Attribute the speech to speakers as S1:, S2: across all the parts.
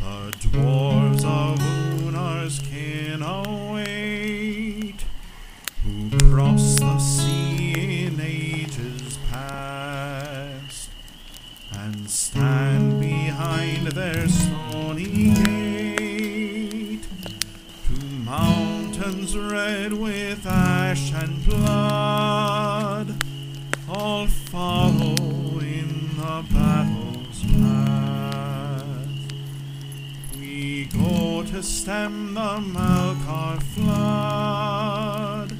S1: The dwarves of Lunar's can await, who crossed the sea in ages past, and stand behind their stony gate to mountains red with ash and blood, all follow in the battle's path. We go to stem the Malkar flood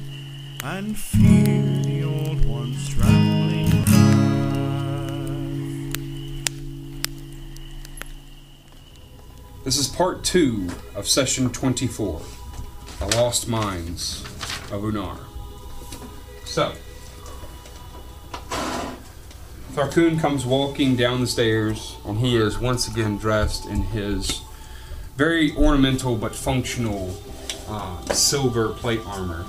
S1: and fear the old one's trembling wrath.
S2: This is part two of session 24 The Lost Mines of Unar. So, Tharkun comes walking down the stairs, and he is once again dressed in his very ornamental but functional uh, silver plate armor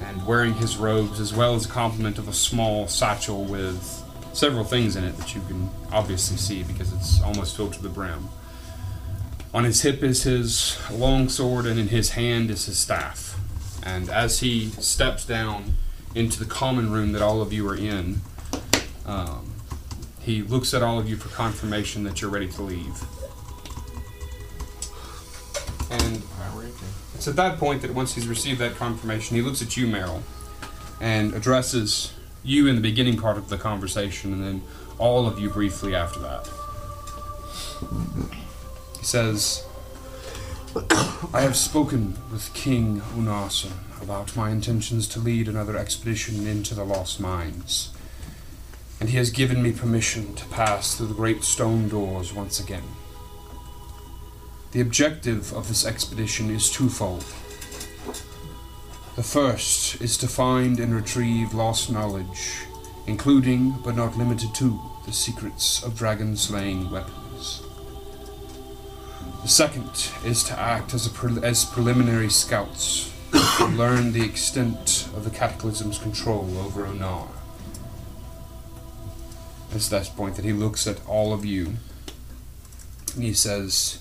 S2: and wearing his robes as well as a complement of a small satchel with several things in it that you can obviously see because it's almost filled to the brim. On his hip is his long sword, and in his hand is his staff. And as he steps down into the common room that all of you are in, um, he looks at all of you for confirmation that you're ready to leave. And it's at that point that once he's received that confirmation, he looks at you, Meryl, and addresses you in the beginning part of the conversation, and then all of you briefly after that. He says, I have spoken with King Unasun about my intentions to lead another expedition into the Lost Mines, and he has given me permission to pass through the great stone doors once again. The objective of this expedition is twofold. The first is to find and retrieve lost knowledge, including, but not limited to, the secrets of dragon slaying weapons. The second is to act as, a pre- as preliminary scouts to learn the extent of the Cataclysm's control over Onar. It's at that point that he looks at all of you and he says,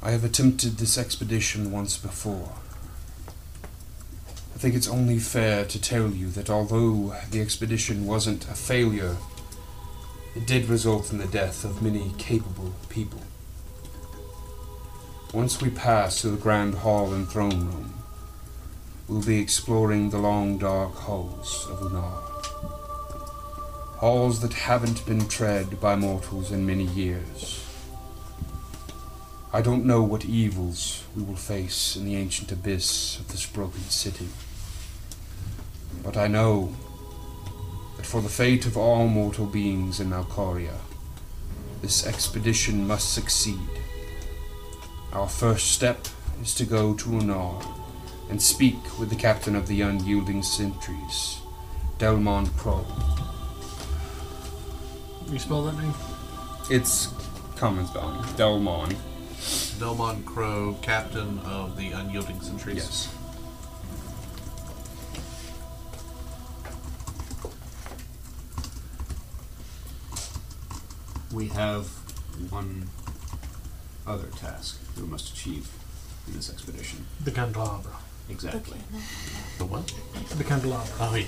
S2: I have attempted this expedition once before. I think it's only fair to tell you that although the expedition wasn't a failure, it did result in the death of many capable people. Once we pass through the Grand Hall and Throne Room, we'll be exploring the long dark halls of Unar. Halls that haven't been tread by mortals in many years. I don't know what evils we will face in the ancient abyss of this broken city. But I know that for the fate of all mortal beings in Malcoria, this expedition must succeed. Our first step is to go to Unar and speak with the captain of the unyielding sentries, Delmond Crow.
S3: You spell that name?
S2: It's common spelling, Delmon.
S4: Delmon Crow, captain of the Unyielding Sentries.
S2: Yes.
S5: We have one other task we must achieve in this expedition.
S3: The candelabra.
S5: Exactly.
S4: The what?
S3: The candelabra.
S4: Oh, yeah.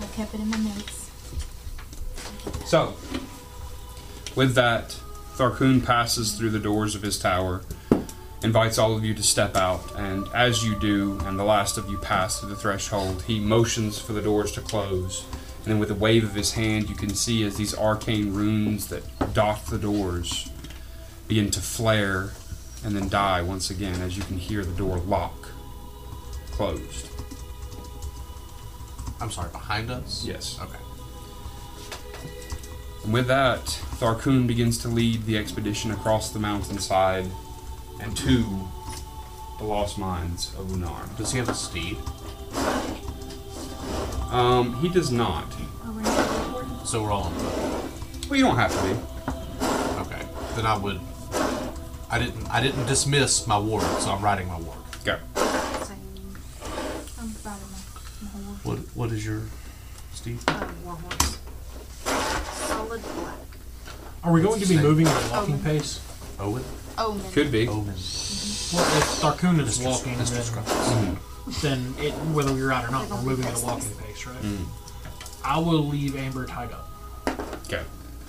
S6: I kept it in my notes.
S2: So, with that, Tharkun passes through the doors of his tower, invites all of you to step out, and as you do, and the last of you pass through the threshold, he motions for the doors to close. And then, with a wave of his hand, you can see as these arcane runes that dot the doors begin to flare and then die once again as you can hear the door lock closed.
S4: I'm sorry, behind us?
S2: Yes.
S4: Okay.
S2: And with that, Tharkun begins to lead the expedition across the mountainside and to the lost mines of Lunar.
S4: Does he have a steed?
S2: Um, he does not.
S6: Oh, we're not recording.
S4: So we're all on foot.
S2: Well, you don't have to be.
S4: Okay. Then I would. I didn't. I didn't dismiss my ward, so I'm riding my ward.
S2: Go.
S6: So, I'm proud of my, my whole
S4: What? What is your steed?
S7: Uh, war horse. Solid black.
S3: Are we going to be
S4: Interesting.
S3: moving at a walking pace?
S4: Owen?
S6: Omen.
S2: Could be.
S4: Omen.
S3: Well, if Darkoon is
S4: Mr.
S3: walking,
S4: Mr.
S3: then,
S4: Scrubs.
S3: then it, whether we're out or not, we're moving at a walking pace, right? I will leave Amber tied up.
S2: Okay.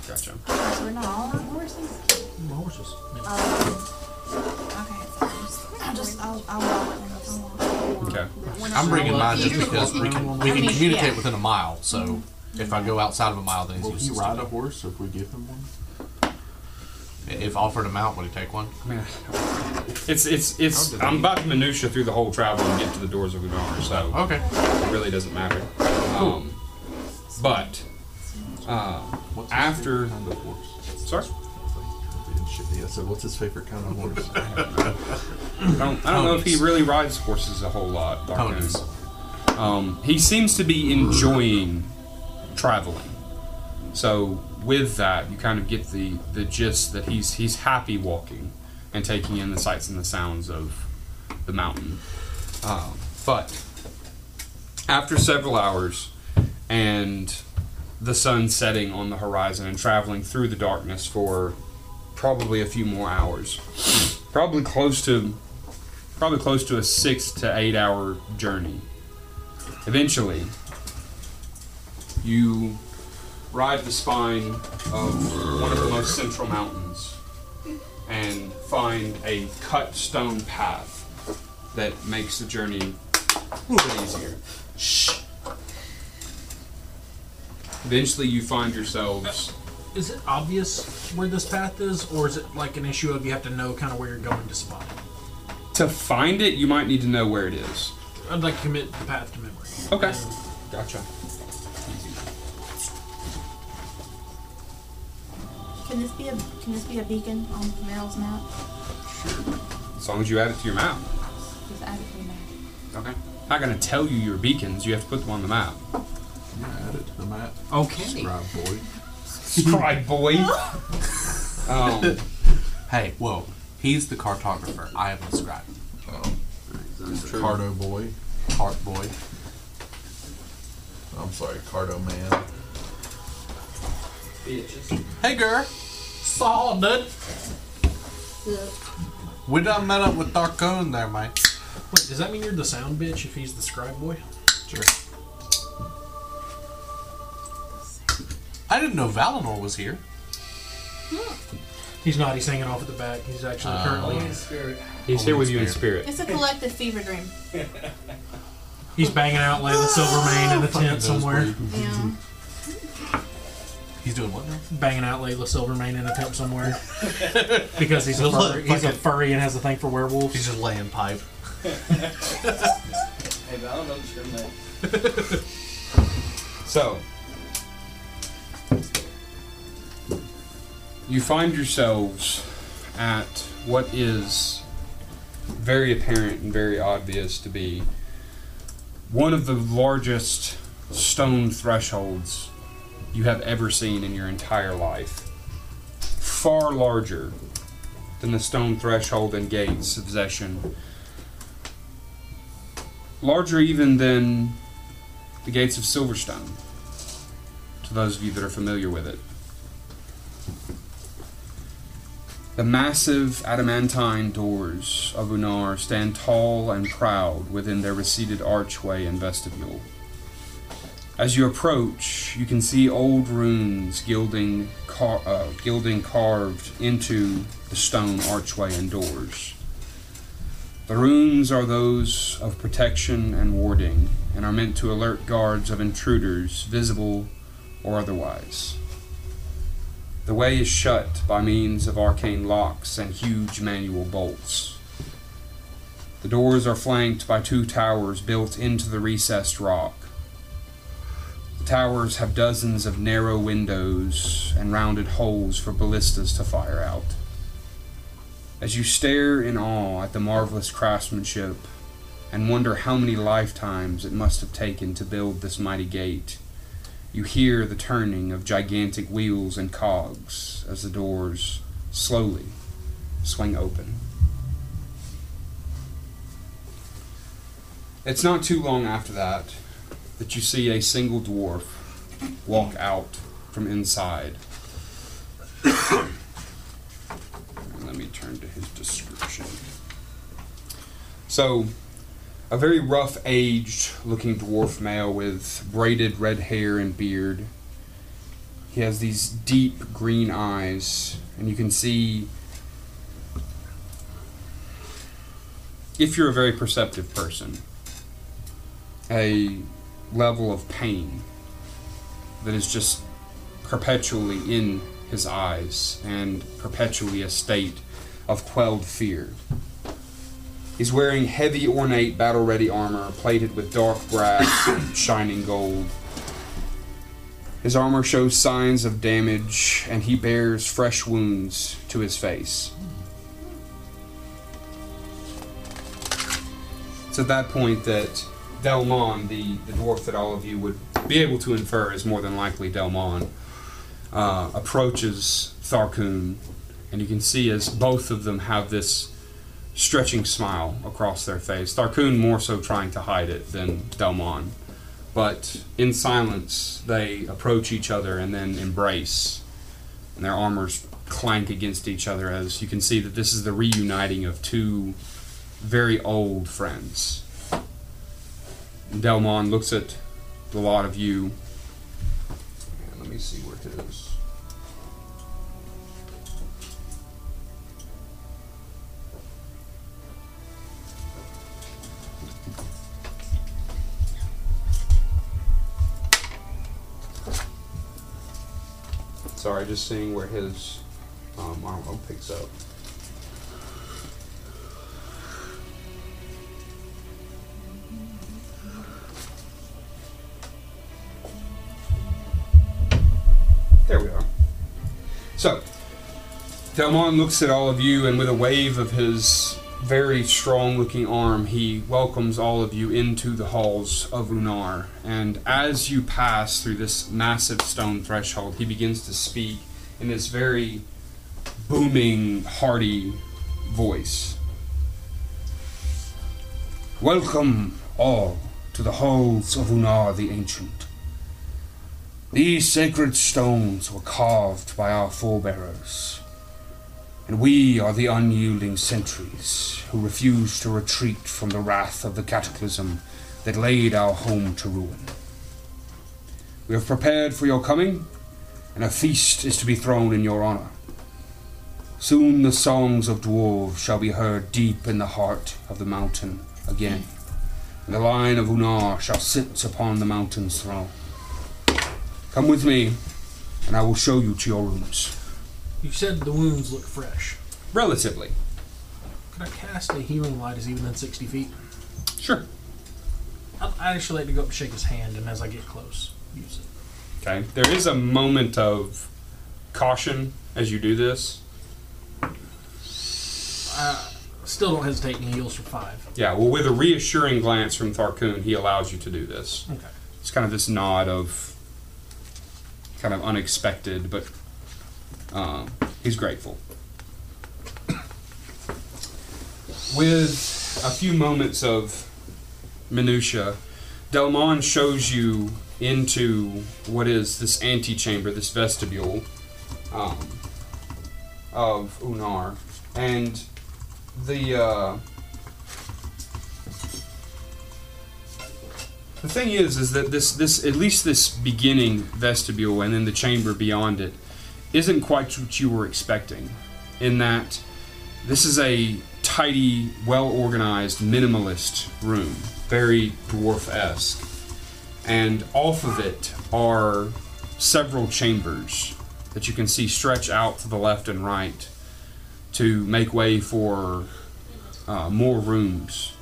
S2: Gotcha.
S6: Because we're not all on horses.
S3: My horses. Yeah.
S6: Oh. Okay. so I'll just- I'll just. I'll. I'll walk with him. I'll walk.
S2: Okay.
S6: When
S4: I'm bringing
S3: Well,
S4: mine
S3: you
S4: just
S3: do walk
S4: because we
S3: around
S4: can,
S3: one
S4: we
S3: mile.
S4: can
S6: I mean,
S4: communicate
S6: yeah. Mm-hmm.
S4: within a mile, so if I go outside of a mile, then he's
S8: Will he
S4: useless.
S8: ride a horse if we give him one?
S4: If offered a mount, would he take one?
S2: Man, it's it's it's. I'm about to minutia through the whole travel and get to the doors of Unar, so
S4: Okay.
S2: it really doesn't matter. Um, but uh,
S8: What's his
S2: after,
S8: favorite kind of horse?
S2: sorry,
S8: Yeah, so what's his favorite kind of horse?
S2: I don't, I don't know if he
S4: Ponies.
S2: really rides horses a whole lot. Dark Moon.
S4: Ponies.
S2: Um, he seems to be enjoying traveling. So with that, you kind of get the the gist that he's he's happy walking and taking in the sights and the sounds of the mountain. Um, but after several hours and the sun setting on the horizon and traveling through the darkness for probably a few more hours, probably close to probably close to a six to eight hour journey eventually you ride the spine of one of the most central mountains and find a cut stone path that makes the journey a little bit easier. Eventually, you find yourselves.
S3: Is it obvious where this path is, or is it like an issue of you have to know kind of where you're going to spot it?
S2: To find it, you might need to know where it is.
S3: I'd like to commit the path to memory.
S2: Okay. Gotcha.
S6: Can this be a Can this be a beacon on Meryl's map?
S2: As long as you add it to your map.
S6: Just add it to the map.
S2: Okay. I'm not going to tell you your beacons. You have to put them on the map.
S8: Yeah, add it to the map.
S3: Okay.
S8: Scribe boy.
S2: Scribe boy. um,
S4: Hey, whoa. He's the cartographer. I am the scribe.
S8: Cardo boy.
S4: Cart boy.
S8: I'm sorry, Cardo man.
S4: Hey, girl. Saw, dude. We done met up with Darkone there, mate.
S3: Wait, does that mean you're the sound bitch if he's the scribe boy?
S4: Sure. I didn't know Valinor was here.
S3: He's not. He's hanging off at the back. He's actually currently
S2: He's here with you in spirit.
S6: It's a collective fever dream.
S3: he's banging out laying the silver mane in the tent somewhere.
S6: Yeah.
S4: He's doing what now?
S3: Banging out Layla Silvermane in a tent somewhere because he's a fur, he's a furry and has a thing for werewolves.
S4: He's just laying pipe.
S9: Hey, but I don't know what you're mad.
S2: So, you find yourselves at what is very apparent and very obvious to be one of the largest stone thresholds you have ever seen in your entire life. Far larger than the stone threshold and gates of Zeshan. Larger even than the gates of Silverstone. To those of you that are familiar with it, the massive adamantine doors of Unar stand tall and proud within their receded archway and vestibule. As you approach, you can see old runes gilding, car- uh, gilding carved into the stone archway and doors. The runes are those of protection and warding, and are meant to alert guards of intruders, visible or otherwise. The way is shut by means of arcane locks and huge manual bolts. The doors are flanked by two towers built into the recessed rock. The towers have dozens of narrow windows and rounded holes for ballistas to fire out. As you stare in awe at the marvelous craftsmanship and wonder how many lifetimes it must have taken to build this mighty gate, you hear the turning of gigantic wheels and cogs as the doors slowly swing open. It's not too long after that that you see a single dwarf walk out from inside. Let me So, a very rough aged looking dwarf male with braided red hair and beard. He has these deep green eyes, and you can see. If you're a very perceptive person, a level of pain that is just perpetually in his eyes and perpetually a state of quelled fear. He's wearing heavy, ornate, battle ready armor plated with dark brass and shining gold. His armor shows signs of damage, and he bears fresh wounds to his face. It's at that point that Delmon, the, the dwarf that all of you would be able to infer is more than likely Delmon, uh, approaches Tharkoon, and you can see as both of them have this stretching smile across their face. Tharkoon more so trying to hide it than Delmon. But in silence, they approach each other and then embrace, and their armors clank against each other as you can see that this is the reuniting of two very old friends. Delmon looks at the lot of you. And let me see where it is. Sorry, just seeing where his um, armor picks up. There we are. So, Delmon looks at all of you, and with a wave of his very strong looking arm, he welcomes all of you into the halls of Unar. And as you pass through this massive stone threshold, he begins to speak in this very booming, hearty voice. Welcome all to the halls of Unar the Ancient. These sacred stones were carved by our forebearers, and we are the unyielding sentries who refuse to retreat from the wrath of the cataclysm that laid our home to ruin. We have prepared for your coming, and a feast is to be thrown in your honor. Soon the songs of dwarves shall be heard deep in the heart of the mountain again, and the line of Unar shall sit upon the mountain's throne. Come with me, and I will show you to your rooms.
S3: You said the wounds look fresh.
S2: Relatively.
S3: Could I cast a healing light as even in 60 feet?
S2: Sure.
S3: I'd, I'd actually like to go up and shake his hand, and as I get close, use it.
S2: Okay. There is a moment of caution as you do this.
S3: Still don't hesitate, and he heals for five.
S2: Yeah, well, with a reassuring glance from Tharkoon, he allows you to do this.
S3: Okay.
S2: It's kind of this nod of kind of unexpected, but um, he's grateful. With a few moments of minutia, Delmon shows you into what is this antechamber, this vestibule um, of Unar, and the uh, the thing is, is that this this at least this beginning vestibule and then the chamber beyond it isn't quite what you were expecting. In that, this is a tidy, well organized, minimalist room, very dwarf esque, and off of it are several chambers that you can see stretch out to the left and right to make way for uh, more rooms,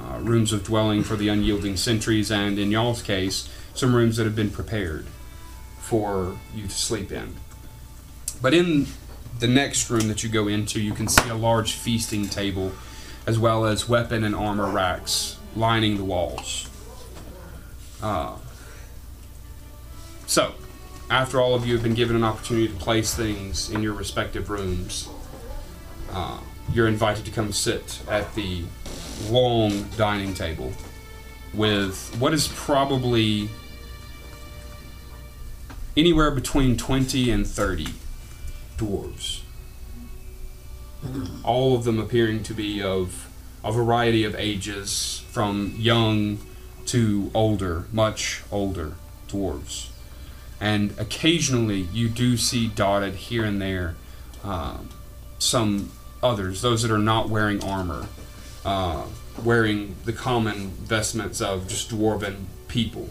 S2: uh, rooms of dwelling for the unyielding sentries, and in y'all's case, some rooms that have been prepared for you to sleep in. But in the next room that you go into, you can see a large feasting table, as well as weapon and armor racks lining the walls. Uh, so, after all of you have been given an opportunity to place things in your respective rooms, you're invited to come sit at the long dining table with what is probably anywhere between 20 and 30 dwarves. All of them appearing to be of a variety of ages, from young to older, much older dwarves. And occasionally you do see dotted here and there um some others, those that are not wearing armor, uh, wearing the common vestments of just dwarven people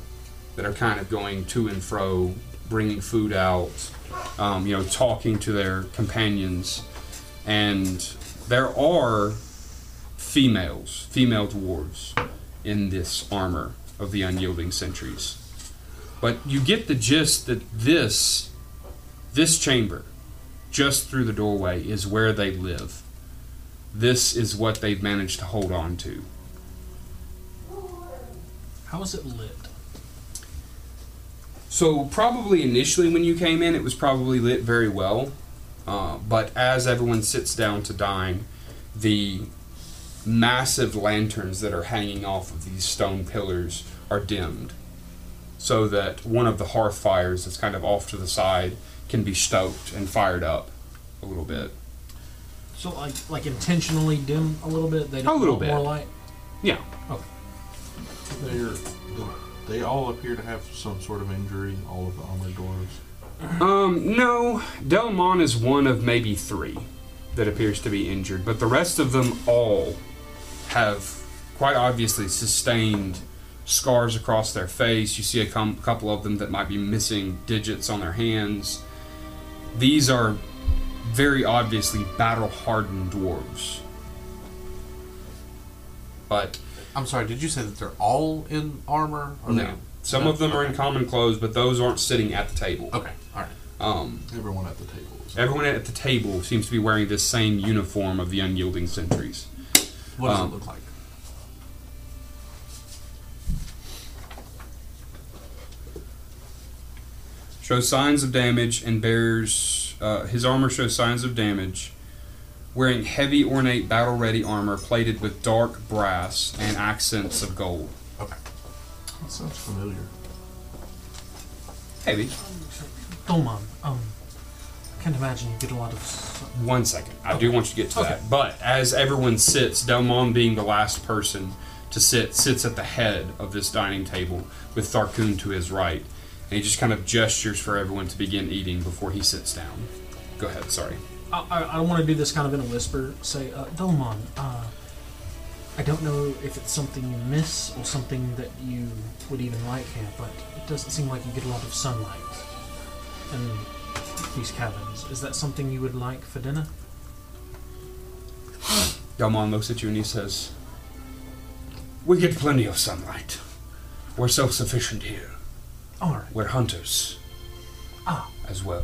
S2: that are kind of going to and fro, bringing food out, um, you know, talking to their companions. And there are females, female dwarves, in this armor of the unyielding sentries. But you get the gist that this, this chamber, just through the doorway, is where they live. This is what they've managed to hold on to.
S3: How is it lit?
S2: So probably initially when you came in, it was probably lit very well. Uh, but as everyone sits down to dine, the massive lanterns that are hanging off of these stone pillars are dimmed, so that one of the hearth fires that's kind of off to the side can be stoked and fired up a little bit.
S3: So like like intentionally dim a little bit. They
S2: A
S3: don't
S2: little
S3: want more
S2: bit.
S3: light.
S2: Yeah,
S8: They're, they all appear to have some sort of injury, all of the armored dwarves.
S2: Um, no. Delmon is one of maybe three that appears to be injured, but the rest of them all have quite obviously sustained scars across their face. You see a com- couple of them that might be missing digits on their hands. These are very obviously battle hardened dwarves. But
S4: I'm sorry, did you say that they're all in armor? Or
S2: no.
S4: they-
S2: Some
S4: no?
S2: of them are in common clothes, but those aren't sitting at the table.
S4: Okay, all right.
S2: Um,
S8: Everyone at the table is.
S2: Everyone at the table seems to be wearing this same uniform of the unyielding sentries.
S4: What does
S2: Um,
S4: it look like?
S2: Shows signs of damage and bears uh, his armor shows signs of damage. Wearing heavy, ornate, battle-ready armor plated with dark brass and accents of gold.
S4: Okay.
S8: That sounds familiar.
S2: Heavy.
S3: Dolman, um, I can't imagine you get a lot of. s-
S2: One second. I do want you to get to
S3: Okay.
S2: that. But as everyone sits, Delmon being the last person to sit, sits at the head of this dining table with Tharkoon to his right. And he just kind of gestures for everyone to begin eating before he sits down. Go ahead, sorry.
S3: I, I, I want to do this kind of in a whisper. Say, uh, Dolman, uh, I don't know if it's something you miss or something that you would even like here, but it doesn't seem like you get a lot of sunlight in these caverns. Is that something you would like for dinner?
S2: Delmon looks at you and he says, We get plenty of sunlight. We're self sufficient here.
S3: All right,
S2: We're hunters
S3: Ah.
S2: as well.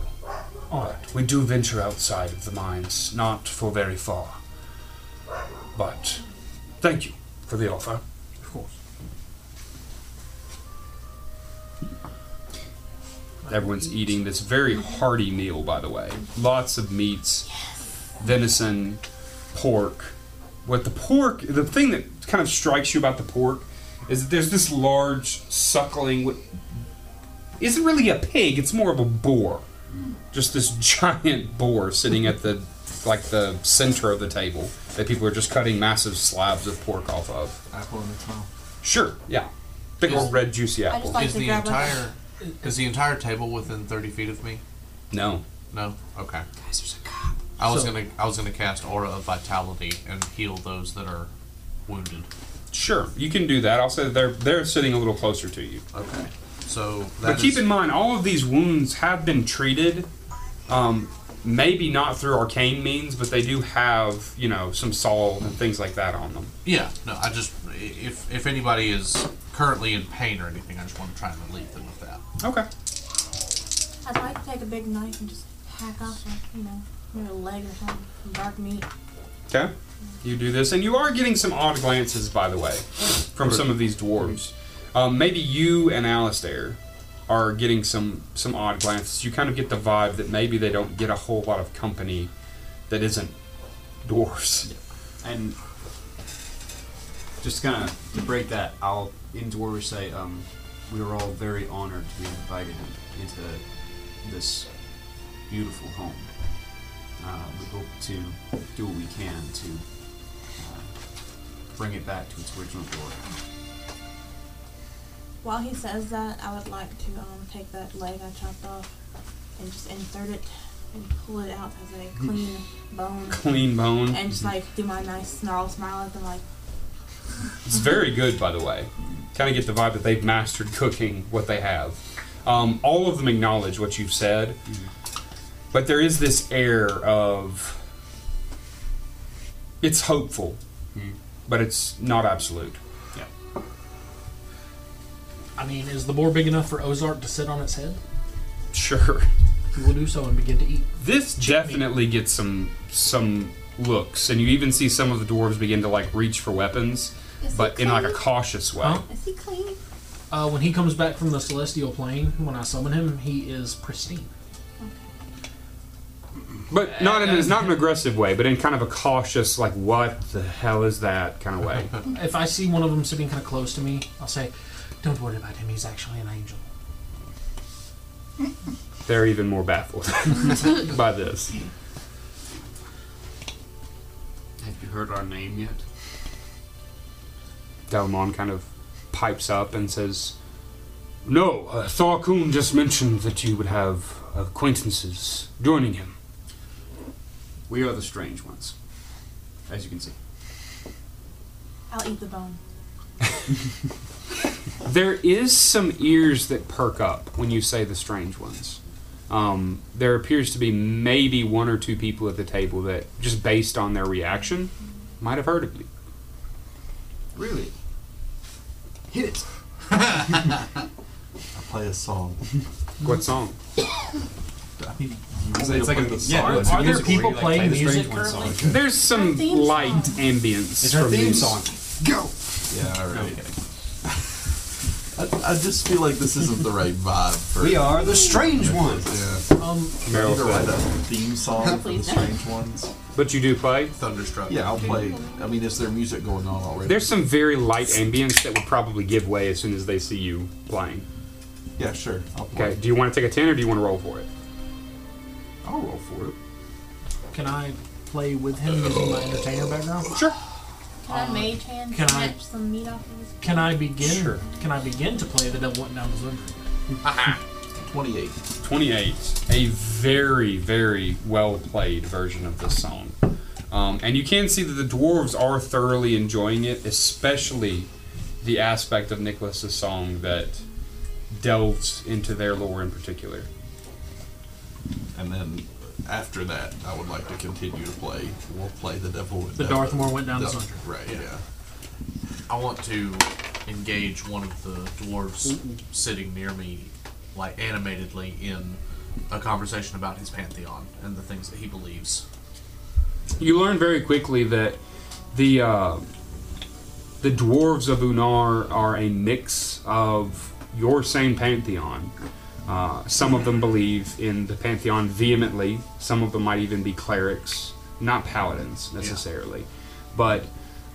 S3: all right.
S2: But we do venture outside of the mines, not for very far. But thank you for the offer.
S3: Of course.
S2: Everyone's eating this very hearty meal, by the way. Lots of meats, venison, pork. What the pork, the thing that kind of strikes you about the pork is that there's this large suckling, what isn't really a pig, it's more of a boar. Just this giant boar sitting at the like the center of the table that people are just cutting massive slabs of pork off of.
S8: Apple in its mouth.
S2: Sure, yeah. Big
S4: Is-
S2: old red juicy
S6: I
S2: apple.
S6: just like
S4: is
S6: to
S4: the
S6: grab a-
S4: entire is the entire table within 30 feet of me?
S2: No.
S4: No. Okay.
S6: Guys, there's a cop.
S4: I was
S3: So-
S4: gonna I was gonna cast aura of vitality and heal those that are wounded.
S2: Sure, you can do that. I'll say that they're they're sitting a little closer to you.
S4: Okay. So
S2: But
S4: that
S2: keep
S4: is-
S2: in mind, all of these wounds have been treated. Um, maybe not through arcane means, but they do have you know some salt and things like that on them.
S4: yeah. No, I just i- if if anybody is currently in pain or anything, I just want to try and relieve them of that.
S2: Okay.
S6: I'd like to take a big knife and just hack off, a, you know, maybe a leg or something, some dark meat.
S2: Okay. You do this, and you are getting some odd glances, by the way, from some of these dwarves. Um, maybe you and Alistair are getting some some odd glances. You kind of get the vibe that maybe they don't get a whole lot of company that isn't dwarves.
S10: And just kind of to break that, I'll in Dwarvish say, um, we were all very honored to be invited into this beautiful home. Uh, we hope to do what we can to uh,
S11: bring it back to its original glory.
S6: While he says that, I would like to um, take that leg I chopped off and just insert it and pull it out as a clean bone
S2: Clean bone.
S6: and just like do my nice snarl smile at them like,
S2: It's very good, by the way. Kind of get the vibe that they've mastered cooking what they have. Um, all of them acknowledge what you've said,
S11: Mm-hmm.
S2: but there is this air of it's hopeful,
S11: Mm-hmm.
S2: but it's not absolute.
S3: I mean, is the boar big enough for Ozark to sit on its head?
S2: Sure,
S3: He will do so and begin to eat.
S2: this definitely gets some some looks, and you even see some of the dwarves begin to like reach for weapons,
S6: Is he
S2: but in like a
S6: clean?
S2: cautious way.
S3: Huh?
S6: Is he clean?
S3: Uh, when he comes back from the celestial plane, when I summon him, he is pristine.
S2: But not
S6: Uh,
S2: in not in an aggressive way, but in kind of a cautious, like what the hell is that kind of way.
S3: If I see one of them sitting kind of close to me, I'll say, "Don't worry about him. He's actually an angel."
S2: They're even more baffled by this.
S11: Have you heard our name yet?
S2: Dalmon kind of pipes up and says, No, uh, Tharkoon just mentioned that you would have acquaintances joining him.
S11: We are the strange ones, as you can see.
S6: I'll eat the bone.
S2: There is some ears that perk up when you say the strange ones. Um, there appears to be maybe one or two people at the table that, just based on their reaction, might have heard of you.
S11: Really? Hit it.
S8: I play a song.
S2: What song?
S8: I mean,
S11: It's like- it's like a- yeah,
S8: song.
S11: it's a
S3: Are there
S11: music where
S3: people
S11: you, like,
S3: playing
S11: play the
S3: music
S11: strange ones
S3: currently?
S11: song.
S2: There's some
S6: Our theme song.
S2: light ambience.
S11: It's our
S2: from
S11: theme
S2: these.
S11: song.
S8: Go.
S11: Yeah, all right.
S8: I, I just feel like this isn't the right vibe for.
S11: We are the strange ones.
S8: Yeah.
S3: Um,
S2: Meryl
S8: Either write
S2: said.
S8: a theme song for the
S6: Please don't.
S8: strange ones.
S2: But you do play?
S4: Thunderstruck.
S8: Yeah, I'll play. I mean, is there music going on already?
S2: There's some very light ambience that would probably give way as soon as they see you playing.
S8: yeah, sure. I'll play.
S2: Okay, do you want to take a 10 or do you want to roll for it?
S8: I'll roll for it.
S3: can I play with him using my entertainer background?
S2: Sure.
S6: Can I mage hand
S3: can I-
S6: snatch some meat off of his?
S3: Can I begin?
S2: Sure.
S3: Can I begin to play the devil went down to Zundry?
S8: Twenty-eight.
S2: 28. A very, very well played version of this song. Um, and you can see that the dwarves are thoroughly enjoying it, especially the aspect of Nicholas's song that delves into their lore in particular.
S8: And then after that, I would like to continue to play. We'll play the devil. With
S3: The
S8: Devil.
S3: Darth Moor went down to
S8: Devil-
S3: Zundry.
S8: Right. Yeah.
S4: I want to engage one of the dwarves sitting near me, like animatedly, in a conversation about his pantheon and the things that he believes.
S2: You learn very quickly that the uh, the dwarves of Unar are a mix of your same pantheon. Uh, some of them believe in the pantheon vehemently. Some of them might even be clerics, not paladins necessarily. But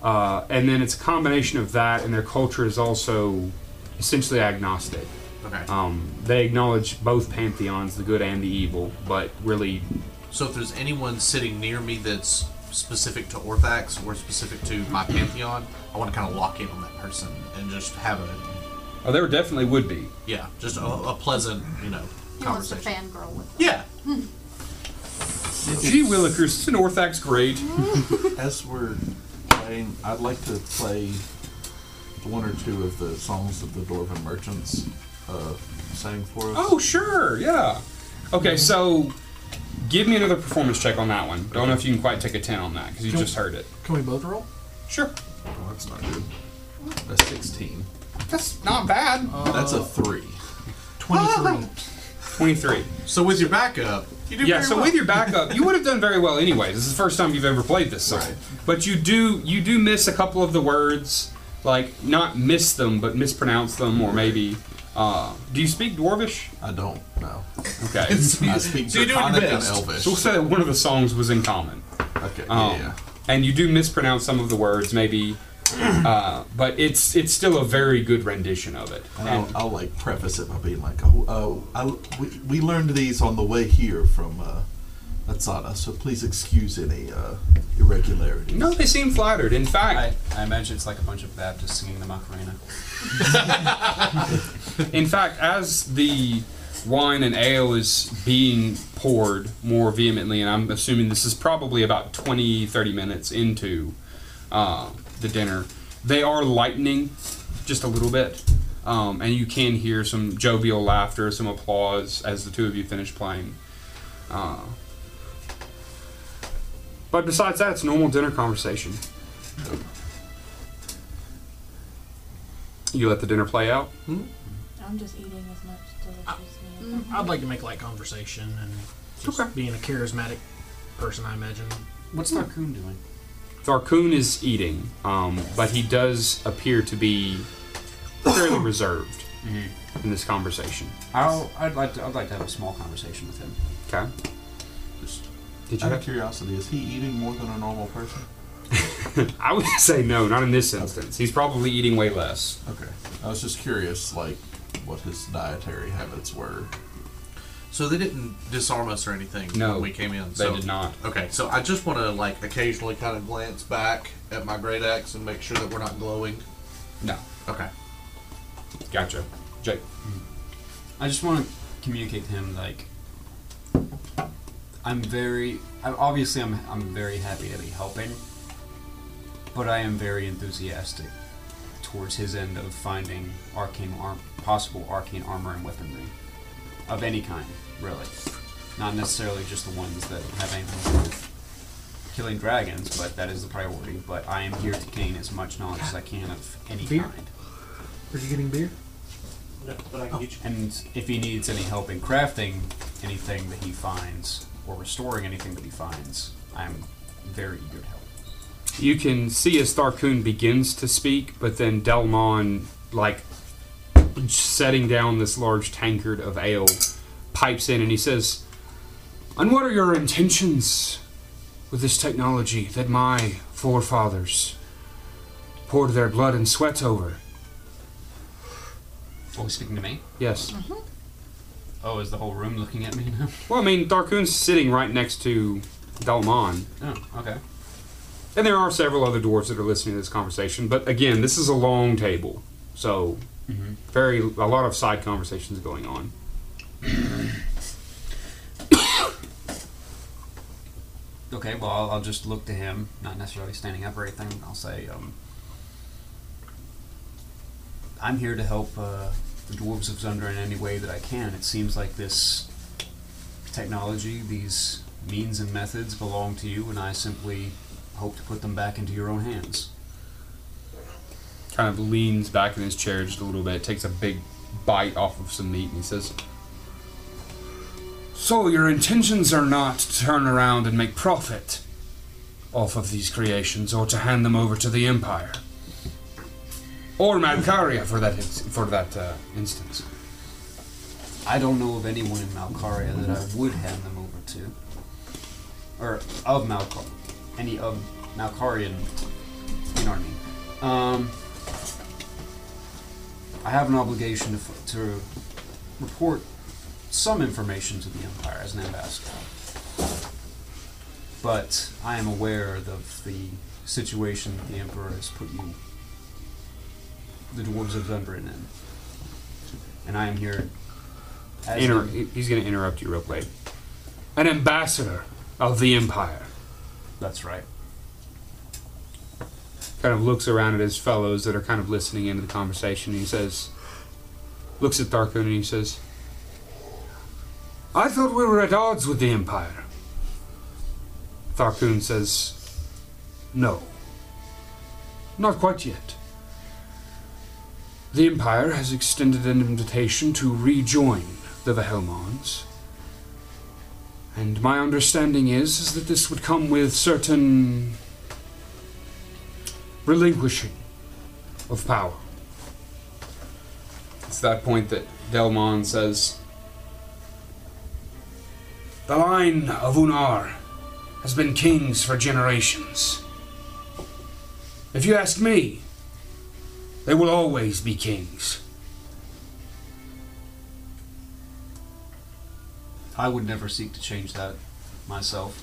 S2: uh, and then it's a combination of that, and their culture is also essentially agnostic.
S4: Okay.
S3: Oh,
S2: Um, they acknowledge both pantheons, the good and the evil, but really
S4: so if there's anyone sitting near me that's specific to Orthax or specific to my pantheon, I want to kind of lock in on that person and just have a
S2: oh, there definitely would be.
S4: yeah, just a, a pleasant you know
S7: He wants to
S4: conversation.
S7: fangirl with him.
S4: yeah.
S2: Gee Willikers, it's an Orthax grade.
S8: As we're playing, I'd like to play one or two of the songs that the Dwarven merchants uh, sang for us.
S2: Oh, sure, yeah. Okay, so give me another performance check on that one. Don't know if you can quite take a 10 on that because you
S3: Sure.
S2: just heard it.
S3: Can we both roll?
S2: Sure.
S8: Oh, that's not good. A 16.
S2: That's not bad.
S4: Uh,
S8: That's a 3.
S3: Twenty-three.
S2: 23.
S4: So with your backup, you do
S2: Yeah,
S4: very
S2: so
S4: well.
S2: with your backup, you would have done very well anyways. This is the first time you've ever played this song. But you do you do miss a couple of the words, like not miss them, but mispronounce them or maybe uh, do you speak dwarvish?
S8: I don't know.
S2: Okay.
S8: I speak
S4: So you do your
S8: Draconic and
S4: best.
S8: Elvish.
S2: so we'll say that one of the songs was in common.
S8: Okay,
S2: Um,
S8: yeah,
S2: And you do mispronounce some of the words, maybe, uh, but it's it's still a very good rendition of it.
S8: yeah. I'll, I'll like oh, preface it by being like, oh, oh I, we, we learned these on the way here from uh, That's on us, so please excuse any uh, irregularities.
S2: No, they seem flattered. In
S12: I,
S2: fact,
S12: I imagine it's like a bunch of Baptists singing the Macarena.
S2: in fact, as the wine and ale is being poured more vehemently, and I'm assuming this is probably about 20, 30 minutes into uh, the dinner, they are lightening just a little bit. Um, and you can hear some jovial laughter, some applause as the two of you finish playing. Uh, but besides that, it's normal dinner conversation. You let the dinner play out.
S6: I'm just eating as much delicious meat.
S3: I'd like to make light conversation and just
S2: Okay.
S3: being a charismatic person, I imagine.
S12: What's
S11: Hmm.
S12: Narcoon doing?
S2: Tharkoon is eating, um, but he does appear to be fairly reserved in this conversation.
S12: Mm-hmm. I'll, I'd like to. I'd like to have a small conversation with him.
S2: Okay. Did you
S8: Out of
S2: have
S8: curiosity, is he eating more than a normal person?
S2: I would say no, not in this instance. He's probably eating way less.
S8: Okay. I was just curious, like, what his dietary habits were.
S4: So they didn't disarm us or anything
S2: No,
S4: when we came in.
S2: They
S4: so-
S2: did not.
S4: Okay, so I just want to like occasionally kind of glance back at my great axe and make sure that we're not glowing.
S2: No.
S4: Okay.
S2: Gotcha. Jake.
S12: I just want to communicate to him like I'm very I, obviously I'm I'm very happy to be helping, but I am very enthusiastic towards his end of finding arcane arm possible arcane armor and weaponry of any kind, really. Not necessarily just the ones that have anything to do with killing dragons, but that is the priority. But I am here to gain as much knowledge as I can of any
S3: Beer?
S12: kind.
S3: Are you getting beer?
S13: No, but I can get you.
S12: And if he needs any help in crafting anything that he finds, or restoring anything that he finds, I'm very eager to help.
S2: You can see as Tharkoon begins to speak, but then Delmon, like setting down this large tankard of ale, pipes in and he says, And what are your intentions with this technology that my forefathers poured their blood and sweat over?
S12: Oh, he's speaking to me?
S2: Yes.
S12: Oh, is the whole room looking at me now?
S2: Well, I mean, Darkoon's sitting right next to Delmon.
S12: Oh, okay.
S2: And there are several other dwarves that are listening to this conversation, but again, this is a long table, so very a lot of side conversations going on.
S12: Okay, well, I'll, I'll just look to him, not necessarily standing up or anything. I'll say, um, I'm here to help uh, the dwarves of Zunder in any way that I can. It seems like this technology, these means and methods belong to you, and I simply hope to put them back into your own hands.
S2: Kind of leans back in his chair just a little bit, takes a big bite off of some meat, and he says,
S14: So your intentions are not to turn around and make profit off of these creations, or to hand them over to the Empire, or Malkaria for that ins- for that uh, instance.
S12: I don't know of anyone in Malkaria that I would hand them over to. Or of Malkar. Any of Malkarian. You know what I mean. Um, I have an obligation to, f- to report some information to the Empire as an ambassador. But I am aware of the situation that the Emperor has put you, the dwarves of Zundrin, in. And I am here as
S2: Inter-
S12: the-
S2: he's going to interrupt you real quick. An ambassador of the Empire.
S12: That's right.
S2: kind of looks around at his fellows that are kind of listening into the conversation. And he says, looks at Darkoon and he says, I thought we were at odds with the Empire. Tharkoon says, No. Not quite yet. The Empire has extended an invitation to rejoin the Vahelmons. And my understanding is, is that this would come with certain relinquishing of power. It's that point that Delmon says,
S14: The line of Unar has been kings for generations. If you ask me, they will always be kings.
S12: I would never seek to change that myself.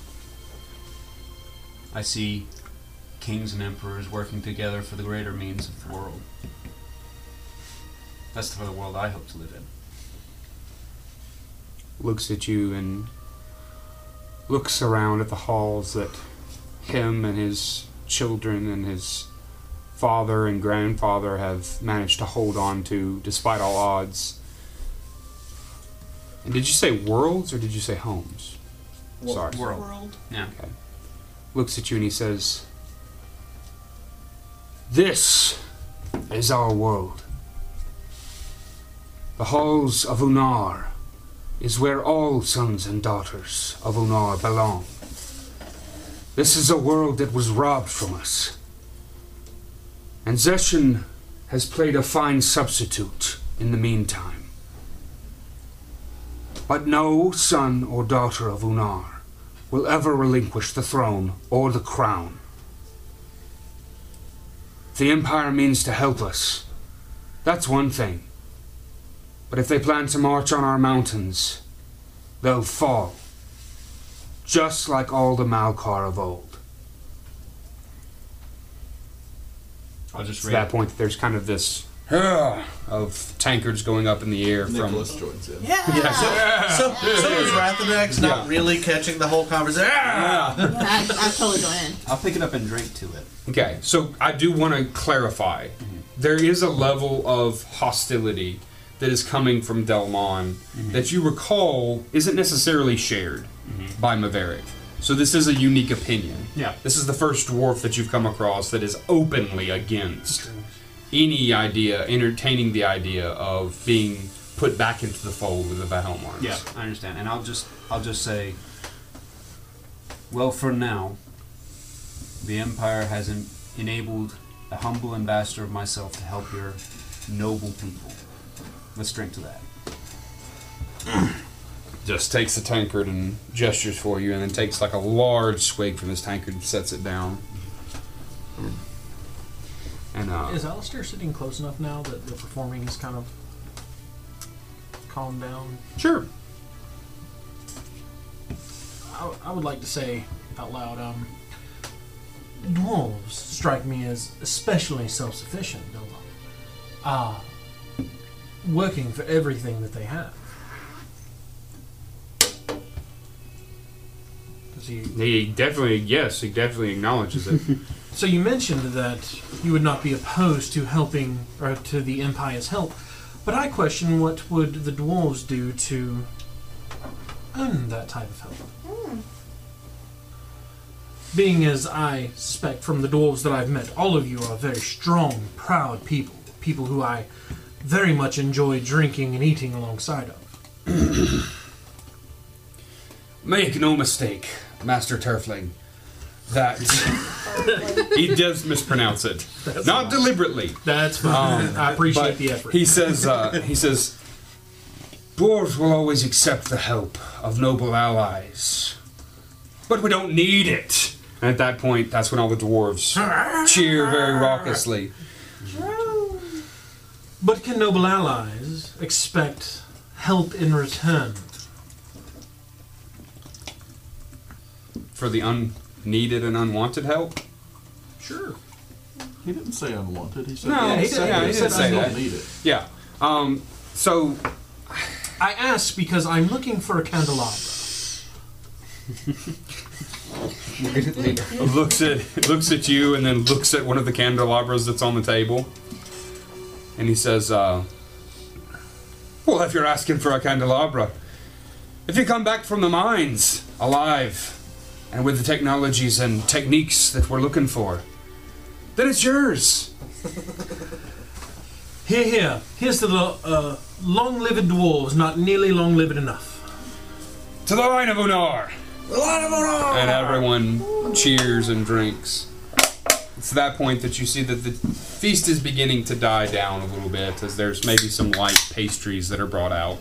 S12: I see kings and emperors working together for the greater means of the world. That's the world I hope to live in.
S2: looks at you and looks around at the halls that him and his children and his father and grandfather have managed to hold on to despite all odds. And did you say worlds or did you say homes? Sorry.
S12: World.
S6: World.
S2: Looks at you and he says, This is our world. The halls of Unar is where all sons and daughters of Unar belong. This is a world that was robbed from us. And Zeshan has played a fine substitute in the meantime. But no son or daughter of Unar will ever relinquish the throne or the crown. If the Empire means to help us, that's one thing. But if they plan to march on our mountains, they'll fall. Just like all the Malkar of old.
S12: I'll just
S2: To
S12: read.
S2: that point, there's kind of this "Hurrah" of tankards going up in the air from.
S8: Nicholas joins in.
S6: Yeah.
S4: So, so is Rathadex not really catching the whole conversation?
S6: I, I totally go in.
S12: I'll pick it up and drink to it.
S2: Okay, so I do want to clarify.
S12: Mm-hmm.
S2: There is a level of hostility that is coming from Delmon
S12: Mm-hmm.
S2: that you recall isn't necessarily shared by Maverick. So this is a unique opinion.
S12: Mm-hmm. Yeah.
S2: This is the first dwarf that you've come across that is openly against any idea, entertaining the idea of being put back into the fold of the Valmarns.
S12: Yeah, I understand. And I'll just I'll just say well for now the empire has en- enabled a humble ambassador of myself to help your noble people. Let's drink to that.
S2: Just takes the tankard and gestures for you, and then takes like a large swig from his tankard and sets it down. And uh,
S3: Is Alistair sitting close enough now that the performing is kind of calmed down?
S2: sure,
S3: I, I would like to say out loud, um, dwarves strike me as especially self-sufficient, don't they? Ah, working for everything that they have. Does he?
S2: he definitely yes, he definitely acknowledges it.
S3: So you mentioned that you would not be opposed to helping or to the Empire's help, but I question what would the dwarves do to earn that type of help. Being as I suspect from the dwarves that I've met, all of you are very strong, proud people, people who I very much enjoy drinking and eating alongside of.
S2: Make no mistake, Master Turfling, that he does mispronounce it, not deliberately.
S3: That's fine. I appreciate
S2: but
S3: the effort.
S2: He says, uh, he says, dwarves will always accept the help of noble allies, but we don't need it. And at that point, that's when all the dwarves cheer very raucously.
S3: But can noble allies expect help in return?
S2: For the unneeded and unwanted help?
S3: Sure.
S8: He didn't say unwanted. He said
S2: No,
S3: he didn't- yeah, he
S8: said
S3: didn't say
S8: you
S2: that.
S8: Don't need it.
S2: Yeah. Um, so,
S3: I asked because I'm looking for a candelabra.
S2: looks at looks at you and then looks at one of the candelabras that's on the table and he says uh, well if you're asking for a candelabra if you come back from the mines alive and with the technologies and techniques that we're looking for then it's yours
S3: Here, here. Here's to the uh, long-lived dwarves, not nearly long-lived enough.
S2: to the line of unar and everyone cheers and drinks it's at that point that you see that the feast is beginning to die down a little bit as there's maybe some light pastries that are brought out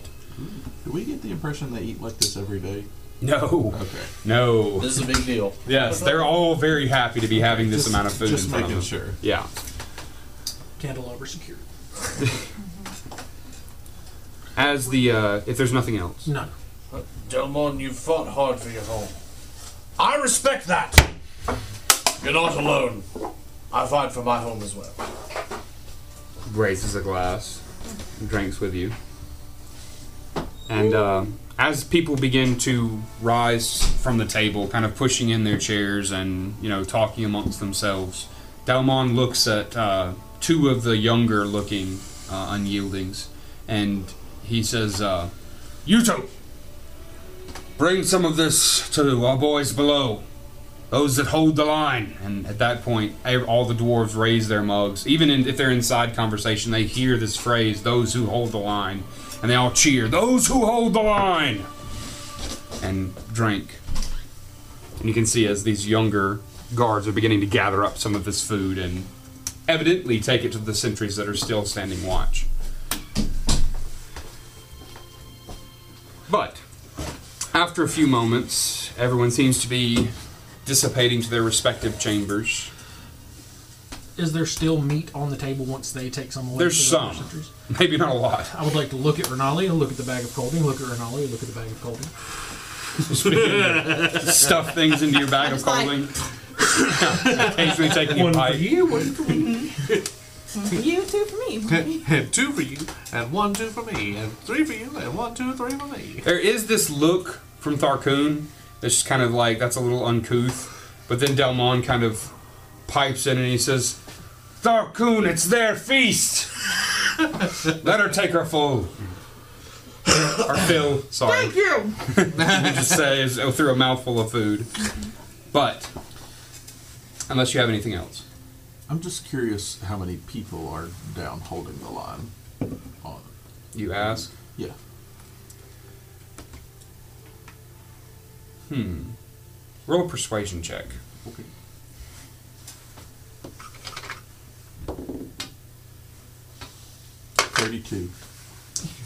S8: Do we get the impression they eat like this every day?
S2: No,
S8: Okay.
S2: no.
S4: This is a big deal.
S2: Yes, they're all very happy to be having this
S8: Just-
S2: amount of food
S8: Just
S2: in front of
S8: making
S2: them.
S8: sure.
S2: Yeah.
S3: Candelabra secured.
S2: As the uh, if there's nothing else,
S3: No.
S15: Delmon, you've fought hard for your home.
S16: I respect that. You're not alone. I fight for my home as well.
S2: raises a glass, drinks with you. And uh, as people begin to rise from the table, kind of pushing in their chairs and you know talking amongst themselves, Dalmon looks at uh, two of the younger-looking uh, unyieldings, and he says, uh, "Yuto, bring some of this to our boys below." those that hold the line. And at that point, ev- all the dwarves raise their mugs. Even in, if they're inside conversation, they hear this phrase, those who hold the line. And they all cheer, those who hold the line! And drink. And you can see as these younger guards are beginning to gather up some of this food and evidently take it to the sentries that are still standing watch. But after a few moments, everyone seems to be dissipating to their respective chambers.
S3: Is there still meat on the table once they take some away?
S2: There's
S3: for the other
S2: some.
S3: sentries?
S2: Maybe not a lot.
S3: I would like to look at Renali, look at the bag of colding, look at Renali, look at the bag of colding.
S2: Stuff things into your bag of clothing. Occasionally taking a pipe.
S6: Mm-hmm. you two for me.
S4: and two for you, and one, two for me, and three for you, and one, two, three for me.
S2: There is this look from Tharkoon that's just kind of like, that's a little uncouth. But then Delmon kind of pipes in and he says, Tharkoon, it's their feast! Let her take her full. or fill, sorry.
S16: Thank you.
S2: you just say is oh, through a mouthful of food. But, unless you have anything else.
S8: I'm just curious how many people are down holding the line. On
S2: You ask?
S8: yeah,
S2: Hmm. Roll a persuasion check.
S8: okay. Thirty-two.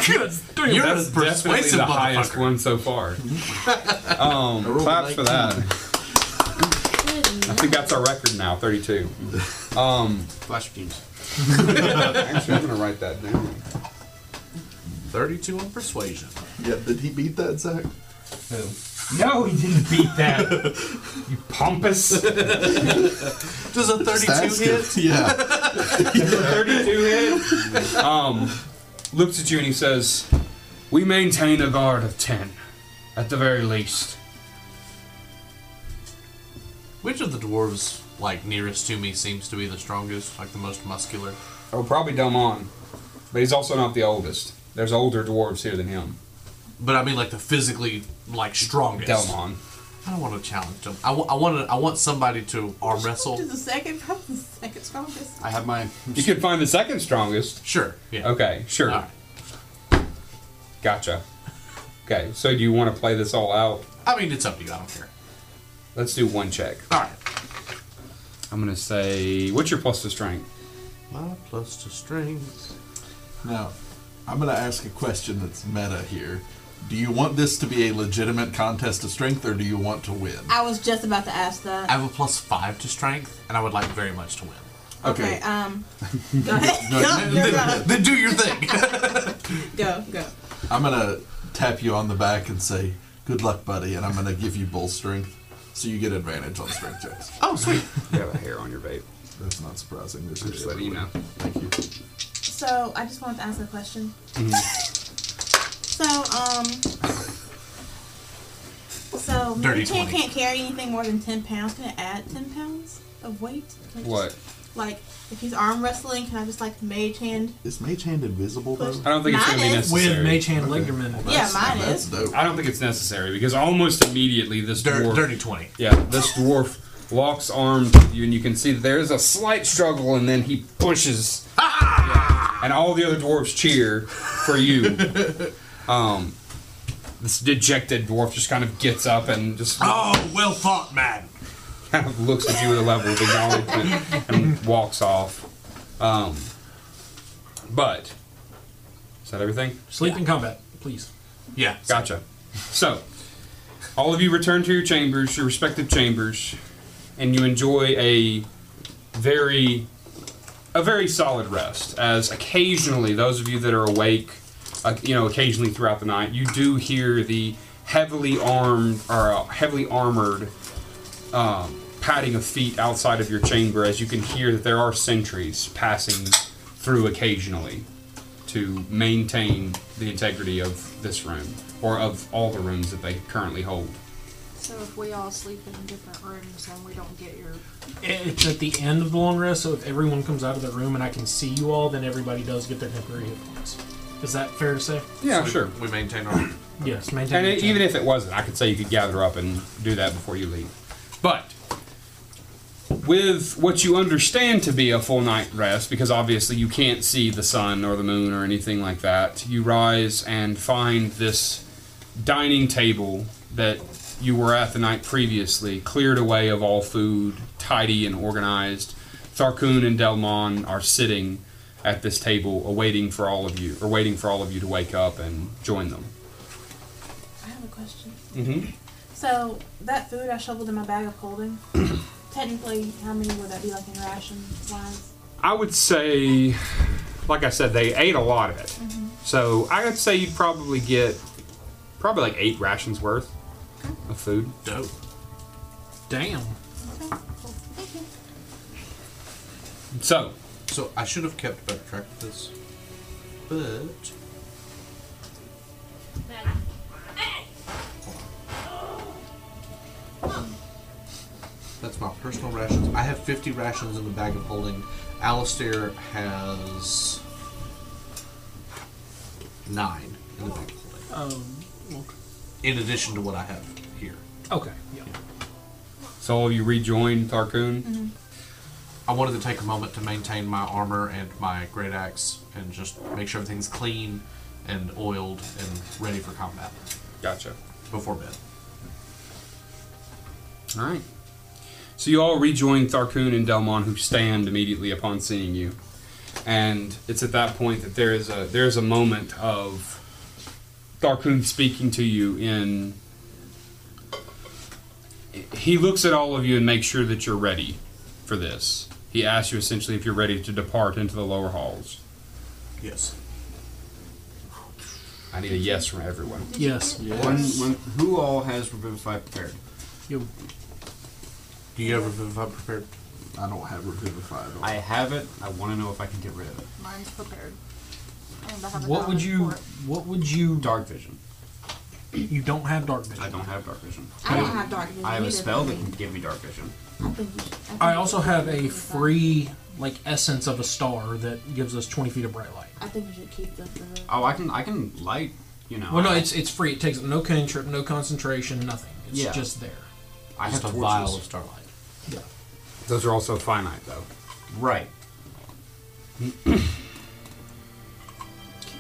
S2: You're
S4: a
S2: That's definitely
S4: persuasive
S2: the highest
S4: motherfucker.
S2: one so far. um,
S8: rolled a
S2: claps for that. I think that's our record now, 32. Um,
S12: Flash beams.
S2: actually, I'm gonna write that down.
S4: 32 on persuasion.
S8: Yeah, did he beat that, Zach?
S2: No, he didn't beat that. you pompous.
S4: Does a 32 hit?
S8: Yeah.
S2: 32 hit. Um, looks at you and he says, "We maintain a guard of ten, at the very least."
S4: Which of the dwarves, like, nearest to me seems to be the strongest, like, the most muscular?
S2: Oh, probably Delmon, but he's also not the oldest. There's older dwarves here than him.
S4: But I mean, like, the physically, like, strongest.
S2: Delmon.
S4: I don't want to challenge them. I, w- I, want to, I want somebody to arm
S6: To
S4: wrestle.
S6: the second, probably the second strongest.
S12: I have my.
S2: You could find the second strongest.
S4: Sure. Yeah.
S2: Okay, sure.
S4: All right.
S2: Gotcha. Okay, so do you want to play this all out?
S4: I mean, it's up to you. I don't care.
S2: Let's do one check.
S4: All right.
S2: I'm gonna say, what's your plus to strength?
S4: My plus to strength.
S8: Now, I'm going to ask a question that's meta here. Do you want this to be a legitimate contest of strength, or do you want to win?
S6: I was just about to ask that.
S4: I have a plus five to strength, and I would like very much to win.
S8: Okay.
S6: um. Go ahead.
S8: No,
S6: go,
S8: no,
S6: you're
S8: no,
S6: gonna-
S4: Then do your thing.
S6: go, go.
S8: I'm going to tap you on the back and say, "Good luck, buddy," and I'm going to give you bull strength, so you get advantage on strength checks.
S4: oh, sweet.
S2: You have a hair on your vape.
S8: That's not surprising. This
S2: Just letting you know.
S8: Thank you.
S6: So I just wanted to ask a question. So um. So
S4: Dirty
S6: Mary Chan
S4: 20.
S6: can't carry anything more than ten pounds. Can it add ten pounds of weight? Can I just-
S2: What?
S6: Like if he's arm wrestling, can I just like mage hand?
S8: Is Mage Hand invisible though?
S6: Push.
S2: I don't think it's
S6: Mine
S2: gonna be
S6: is-
S2: necessary.
S3: With Mage Hand Lingerman.
S6: yeah, mine
S8: That's
S6: is.
S8: dope.
S2: I don't think it's necessary because almost immediately this
S4: Dir-
S2: dwarf,
S4: dirty 20.
S2: yeah, this dwarf locks arms with you, and you can see that there is a slight struggle, and then he pushes, Yeah, and all the other dwarves cheer for you. um, this dejected dwarf just kind of gets up and just
S16: Oh, well thought, man.
S2: kind of looks at you with a level of acknowledgement and walks off. Um, but is that everything?
S3: Sleep in combat, please.
S4: Yeah.
S2: Gotcha. So, all of you return to your chambers, your respective chambers, and you enjoy a very a very solid rest. As occasionally, those of you that are awake, uh, you know, occasionally throughout the night, you do hear the heavily armed or uh, heavily armored uh, padding of feet outside of your chamber as you can hear that there are sentries passing through occasionally to maintain the integrity of this room or of all the rooms that they currently hold.
S17: So if we all sleep in different rooms and we don't get your
S3: It's at the end of the long rest, so if everyone comes out of the room and I can see you all, then everybody does get their temporary hit points. Is that fair to say?
S2: Yeah,
S4: So we-
S2: sure.
S4: We maintain our.
S3: Yes, maintain.
S2: And
S3: your
S2: it- even if it wasn't, I could say you could gather up and do that before you leave. But with what you understand to be a full night rest, because obviously you can't see the sun or the moon or anything like that, you rise and find this dining table that you were at the night previously, cleared away of all food, tidy and organized. Tharkoon and Delmon are sitting at this table, awaiting for all of you, or waiting for all of you to wake up and join them.
S6: I have a question.
S2: Mm-hmm.
S6: So that food I shoveled in my bag of holding, technically, how many would that be like in ration wise?
S2: I would say, like I said, they ate a lot of it. So I would say you probably get probably like eight rations worth of food.
S4: Dope.
S3: Damn.
S2: So.
S4: So I should have kept better track of this. But. That's my personal rations. I have 50 rations in the bag of holding. Alistair has. Nine in the bag of holding.
S3: Um, well,
S4: In addition to what I have here.
S3: okay. Yeah.
S2: So you rejoin Tarkoon?
S6: Mhm.
S4: I wanted to take a moment to maintain my armor and my great axe and just make sure everything's clean and oiled and ready for combat.
S2: Gotcha.
S4: Before bed.
S2: All right. So you all rejoin Tharkoon and Delmon, who stand immediately upon seeing you, and it's at that point that there is a there is a moment of Tharkoon speaking to you. In he looks at all of you and makes sure that you're ready for this. He asks you essentially if you're ready to depart into the lower halls.
S4: Yes.
S2: I need a yes from everyone.
S3: Yes.
S12: When, when, who all has Revivify prepared?
S3: You.
S4: Do you have Revivify prepared?
S8: I don't have Revivify at all.
S12: I have it. I want to know if I can get rid of it.
S17: mine's prepared. And I have a
S3: What would
S17: knowledge
S3: you?
S17: for it.
S3: What would you?
S12: Dark vision.
S3: You don't have dark vision.
S12: I don't have dark vision.
S6: I don't have dark vision
S12: I have a
S6: either,
S12: spell
S6: but
S12: that
S6: I mean-
S12: can give me dark vision.
S6: I think you should. I, think
S3: I also
S6: you should
S3: have
S6: keep
S3: a
S6: the revivify.
S3: free like essence of a star that gives us twenty feet of bright light.
S6: I think you should keep the. the
S12: Oh, I can I can light. You know.
S3: Well, no,
S12: I-
S3: it's it's free. It takes no cantrip, no concentration, nothing. It's
S12: Yeah.
S3: just there.
S12: I have
S4: Just a
S12: torches.
S4: vial of starlight.
S3: Yeah.
S2: Those are also finite though.
S12: Right.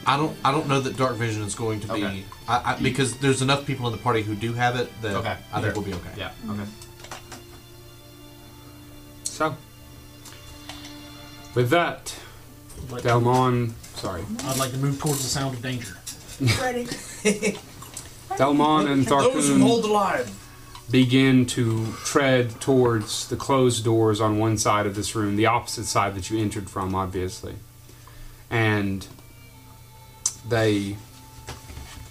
S4: I don't. I don't know that dark vision is going to be.
S12: Okay.
S4: I, I, because there's enough people in the party who do have it that
S12: Okay.
S4: I think
S12: Sure.
S4: we'll be okay.
S12: Yeah. Okay.
S2: So with that,
S3: I'd like, to,
S2: Delmon, sorry,
S3: I'd like to move towards the sound of danger.
S6: Ready.
S2: Delmon and Tharkoon.
S16: Those who hold the line.
S2: begin to tread towards the closed doors on one side of this room, the opposite side that you entered from, obviously. And they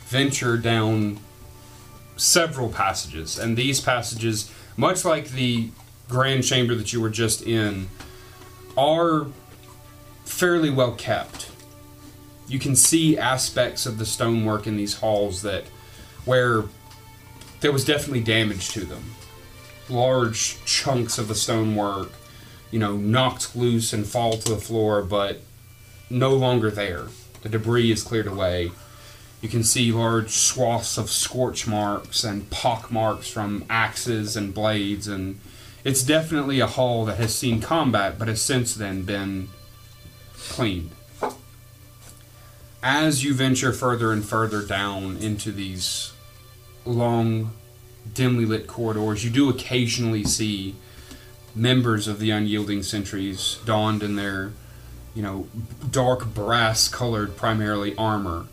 S2: venture down several passages. And these passages, much like the grand chamber that you were just in, are fairly well kept. You can see aspects of the stonework in these halls that where there was definitely damage to them. Large chunks of the stonework, you know, knocked loose and fall to the floor, but no longer there. The debris is cleared away. You can see large swaths of scorch marks and pock marks from axes and blades, and it's definitely a hall that has seen combat, but has since then been cleaned. As you venture further and further down into these long, dimly lit corridors, you do occasionally see members of the unyielding sentries donned in their, you know, dark brass colored primarily armor,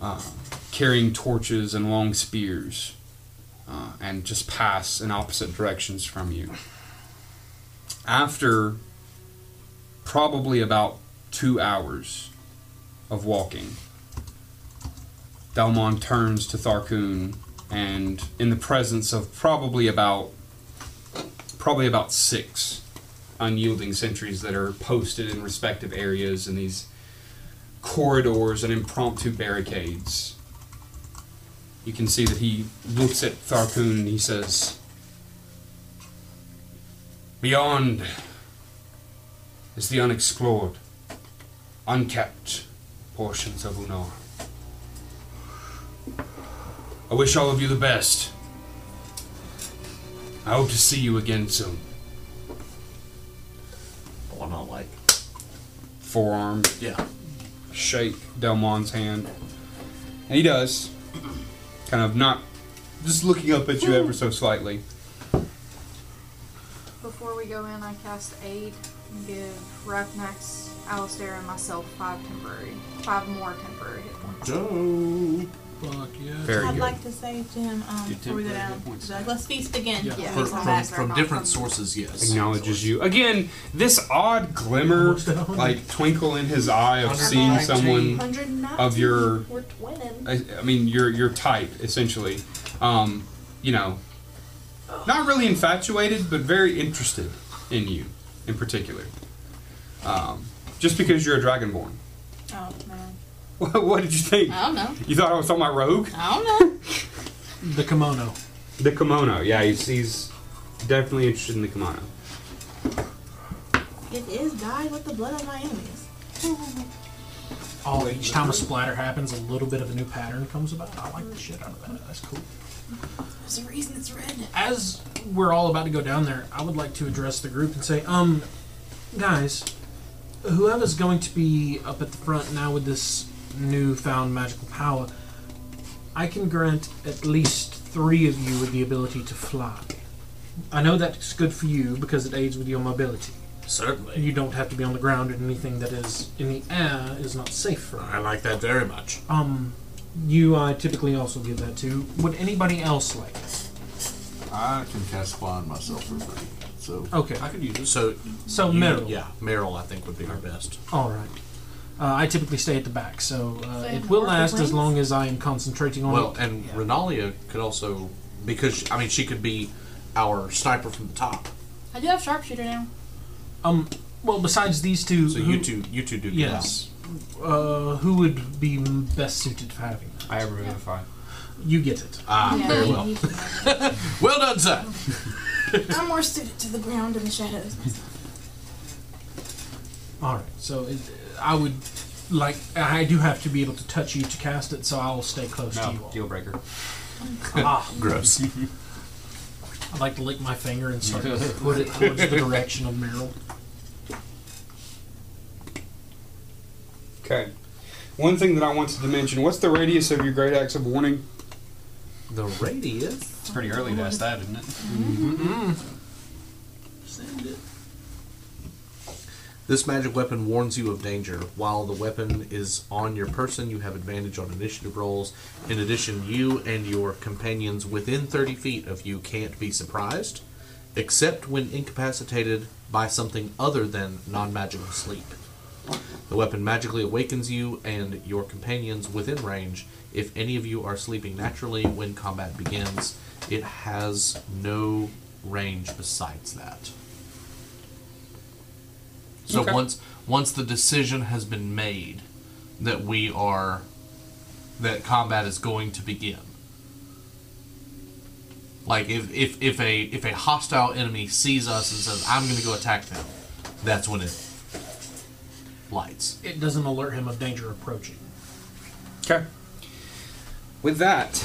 S2: uh, carrying torches and long spears, uh, and just pass in opposite directions from you. After probably about two hours of walking, Delmon turns to Tharkoon and in the presence of probably about probably about six unyielding sentries that are posted in respective areas in these corridors and impromptu barricades. You can see that he looks at Tharpoon and he says, Beyond is the unexplored, unkept portions of Unar. I wish all of you the best. I hope to see you again soon.
S4: The one I Oh, like.
S2: Forearm.
S4: Yeah.
S2: Shake Delmon's hand. And he does. Kind of not just looking up at you ever so slightly.
S17: Before we go in, I cast aid and give Ravnax, Alistair, and myself five temporary, five more temporary hit points.
S8: Joe.
S3: Fuck yeah.
S2: Very
S6: I'd
S2: good.
S6: like to say to him um,
S2: You
S6: before we
S2: temporary
S6: go down,
S2: hit points.
S6: he's like, let's feast again.
S17: Yeah. Yeah.
S4: For-
S17: He's on
S4: from,
S17: that
S4: from
S17: background.
S4: different sources, yes.
S2: Acknowledges you. Again, this odd glimmer, like twinkle in his eye of seeing someone
S6: 119.
S2: of your
S6: We're twinning.
S2: I, I mean, your your type essentially. Um, you know, not really infatuated, but very interested in you in particular. Um, just because you're a dragonborn.
S6: Oh man.
S2: What, what did you think?
S6: I don't know.
S2: You thought I was talking about rogue?
S6: I don't know.
S3: The kimono.
S2: The kimono. Yeah, he's, he's definitely interested in the kimono.
S6: it is dyed with the blood of my enemies.
S3: Oh, each time a splatter happens, a little bit of a new pattern comes about. I like the shit out of that. That's cool.
S6: There's a reason it's red.
S3: As we're all about to go down there, I would like to address the group and say, um, guys, whoever's going to be up at the front now with this newfound magical power, I can grant at least three of you with the ability to fly. I know that's good for you because it aids with your mobility.
S16: Certainly.
S3: You don't have to be on the ground, and anything that is in the air is not safe for you.
S16: I like that very much.
S4: Oh.
S3: Um, you I typically also give that to. Would anybody else like it?
S8: I can cast fly on myself for free. So
S3: Okay.
S4: I could use it. So,
S3: So
S4: you-
S3: Meryl.
S4: Yeah, Meryl, I think, would be our best.
S3: All right. Uh, I typically stay at the back, so uh,
S6: So you
S3: it
S6: have
S3: will
S6: more
S3: last as
S6: complaints?
S3: long as I am concentrating on
S4: Well,
S3: it.
S4: and Renalia could also, because, I mean, she could be our sniper from the top.
S6: I do have sharpshooter now.
S3: Um, well, besides these two,
S4: So
S3: who,
S4: you two, you two do get
S3: Mm-hmm. Yes. Uh, who would be m- best suited for having that?
S12: I have remove five.
S3: You get it.
S4: out. Ah,
S6: Yeah,
S4: very
S6: you-
S4: well.
S6: you can have
S4: Well done, sir.
S6: it. I'm more suited to the ground and the shadows.
S3: All right. So it, I would like. I do have to be able to touch you to cast it, so I will stay close to you
S12: No,
S3: all.
S12: deal breaker.
S3: Ah,
S4: Gross.
S3: I'd like to lick my finger and start to put it towards the direction of Meryl.
S2: Okay. One thing that I wanted to mention: what's the radius of your great axe of warning?
S4: The radius.
S12: It's pretty early to ask that, isn't it?
S3: Send it.
S4: This magic weapon warns you of danger. While the weapon is on your person, you have advantage on initiative rolls. In addition, you and your companions within 30 feet of you can't be surprised, except when incapacitated by something other than non magical sleep. The weapon magically awakens you and your companions within range. If any of you are sleeping naturally when combat begins, it has no range besides that. So
S2: Okay.
S4: once once the decision has been made that we are that combat is going to begin. Like if, if, if a if a hostile enemy sees us and says, I'm gonna go attack them, that's when it lights.
S3: It doesn't alert him of danger approaching.
S2: Okay. With that,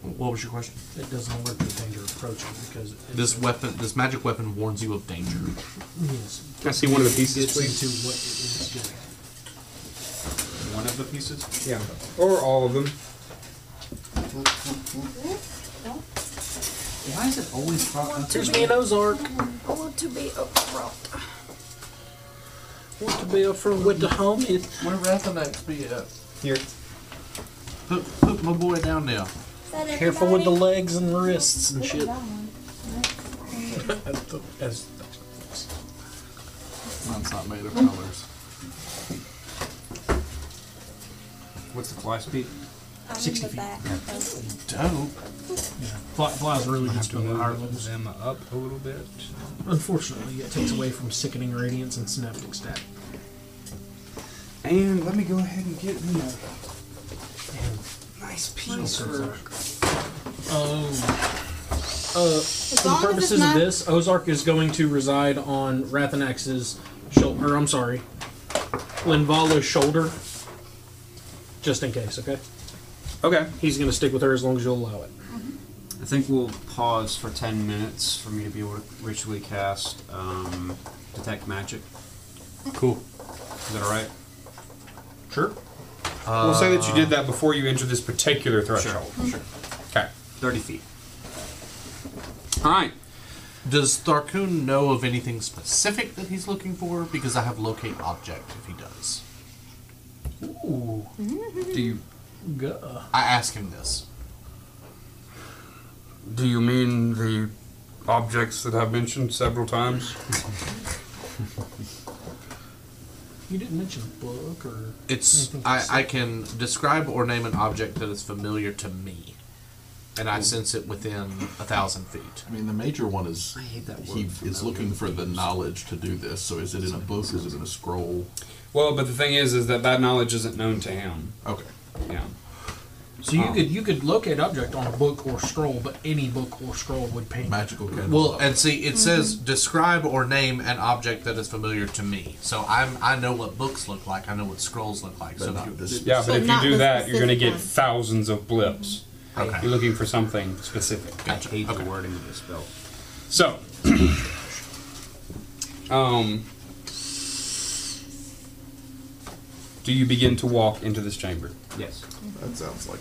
S4: What was your question?
S3: It doesn't alert of danger approaching because it,
S4: This weapon, this magic weapon, warns you of danger.
S3: yes,
S2: can I see one of the
S3: gets
S2: pieces, please?
S3: into what it is doing.
S12: One of the pieces.
S2: Yeah, or all of them.
S6: Don't
S12: Why is it always brought up?
S3: Here's me and Ozark.
S17: I want to be up front.
S3: Want to be up front with the homies?
S8: where Rathanax be at?
S2: Here.
S4: Put, put my boy down there.
S6: Is that
S3: Careful with the
S6: everybody?
S3: legs and wrists and
S6: Look at
S3: shit.
S6: that one.
S3: As
S8: Mine's not made of colors.
S12: What's the fly speed?
S6: I'm in
S3: 60
S6: the
S3: feet.
S6: back.
S8: Dope.
S3: Yeah. Fly, flies are really good spell at higher levels.
S2: them up a little bit.
S3: Unfortunately, it takes away from sickening radiance and synaptic stat.
S5: And let me go ahead and get me a nice
S3: Nice
S5: piece work.
S3: Oh. Uh, for the
S6: long as
S3: purposes
S6: it's
S3: of
S6: not-
S3: this, Ozark is going to reside on Rathanax's shoulder. Or I'm sorry, Linvalo's shoulder, just in case. Okay.
S5: Okay.
S3: He's going to stick with her as long as you'll allow it.
S12: I think we'll pause for 10 minutes for me to be able to ritually cast um, Detect Magic.
S2: Cool.
S12: Is that alright?
S3: Sure.
S2: we'll say that you did that before you entered this particular threshold.
S12: Sure.
S2: Okay.
S12: 30 feet.
S2: All right.
S4: Does Tharkoon know of anything specific that he's looking for? Because I have locate object if he does.
S3: Ooh.
S5: Do you
S3: Guh.
S4: I ask him this.
S2: Do you mean the objects that I've mentioned several times?
S3: You didn't mention a book or.
S4: It's
S3: anything
S4: I, I
S3: specific.
S4: can describe or name an object that is familiar to me, and I sense it within a thousand feet.
S8: I mean, the major one is
S12: I hate that
S8: he is looking for the knowledge to do this. So is it in a book? Is it in a scroll?
S2: Well, but the thing is, is that that knowledge isn't known to him.
S8: Okay.
S2: Yeah.
S3: So you
S2: Oh.
S3: could you could locate object on a book or scroll, but any book or scroll would paint.
S8: Magical candle.
S4: Well, and see, it says describe or name an object that is familiar to me. So I'm I know what books look like. I know what scrolls look like.
S8: But
S4: so if
S8: not
S4: you-
S8: this-
S2: Yeah,
S6: But
S2: but if you
S6: not
S2: do
S6: the
S2: that, you're going to
S6: specific
S2: get
S6: one.
S2: thousands of blips.
S4: Okay.
S2: You're looking for something specific.
S4: Gotcha.
S12: I hate
S4: Okay.
S12: the wording of this spell.
S2: So, um, do you begin to walk into this chamber?
S12: Yes.
S8: that sounds like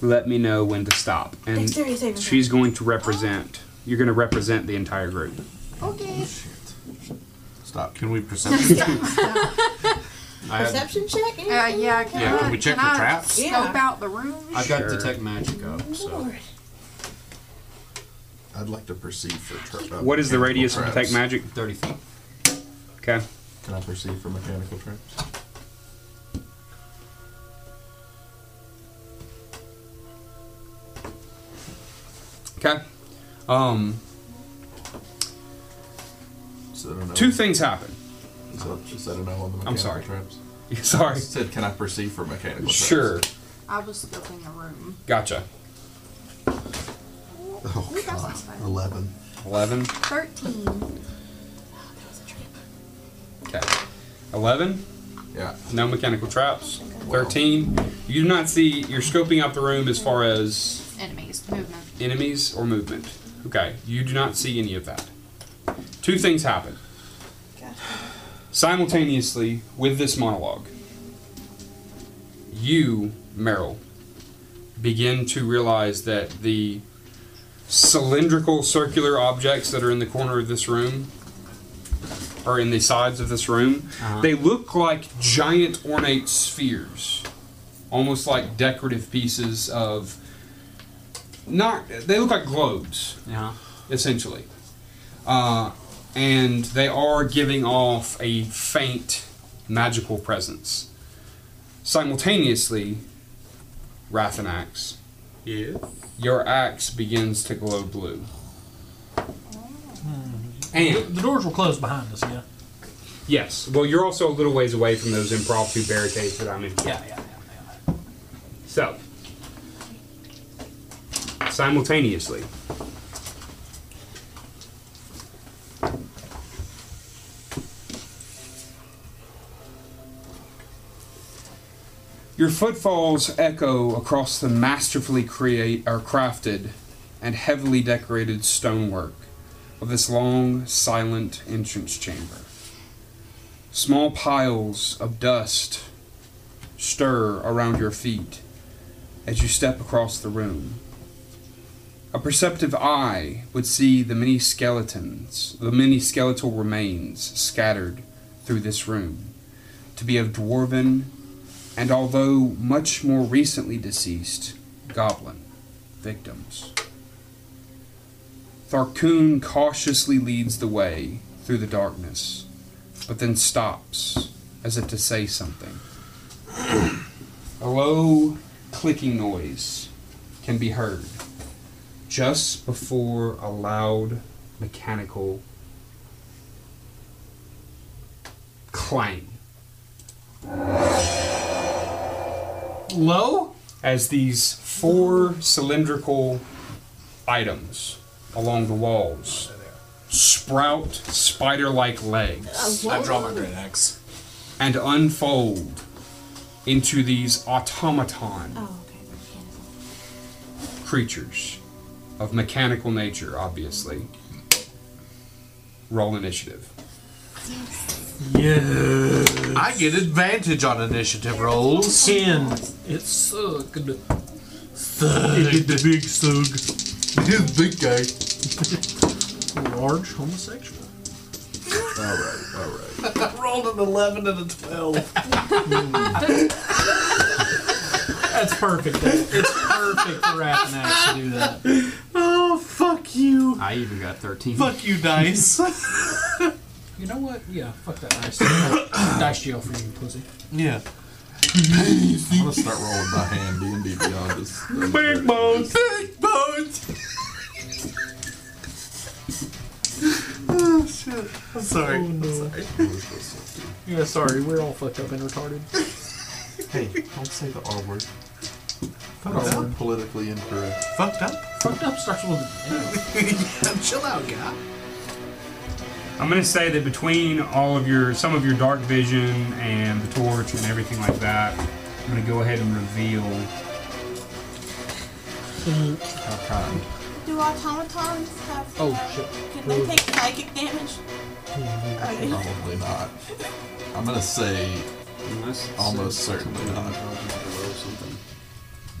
S2: Let me know when to stop. And
S6: Dexterity saving throw.
S2: she's going to represent. You're going to represent the entire group.
S6: Okay.
S17: Uh,
S8: stop.
S4: Can we perception?
S12: I have,
S6: Perception check? Anything?
S17: Uh, yeah, can
S4: Yeah,
S17: I,
S4: can we check
S17: can
S4: for
S17: I
S4: traps?
S17: Scope
S6: Yeah.
S17: out the room.
S12: I've got
S2: Sure.
S12: Detect Magic up, so.
S6: Lord.
S8: I'd like to perceive for tra- uh,
S2: What is the radius of
S8: traps.
S2: detect magic?
S12: 30 feet.
S2: Okay.
S8: Can I perceive for mechanical traps?
S2: Okay. Um,
S8: Is that a no?
S2: two things happen.
S8: Is that, is that a no on the mechanical
S2: I'm sorry.
S8: traps? I
S2: Sorry.
S8: said, can I perceive for mechanical traps?
S2: Sure.
S17: I was scoping the room.
S2: Gotcha.
S8: Oh,
S17: We got
S8: God.
S17: some stuff.
S8: 11.
S2: Eleven.
S17: Thirteen. Oh,
S2: Okay. Eleven.
S8: Yeah.
S2: No mechanical traps. Thirteen. You do not see. You're scoping out the room as far as
S17: Enemies. Movement.
S2: enemies or movement. Okay, you do not see any of that. Two things happen
S6: Gosh.
S2: simultaneously with this monologue. You, Meryl, begin to realize that the cylindrical circular objects that are in the corner of this room or in the sides of this room, they look like giant ornate spheres, almost like decorative pieces of not they look like globes
S12: Yeah.
S2: essentially. Uh, and they are giving off a faint magical presence. Simultaneously, Rathanax,
S4: Yeah.
S2: your axe begins to glow blue. And,
S3: The doors were closed behind us. Yeah.
S2: yes, well, you're also a little ways away from those impromptu barricades that I'm in.
S3: Yeah. Yeah. yeah,
S2: So, simultaneously, your footfalls echo across the masterfully create or crafted and heavily decorated stonework of this long, silent entrance chamber. Small piles of dust stir around your feet as you step across the room. A perceptive eye would see the many skeletons, the many skeletal remains scattered through this room, to be of dwarven and, although much more recently deceased, goblin victims. Tharkoon cautiously leads the way through the darkness, but then stops as if to say something.
S5: low clicking noise can be heard just before a loud mechanical clang. Low? As these four cylindrical items along the walls sprout spider like legs.
S16: I draw my great axe.
S5: And unfold into these automaton creatures of mechanical nature, obviously. Roll initiative.
S4: Yes. I get advantage on initiative rolls.
S3: Ten. It sucked.
S4: It did the
S3: big sug.
S4: His big guy.
S3: Large homosexual.
S8: Alright, alright.
S4: Rolled an 11 and a 12.
S3: That's perfect. It's perfect for Rathanax to do that.
S4: Oh, fuck you.
S12: I even got 13.
S4: Fuck you, dice.
S3: You know what? Yeah, fuck that dice. dice jail for you, pussy.
S4: yeah.
S8: I'm gonna start rolling by hand. D and D Beyond is.
S4: Big bones. Big bones. oh, shit. I'm sorry.
S3: Oh, no.
S4: I'm sorry.
S3: Yeah, sorry, we're all fucked up and retarded.
S8: Hey, don't say the R word.
S3: R
S8: That's politically incorrect.
S4: Fucked up?
S3: Fucked up starts with an
S4: Chill out, guy.
S2: I'm gonna say that between all of your, some of your dark vision and the torch and everything like that, I'm gonna go ahead and reveal.
S3: L.
S12: How kind.
S6: Do automatons have?
S3: Oh,
S6: uh,
S3: shit.
S6: Can they take psychic damage? Okay.
S8: Probably not. I'm gonna say
S12: Unless
S8: almost certainly not.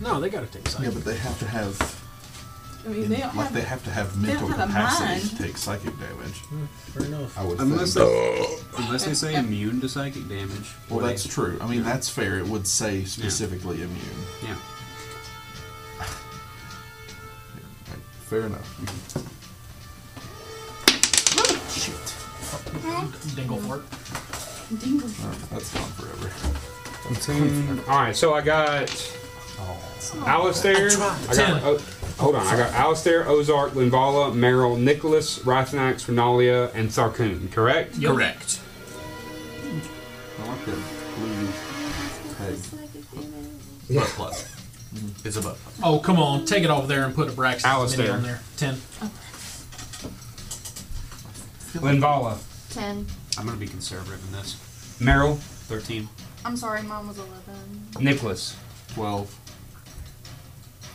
S3: No, they gotta take psychic.
S8: Yeah, but they have to have
S6: I mean, they don't
S8: like
S6: have.
S8: they have to have
S6: they
S8: mental
S6: don't have a
S8: capacity to
S6: mind.
S8: take psychic damage.
S3: Hmm, Fair enough.
S8: I would
S12: Unless
S8: think.
S12: they, unless they say immune to psychic damage.
S8: Well,
S12: or they-
S8: that's true. I mean, that's fair. It would say specifically immune.
S12: Yeah.
S8: Like, fair enough. You can-
S3: Dingle fort.
S8: all right, that's gone forever.
S2: Alright, so I got Alistair. I got, oh, hold on, I got Alistair, Ozark, Linvala, Merrill, Nicholas, Rathnax, Renalia, and Sarkun, correct?
S3: Yep.
S4: Correct.
S8: I like the blue tag.
S6: Psychic damage.
S4: Butt plug. It's a butt plug.
S3: Oh, come on. Take it over there and put a Braxton's mini
S2: Alistair.
S3: on there. Ten.
S2: Linvala,
S17: Ten.
S12: I'm going to be conservative in this.
S2: Merrill,
S12: 13.
S17: I'm sorry, mine was eleven.
S2: Nicholas,
S8: Twelve.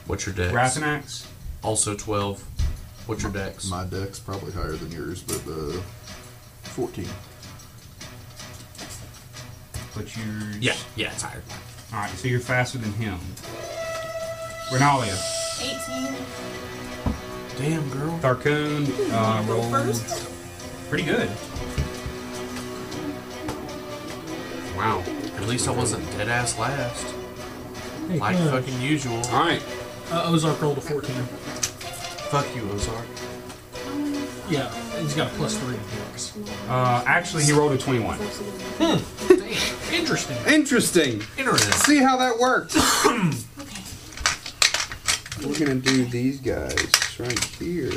S4: What's your dex?
S2: Rathnax,
S4: Also 12. What's your dex?
S8: My deck's probably higher than yours, but uh, fourteen.
S2: but yours.
S4: Yeah, yeah, it's higher.
S2: Alright, so you're faster than him. Renalia,
S6: Eighteen.
S4: Damn, girl.
S2: Sarkun, uh,
S6: Go
S2: rolled
S6: first.
S2: pretty good. Wow.
S4: At least I wasn't dead ass last.
S3: Hey,
S4: Like
S3: come on.
S4: fucking usual.
S2: Alright,
S3: Uh, Ozark rolled a 14.
S4: Fuck you, Ozark.
S3: Yeah, he's got a plus three to works.
S2: uh, actually, he rolled a 21.
S3: Interesting.
S5: Interesting.
S4: Internet.
S5: See how that worked.
S6: Okay.
S5: We're gonna do these guys right here.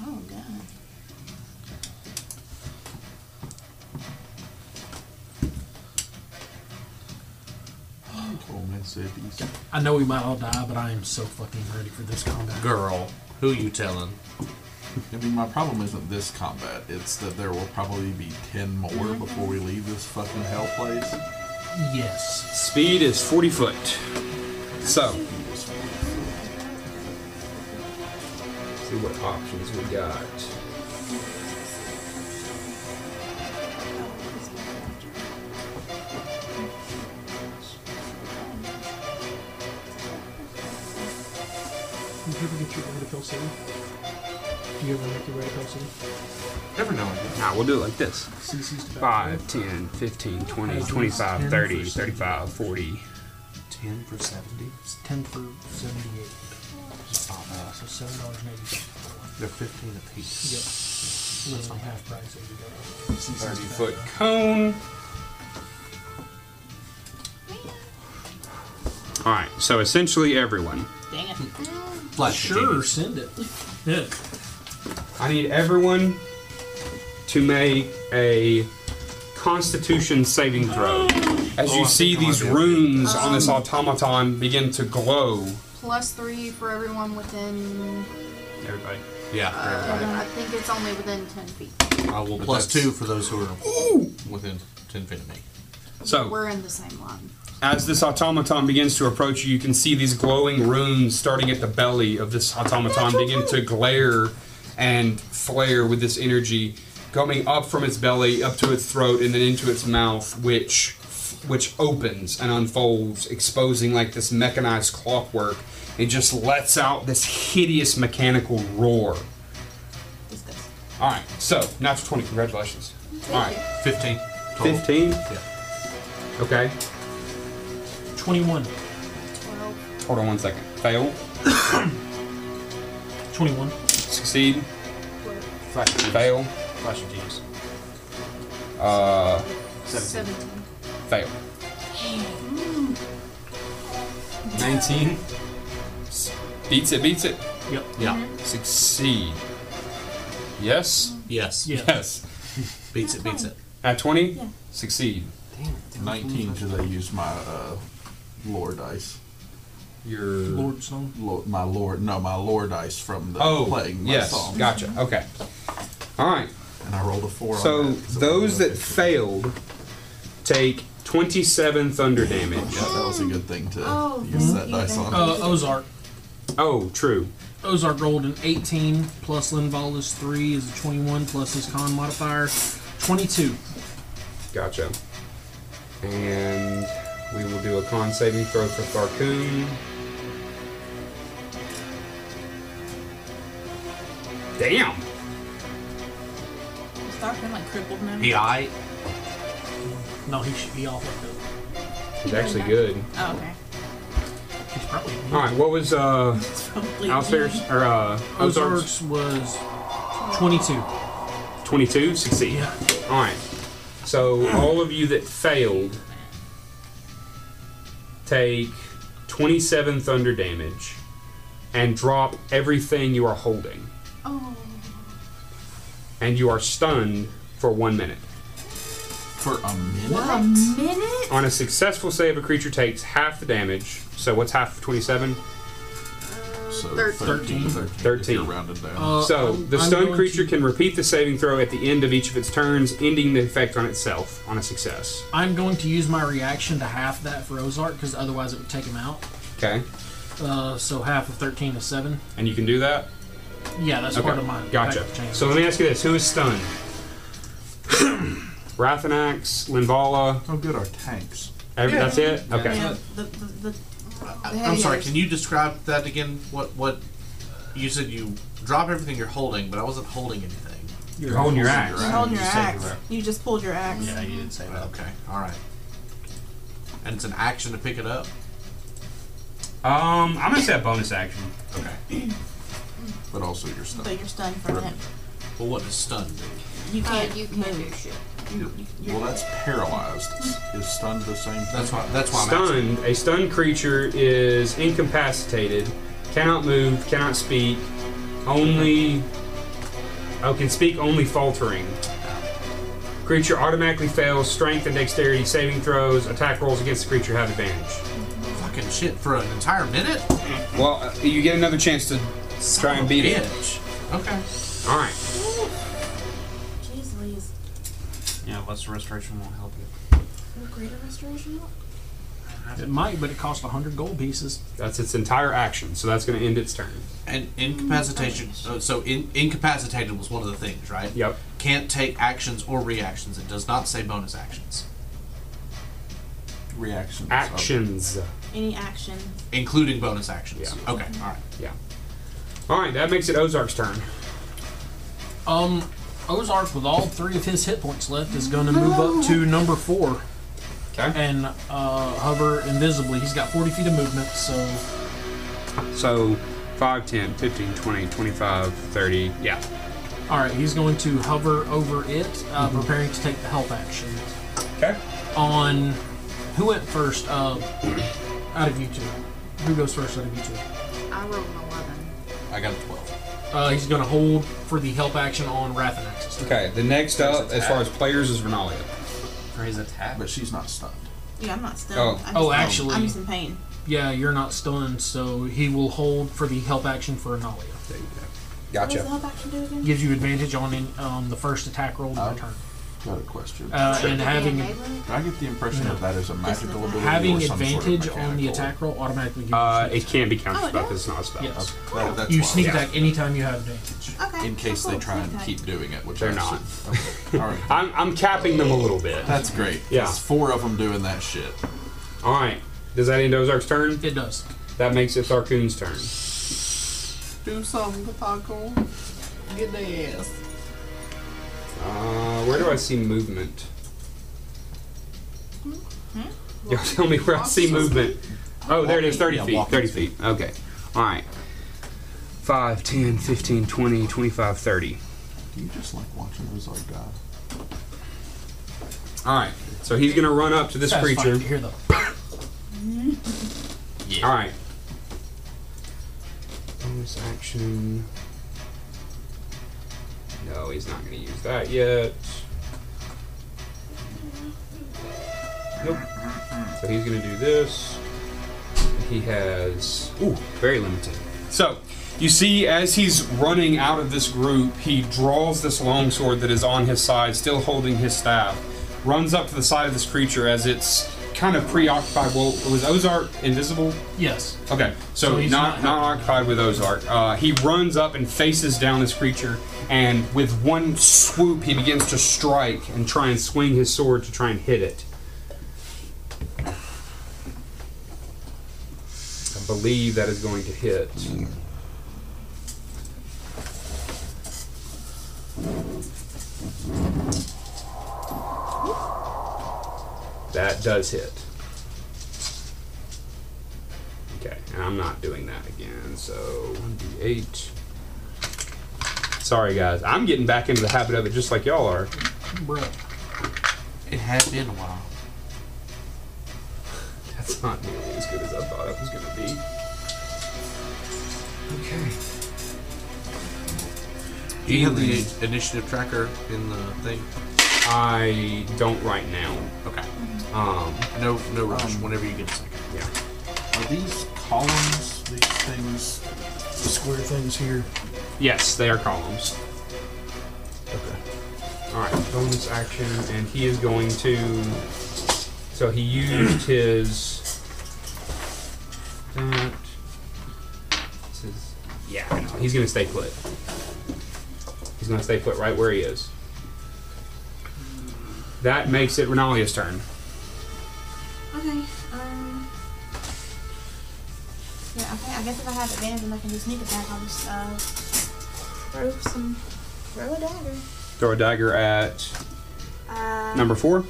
S6: Oh god.
S8: Oh man, said these.
S3: I know we might all die, but I am so fucking ready for this combat.
S4: Girl, who you telling?
S8: I mean, my problem isn't this combat. It's that there will probably be ten more before we leave this fucking hell place.
S3: Yes.
S5: Speed is 40 foot. So. See what options we got.
S3: Did you ever get your way to Pell City? Do you ever make your way to Pell City?
S4: Every now and then.
S5: Now we'll do it like this
S3: CC's tobacco.
S5: 5, 10, 15, 20, 25, 30, 35, 40.
S4: 10 for 70?
S3: It's 10 for 78. So $7.80.
S4: They're 15 apiece.
S3: Yep. So that's like half price if you go.
S2: 30 foot cone. All right, so essentially everyone.
S6: Dang it.
S3: Sure, send it. Yeah.
S2: I need everyone to make a Constitution saving throw. As
S17: Oh, I
S2: you see
S17: think I
S2: these
S17: might be.
S2: runes on this
S17: Um,
S2: automaton begin to glow.
S17: Plus three for everyone within.
S2: Everybody.
S4: Yeah.
S17: Uh, I think it's only within ten feet.
S4: I will
S17: But
S4: plus
S17: that's-
S4: two for those who are within ten feet of me.
S2: So,
S17: We're in the same line.
S2: as this automaton begins to approach you, you can see these glowing runes starting at the belly of this automaton begin to glare and flare with this energy coming up from its belly up to its throat and then into its mouth which which opens and unfolds exposing like this mechanized clockwork it just lets out this hideous mechanical roar all right so natural 20 congratulations all right
S4: 15
S3: total.
S2: 15
S4: yeah
S2: okay
S3: 21.
S2: Hold on one second. Fail.
S3: 21.
S2: Succeed.
S12: Flash your
S2: Fail.
S12: Flash your genius.
S2: Uh,
S17: Seventeen.
S2: fail.
S17: Mm.
S2: 19. Beats it, beats it.
S3: Yep.
S4: Yeah.
S2: Succeed. Yes?
S4: Yes.
S3: Yes.
S4: beats it, beats it.
S2: At 20? Succeed.
S8: Nineteen because I used my uh, lore dice.
S2: Your
S3: Lord song?
S8: Lo- my lord, no, my lore dice from the
S2: Oh,
S8: playing my
S2: yes.
S8: song.
S2: Gotcha. Okay. All right.
S8: And I rolled a four.
S2: so
S8: on that, 'cause it
S2: those
S8: wasn't
S2: that failed take 27 thunder damage.
S8: Yeah, that was a good thing to
S3: Oh,
S8: use
S3: thank
S8: that
S3: you,
S8: dice on.
S3: Uh, Ozark.
S2: Oh, true.
S3: Ozark rolled an 18 plus Linval is 3 is a 21 plus his con modifier. 22.
S2: Gotcha. And we will do a con saving throw for Tharkoon. Damn!
S6: Is Dark Moon, like crippled now?
S4: I.
S3: No, he should be all fucked
S2: He's actually good.
S6: Oh, okay.
S3: up. He's probably.
S2: Alright, what was uh
S6: Probably
S2: Alstairs or uh Ozark's
S3: Ozark's was 22.
S2: twenty two? Succeed.
S3: Yeah.
S2: Alright. So all of you that failed take twenty seven thunder damage and drop everything you are holding.
S17: Oh.
S2: And you are stunned for one minute.
S8: For a minute?
S17: A minute?
S2: On a successful save, a creature takes half the damage. So what's half of 27?
S8: So
S17: Thir-
S8: 13. 13.
S2: 13.
S8: You're rounded down.
S3: Uh,
S2: so
S3: I'm-
S2: the
S3: I'm
S2: stunned
S3: going
S2: creature can repeat the saving throw at the end of each of its turns, ending the effect on itself on a success.
S3: I'm going to use my reaction to half that for Ozark because otherwise it would take him out.
S2: Okay.
S3: Uh, so half of 13 is 7.
S2: And you can do that?
S3: Yeah, that's
S2: Okay,
S3: part of my
S2: Gotcha.
S3: back change.
S2: So let me ask you this who is stunned? Rathanax, Linvala.
S8: How good are tanks?
S2: Every,
S4: Yeah.
S2: That's it? Okay.
S6: Yeah, the, the, the, the
S4: I'm sorry. Can you describe that again? What what you said? You drop everything you're holding, but I wasn't holding anything.
S2: You're holding your axe.
S6: You're holding your
S4: You said you
S6: axe.
S4: were-
S6: You just pulled your axe.
S12: you did say that.
S4: Okay. All right. And it's an action to pick it up.
S2: Um, I'm going to say a bonus action.
S4: Okay.
S8: But also you're stunned.
S6: But you're stunned for a minute.
S4: Well, what does stun do?
S6: You can't.
S17: Uh, you can't do shit.
S8: Well, that's paralyzed. Is, is stunned the same thing?
S4: That's why. That's why I'm asking.
S2: Stunned. A stunned creature is incapacitated, cannot move, cannot speak, only. Oh, can speak only faltering. Creature automatically fails strength and dexterity saving throws. Attack rolls against the creature have advantage.
S4: Fucking shit for an entire minute.
S2: Well, uh, you get another chance to try and beat
S4: Bitch. Okay.
S2: All right.
S6: Jeez Louise.
S12: Yeah, less restoration won't help you.
S6: No greater restoration?
S3: It might, but it cost 100 gold pieces.
S2: That's its entire action, so that's going to end its turn.
S4: And incapacitation. uh, so in, incapacitated was one of the things, right?
S2: Yep.
S4: Can't take actions or reactions. It does not say bonus actions,
S8: Reactions.
S2: Ah. Actions.
S6: Any action.
S4: including bonus actions.
S2: Yeah.
S4: Okay. All right.
S2: Yeah. All right, that makes it Ozark's turn.
S3: Um, Ozark, with all three of his hit points left, is going to move up to number 4
S2: Okay.
S3: and uh, hover invisibly. He's got 40 feet of movement, so.
S2: So 5, 10, 15, 20, 25, 30. Yeah.
S3: All right, he's going to hover over it, uh,
S8: Mm-hmm.
S3: preparing to take the help action.
S2: Okay.
S3: On who went first? Uh, out of you two, who goes first out of you two?
S17: I rolled an 11.
S4: I got a 12.
S3: Uh, he's going to hold for the help action on Rathanax.
S5: Okay, the next up, as far as players, is Renalia.
S12: For his attack?
S8: But she's not stunned.
S6: Yeah, I'm not still.
S5: Oh.
S6: I'm just,
S3: Oh, actually-
S6: I'm just in pain.
S3: Yeah, you're not stunned, so he will hold for the help action for Analia.
S5: There you
S6: What does the help action do again?
S3: Gives you advantage on in, um, the first attack roll to
S8: Oh.
S3: return.
S8: Got a question.
S3: Uh, and having
S8: I get the impression
S3: No.
S8: that that is a magical ability.
S3: having
S8: or some
S3: advantage
S8: sort of
S3: on the
S8: mechanical-
S3: attack roll automatically gives
S2: Uh,
S3: you
S2: it can be countered,
S6: Oh, it
S2: but
S6: does?
S2: it's not a spell.
S3: Yes.
S8: That- that's
S3: You
S8: why.
S3: sneak attack anytime you have advantage.
S6: Oh, Okay. Oh,
S8: In case
S6: cool,
S8: they try and
S6: okay.
S8: keep doing it, which
S2: They're
S8: I
S2: not.
S8: assume- All right.
S2: I'm, I'm capping them a little bit.
S8: That's great.
S2: Yeah.
S8: There's four of them doing that shit.
S2: All right. Does that end Ozark's turn?
S3: It does.
S2: That makes it Tharkoon's turn.
S8: Do something, Taco. Get the ass.
S2: Uh, where do I see movement?
S8: Hmm?
S2: Y'all tell me where I see movement. Oh, there it is, 30
S8: Yeah,
S2: feet.
S8: walking
S2: 30 feet. Okay. All right. 5, 10, 15, 20, 25, 30.
S8: Do you just like watching those old guys?
S2: All right. So he's going to run up to this
S3: Satisfying
S2: creature.
S3: to hear the
S2: All right. Bonus action. No, he's not going to use that yet. Nope. So he's going to do this. He has. Ooh, very limited.
S5: So, you see, as he's running out of this group, he draws this longsword that is on his side, still holding his staff, runs up to the side of this creature as it's kind of preoccupied. Well, was Ozark invisible?
S3: yes.
S5: Okay, so,
S3: So he's
S5: not,
S3: not
S5: not occupied with Ozark. Uh, he runs up and faces down this creature, and with one swoop, he begins to strike and try and swing his sword to try and hit it.
S2: I believe that is going to hit. That does hit. Okay, and I'm not doing that again. So 1d8. Sorry, guys. I'm getting back into the habit of it just like y'all are.
S3: Bruh.
S4: It has been a while.
S2: That's not nearly as good as I thought it was going to be. Okay.
S4: Do you have the initiative tracker in the thing?
S2: I don't right now.
S4: Okay.
S2: Um,
S4: No, no rush.
S8: Um,
S4: Whenever you get a second.
S2: yeah.
S8: Are these columns, these things, the square things here?
S2: Yes, they are columns. Okay. All right. Bonus action, and he is going to. So he used his. That. This is. Yeah. No, he's going to stay put. He's going to stay put right where he is. That makes it Renalia's turn.
S6: Okay. Um. Yeah. Okay. I guess if I have advantage and I can do sneak attack, I'll just uh throw some throw a dagger.
S2: Throw a dagger at
S6: Uh,
S2: number four.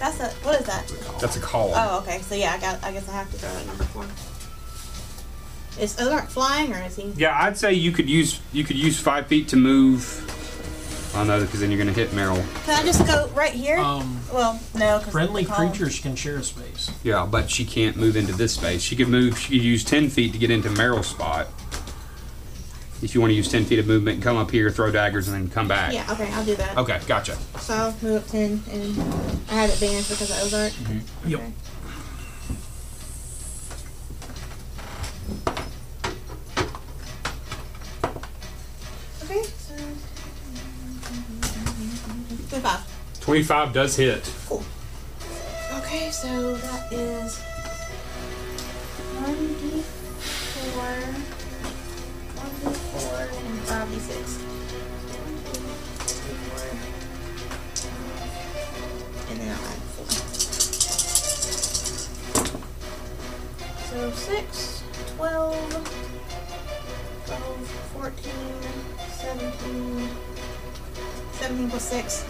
S6: That's a what is that?
S2: That's a column.
S6: Oh, okay. So yeah, I got. I guess I have to throw it at number four. Is Ozark flying or is he?
S2: Yeah, I'd say you could use you could use five feet to move. Oh no, because then you're going to hit Meryl.
S6: Can I just go right here?
S3: Um,
S6: well, no. 'cause
S3: friendly
S6: the column-
S3: creatures can share a space.
S2: Yeah, but she can't move into this space. She could move. She could use ten feet to get into Meryl's spot. If you want to use ten feet of movement, come up here, throw daggers, and then come back.
S6: Yeah. Okay. I'll do that.
S3: Oh.
S2: Okay, gotcha.
S6: So I'll move up ten, and I have advantage because of Ozark.
S3: Mm-hmm. Yep.
S6: Okay. Okay. So. Twenty-five.
S2: Twenty-five does hit.
S6: Okay, so that is one d four, one d four, and five d six. And then I'll add four. So six, twelve, twelve, fourteen, seventeen, seventeen plus six.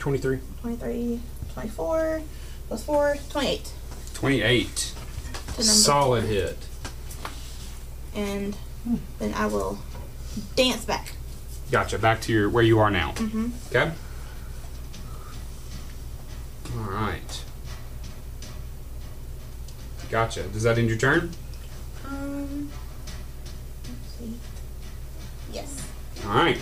S3: 23.
S6: 23, 24, plus 4, 28.
S2: Twenty-eight.
S6: To number.
S2: Solid hit.
S6: And then I will Dance back.
S2: Gotcha. Back to your where you are now.
S6: Mm-hmm.
S2: Okay. All right. Gotcha. Does that end your turn?
S6: Um. Let's see. Yes.
S2: All right.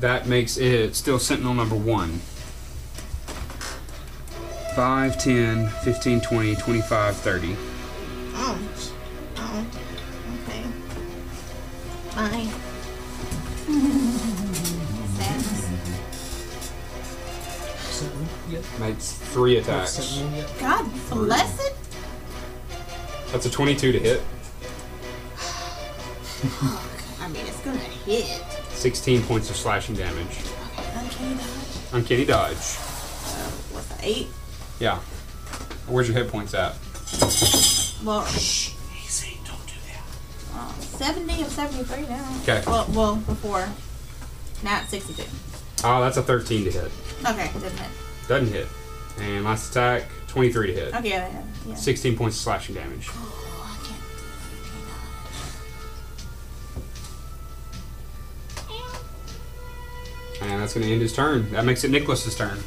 S2: That makes it still Sentinel number one. 5, 10, 15, 20, 25, 30.
S6: Oh. Oh. Okay. Fine.
S3: Sentinel yet?
S2: Makes three attacks.
S3: Sentinel yet?
S6: God bless it.
S2: That's a 22 to hit.
S6: I mean, it's gonna hit.
S2: 16 points of slashing damage.
S6: Uncanny dodge.
S2: Uncanny dodge.
S6: Uh, What's that? Eight.
S2: Yeah. Where's your hit points at?
S6: Well. Shh. Easy. Don't do that. Uh, Seventy of seventy-three now.
S2: 'Kay.
S6: Well, well, before. Now it's sixty-two.
S2: Oh, that's a 13 to hit.
S6: Okay, doesn't hit.
S2: Doesn't hit. And last attack, 23 to hit.
S6: Okay, yeah, yeah, yeah.
S2: 16 points of slashing damage. And that's going to end his turn. That makes it Nicholas's turn.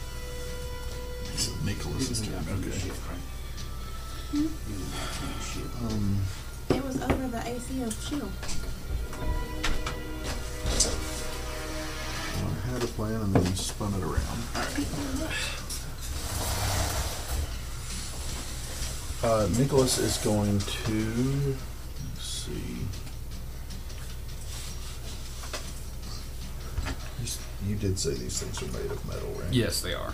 S8: So Nicholas' turn. Okay. Um,
S6: It was over the AC of shield.
S8: I had a plan and then spun it around. Uh, Nicholas is going to let's see. You s- You did say these things are made of metal, right?
S2: Yes, they are.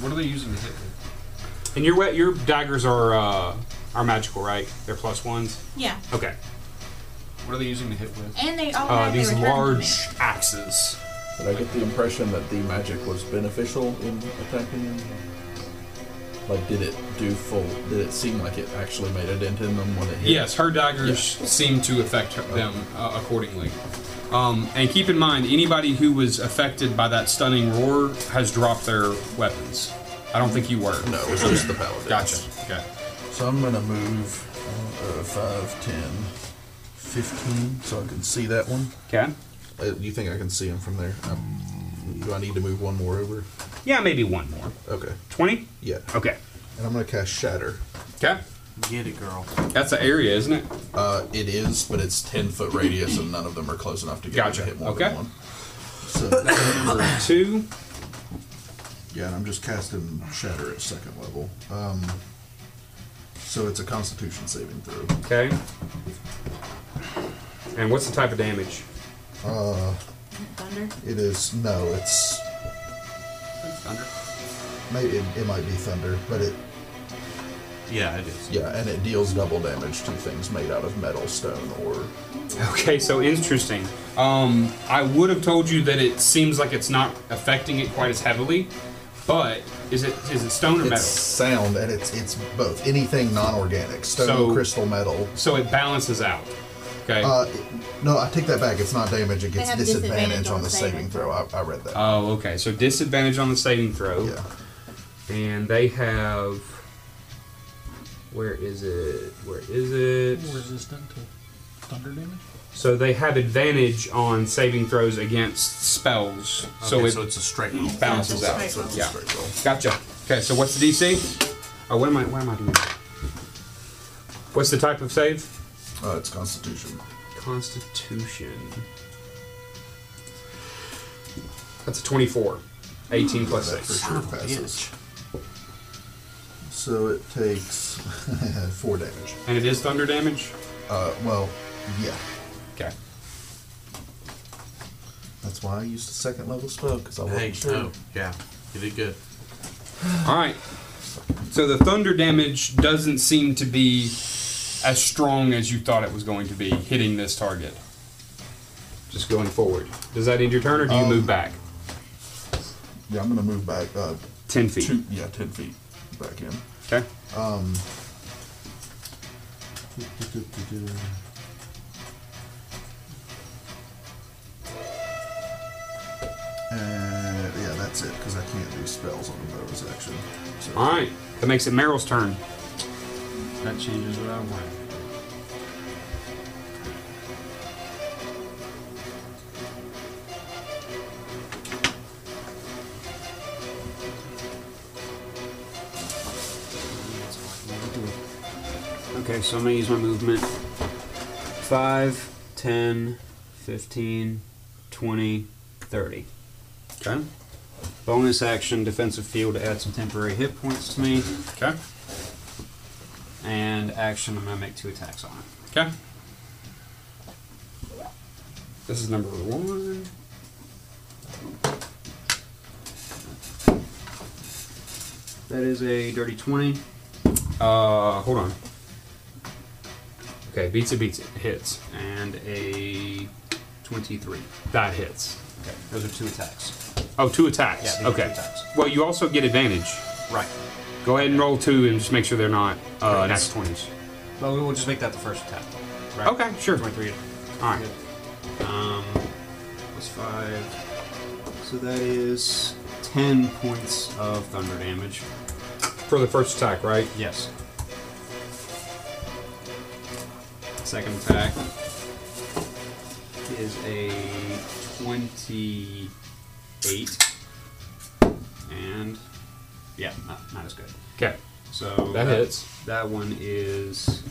S5: What are they using to hit with?
S2: And your wet, your daggers are uh, are magical, right? They're plus ones.
S6: Yeah.
S2: Okay.
S5: What are they using to hit with?
S6: And Oh, they all
S2: Uh,
S6: have their
S2: these
S6: return
S2: large
S6: command.
S2: axes.
S8: But I get the impression that the magic was beneficial in attacking him. Like, did it do full? Did it seem like it actually made a dent in them when it hit?
S2: Yes, her daggers seem to affect her, them uh, accordingly. Um, and keep in mind, anybody who was affected by that stunning roar has dropped their weapons. I don't think you were.
S8: No, it was just the paladin.
S2: Gotcha. Okay.
S8: So I'm gonna move uh, 5, 10, 15, so I can see that one.
S2: Okay.
S8: Uh, you think I can see him from there? Um, do I need to move one more over?
S2: Yeah, maybe one more.
S8: Okay.
S2: Twenty.
S8: Yeah.
S2: Okay.
S8: And I'm gonna cast Shatter.
S2: Okay.
S4: Get it, girl.
S2: That's the area, isn't it?
S8: Uh, it is, but it's 10 foot radius, and none of them are close enough to get
S2: Gotcha.
S8: to hit more
S2: Okay.
S8: than one. So,
S2: Number two.
S8: yeah, and I'm just casting Shatter at second level. Um, so it's a Constitution saving throw.
S2: Okay. And what's the type of damage?
S8: Uh,
S6: Thunder.
S8: it is no, it's
S2: Thunder.
S8: maybe it, it might be thunder, but it
S4: Yeah, it is.
S8: Yeah, and it deals double damage to things made out of metal, stone, or.
S2: Okay, so interesting. Um, I would have told you that it seems like it's not affecting it quite as heavily, but is it is it stone or
S8: It's
S2: metal?
S8: sound, and it's it's both. Anything non-organic, stone,
S2: So-
S8: crystal, metal.
S2: So it balances out. Okay.
S8: Uh, no, I take that back. It's not damage. It
S6: They
S8: gets
S6: have
S8: disadvantage
S6: disadvantage
S8: on
S6: on
S8: the saving
S6: saving.
S8: throw. I, I read that.
S2: oh, okay. So disadvantage on the saving throw.
S8: yeah.
S2: And they have. Where is it? Where is it?
S3: Resistant to thunder damage?
S2: So they have advantage on saving throws against spells. so
S4: Okay,
S2: it
S4: so it's a straight roll.
S2: balances out.
S8: So it's a
S2: Yeah.
S8: straight roll.
S2: Gotcha. Okay, so what's the DC? Oh, what am I? What am I doing? What's the type of save?
S8: Uh, it's Constitution.
S2: Constitution. That's a 24. 18 plus
S8: That for
S2: 6.
S8: sure passes. So it takes four damage.
S2: And it is thunder damage?
S8: Uh, well, yeah.
S2: Okay.
S8: That's why I used a second level spell because I wasn't
S4: Hey,
S8: sure.
S4: no. Yeah, you did good.
S2: Alright. So the thunder damage doesn't seem to be as strong as you thought it was going to be hitting this target. Just going forward. Does that end your turn or do you
S8: Um,
S2: move back?
S8: Yeah, I'm gonna move back. Uh,
S2: 10 feet.
S8: two, yeah, ten feet back in.
S2: Okay.
S8: Um, Uh, yeah, that's it because I can't do three spells on a bonus action. So
S3: Uh,
S2: All right. That makes it Meryl's turn.
S12: That changes what I want. Okay, so I'm going to use my movement. 5, 10, 15, 20, 30.
S2: Okay.
S12: Bonus action, defensive field to add some temporary hit points to me.
S2: Okay.
S12: And action, I'm going to make two attacks on it.
S2: Okay. This is number one.
S12: That is a dirty 20.
S2: Uh, hold on. Okay, beats it, beats it. Hits.
S12: And a 23.
S2: That hits.
S12: Okay, those are two attacks.
S2: Oh, two attacks.
S12: Yeah, they get
S2: okay.
S12: two attacks.
S2: Well, you also get advantage.
S12: Right.
S2: Go ahead and roll two and just make sure they're not uh,
S12: Crits.
S2: nat 20s.
S12: Well, we'll just make that the first attack. Right?
S2: Okay, sure.
S12: 23.
S2: All right.
S12: Um, plus 5. So that is 10 points of thunder damage.
S2: For the first attack, right?
S12: Yes. Second attack is a 28. And yeah, not, not as good.
S2: Okay.
S12: So
S2: That hits.
S12: That one is.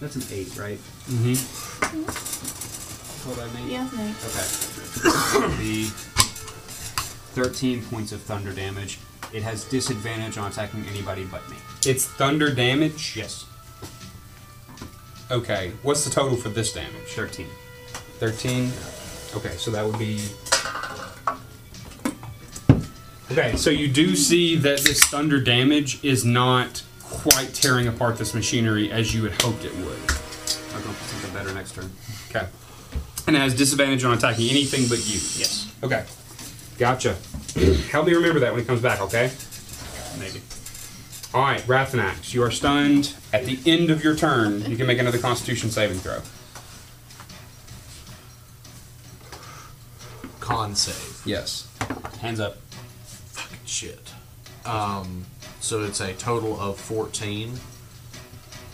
S12: That's an 8, right?
S2: Mm-hmm.
S12: What I made?
S6: Yeah, that's me.
S12: Okay. the 13 points of thunder damage. It has disadvantage on attacking anybody but me.
S2: It's thunder damage.
S12: Yes.
S2: Okay. What's the total for this damage?
S12: 13.
S2: 13. Okay, so that would be. Okay, so you do see that this thunder damage is not quite tearing apart this machinery as you had hoped it would.
S12: I'll go for something better next turn.
S2: Okay. And it has disadvantage on attacking anything but you.
S12: Yes.
S2: Okay. Gotcha. Help me remember that when it comes back, okay?
S12: Maybe.
S2: All right, Rathanax, you are stunned. At the end of your turn, you can make another Constitution saving throw.
S4: Con save.
S2: Yes.
S12: Hands up.
S4: Shit. Um, so it's a total of 14,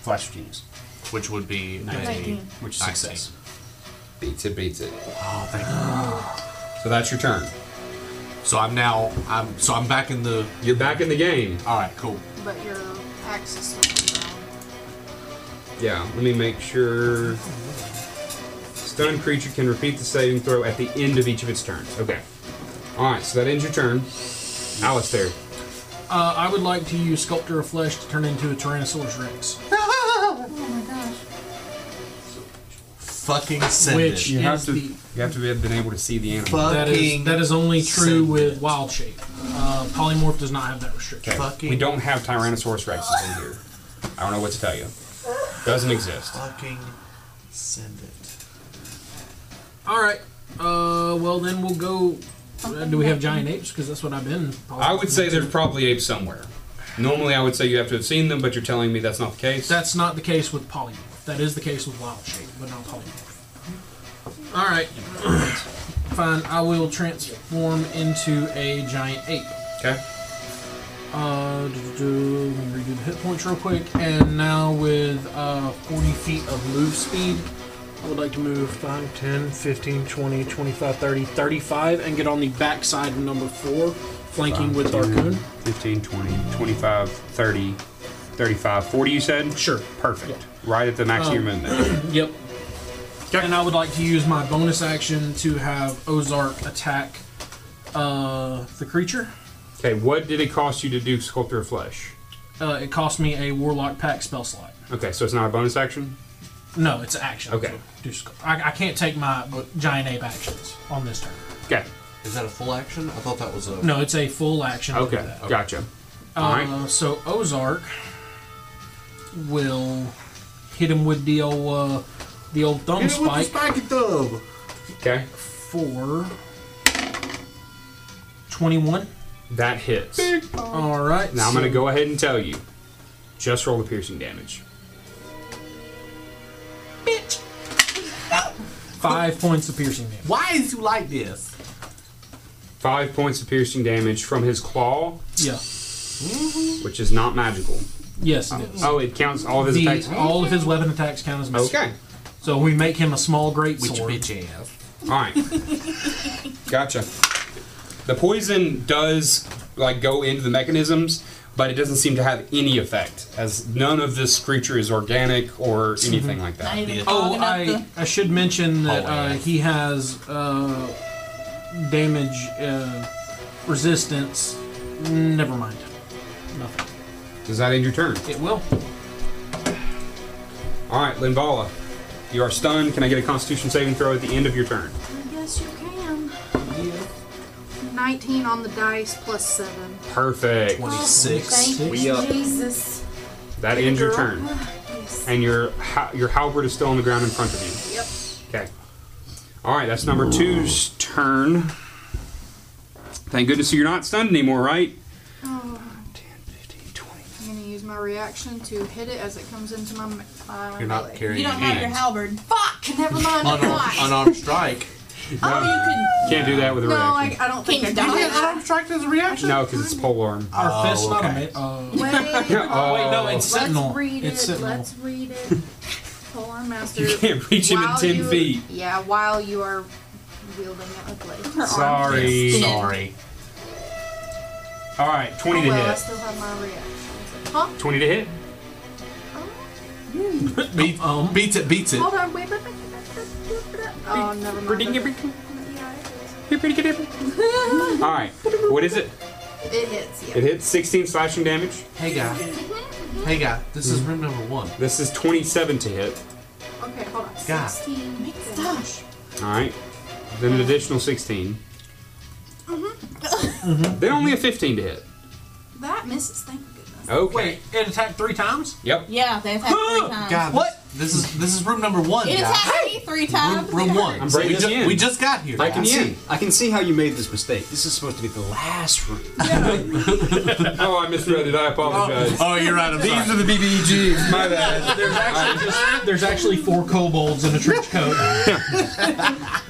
S12: Flash of genius.
S4: which would be a
S6: Nineteen.
S12: Which is
S4: 19.
S12: success.
S2: Beats it, beats it.
S4: Oh, thank God.
S2: So that's your turn.
S4: So I'm now I'm so I'm back in the
S2: You're back in the game.
S4: all right, cool.
S17: But your axe is still down.
S2: Yeah, let me make sure. Stunned creature can repeat the saving throw at the end of each of its turns. Okay. Alright, so that ends your turn. Alistair.
S3: Uh, I would like to use Sculptor of Flesh to turn into a Tyrannosaurus Rex,
S6: Oh my gosh.
S4: Fucking send
S3: which
S4: it.
S2: You have
S3: is
S2: to
S3: the
S2: you have to be been able to see the animal.
S3: that is
S4: Fucking
S3: that is only true
S4: send
S3: with
S4: it.
S3: wild shape. Uh, polymorph does not have that restriction.
S2: Okay.
S4: fucking-
S2: We don't have Tyrannosaurus Rexes in here. I don't know what to tell you. Doesn't exist.
S4: Fucking send it.
S3: All right. Uh, well then we'll go. Uh, do we have giant apes? Because that's what I've been.
S2: I would say there's probably apes somewhere. Normally I would say you have to have seen them, but you're telling me that's not the case.
S3: That's not the case with polymorph. That is the case with wild shape, but not polymorph. All right. Fine. I will transform into a giant ape.
S2: okay.
S3: Uh, do, do, do, let me redo the hit points real quick. And now with uh, 40 feet of move speed, I would like to move 5, 10, 15, 20, 25, 30, 35, and get on the back side of number 4, flanking with Darkoon.
S2: 15, 20, 25, 30, 35, 40 you said? Sure. Perfect. Right at the max of your movement.
S3: Yep. And I would like to use my bonus action to have Ozark attack uh, the creature.
S2: Okay, what did it cost you to do Sculptor of Flesh?
S3: Uh, it cost me a Warlock Pack spell slot.
S2: Okay, so it's not a bonus action?
S3: No, it's an action.
S2: Okay.
S3: Do sc- I, I can't take my giant ape actions on this turn.
S2: Okay.
S4: Is that a full action? I thought that was a
S3: No, it's a full action. to do
S2: Okay,
S3: that.
S2: gotcha. All
S3: Uh,
S2: right.
S3: So Ozark will hit him with the old uh, the old thumb
S4: Hit it with the
S3: spike
S4: spiky thumb.
S2: Okay,
S3: for twenty one.
S2: that hits.
S3: All right.
S2: Now I'm
S3: so-
S2: going to go ahead and tell you. Just roll the piercing damage.
S3: Five points of piercing damage.
S4: Why is you like this?
S2: Five points of piercing damage from his claw,
S3: Yeah.
S2: which is not magical.
S3: Yes, it
S2: oh,
S3: is.
S2: oh, it counts all of his
S3: The-
S2: attacks. Oh.
S3: All of his weapon attacks count as magic.
S2: Okay.
S3: So we make him a small great
S2: Which
S3: sword.
S2: bitch All right. Gotcha. The poison does like go into the mechanisms, but it doesn't seem to have any effect, as none of this creature is organic or anything like that.
S3: Oh, I, I should mention that uh, he has uh, damage uh, resistance. Never mind. Nothing.
S2: Does that end your turn?
S3: It will.
S2: All right, Linvala, you are stunned. Can I get a Constitution saving throw at the end of your turn?
S17: Yes, you can. 19 on the dice plus 7.
S2: Perfect.
S17: Thank
S2: We
S17: you,
S2: up.
S17: Jesus.
S2: That ends your
S17: Girl.
S2: turn,
S17: Yes.
S2: and your ha- your halberd is still on the ground in front of you.
S17: Yep.
S2: Okay. All right, that's number two's turn. Thank goodness you're not stunned anymore, right?
S17: Oh. I'm going to use my reaction to hit it as it comes into my. ma- Uh,
S4: You're not
S17: melee.
S4: carrying You don't have your hands.
S17: halberd. Fuck! Never mind. I'm
S4: Unarmed,
S17: not.
S4: unarmed strike.
S17: Oh,
S2: Can't do that with a
S17: No, I,
S2: reaction.
S17: I don't think
S4: Can
S17: I
S4: you
S17: can
S4: do
S17: do
S4: it?
S17: that. Unarmed strike as a reaction?
S2: No, because it's polearm.
S3: Our
S2: oh,
S3: fist not a
S2: okay.
S17: Wait,
S2: Oh.
S3: wait, no, it's uh, sentinel.
S17: Let's read
S3: It's
S17: it.
S3: sentinel.
S17: Let's read it. Polar master.
S2: You can't reach him in
S17: while
S2: 10
S17: you-
S2: feet.
S17: Yeah, while you are wielding it with blade. Her arm
S2: Sorry.
S17: is thin.
S2: Sorry. All right, 20
S17: oh,
S2: to
S17: well, I
S2: hit.
S17: still have my reactions. Huh?
S2: 20 to hit.
S4: Beat, beats it, beats it.
S7: Oh.
S17: Hold on, wait. wait, wait, wait, wait. Oh, never mind.
S2: All right, what is it?
S17: It hits, yeah.
S2: It hits 16 slashing damage.
S4: Hey, guy. Hey, guy. This is room number one.
S2: This is 27 to hit.
S17: Okay, hold on.
S4: God.
S17: 16. Gosh.
S2: All right, then an additional 16. Then only a 15 to hit.
S17: That misses. Thank goodness.
S2: Okay.
S3: Wait, it attacked three times?
S2: Yep.
S6: Yeah, they attacked three times.
S4: God, what? This is this is room number one.
S6: It
S4: guy.
S6: attacked me three times.
S4: room
S6: It
S4: one.
S6: hurt.
S4: So we, ju- we just got here.
S16: I can
S4: guys.
S16: see. I can see how you made this mistake. This is supposed to be the last room.
S2: oh, I misread it. I apologize.
S4: Oh, you're right. I'm
S2: These
S4: sorry.
S2: are the BBGs. My bad.
S3: There's actually just, there's actually four kobolds in a trench coat.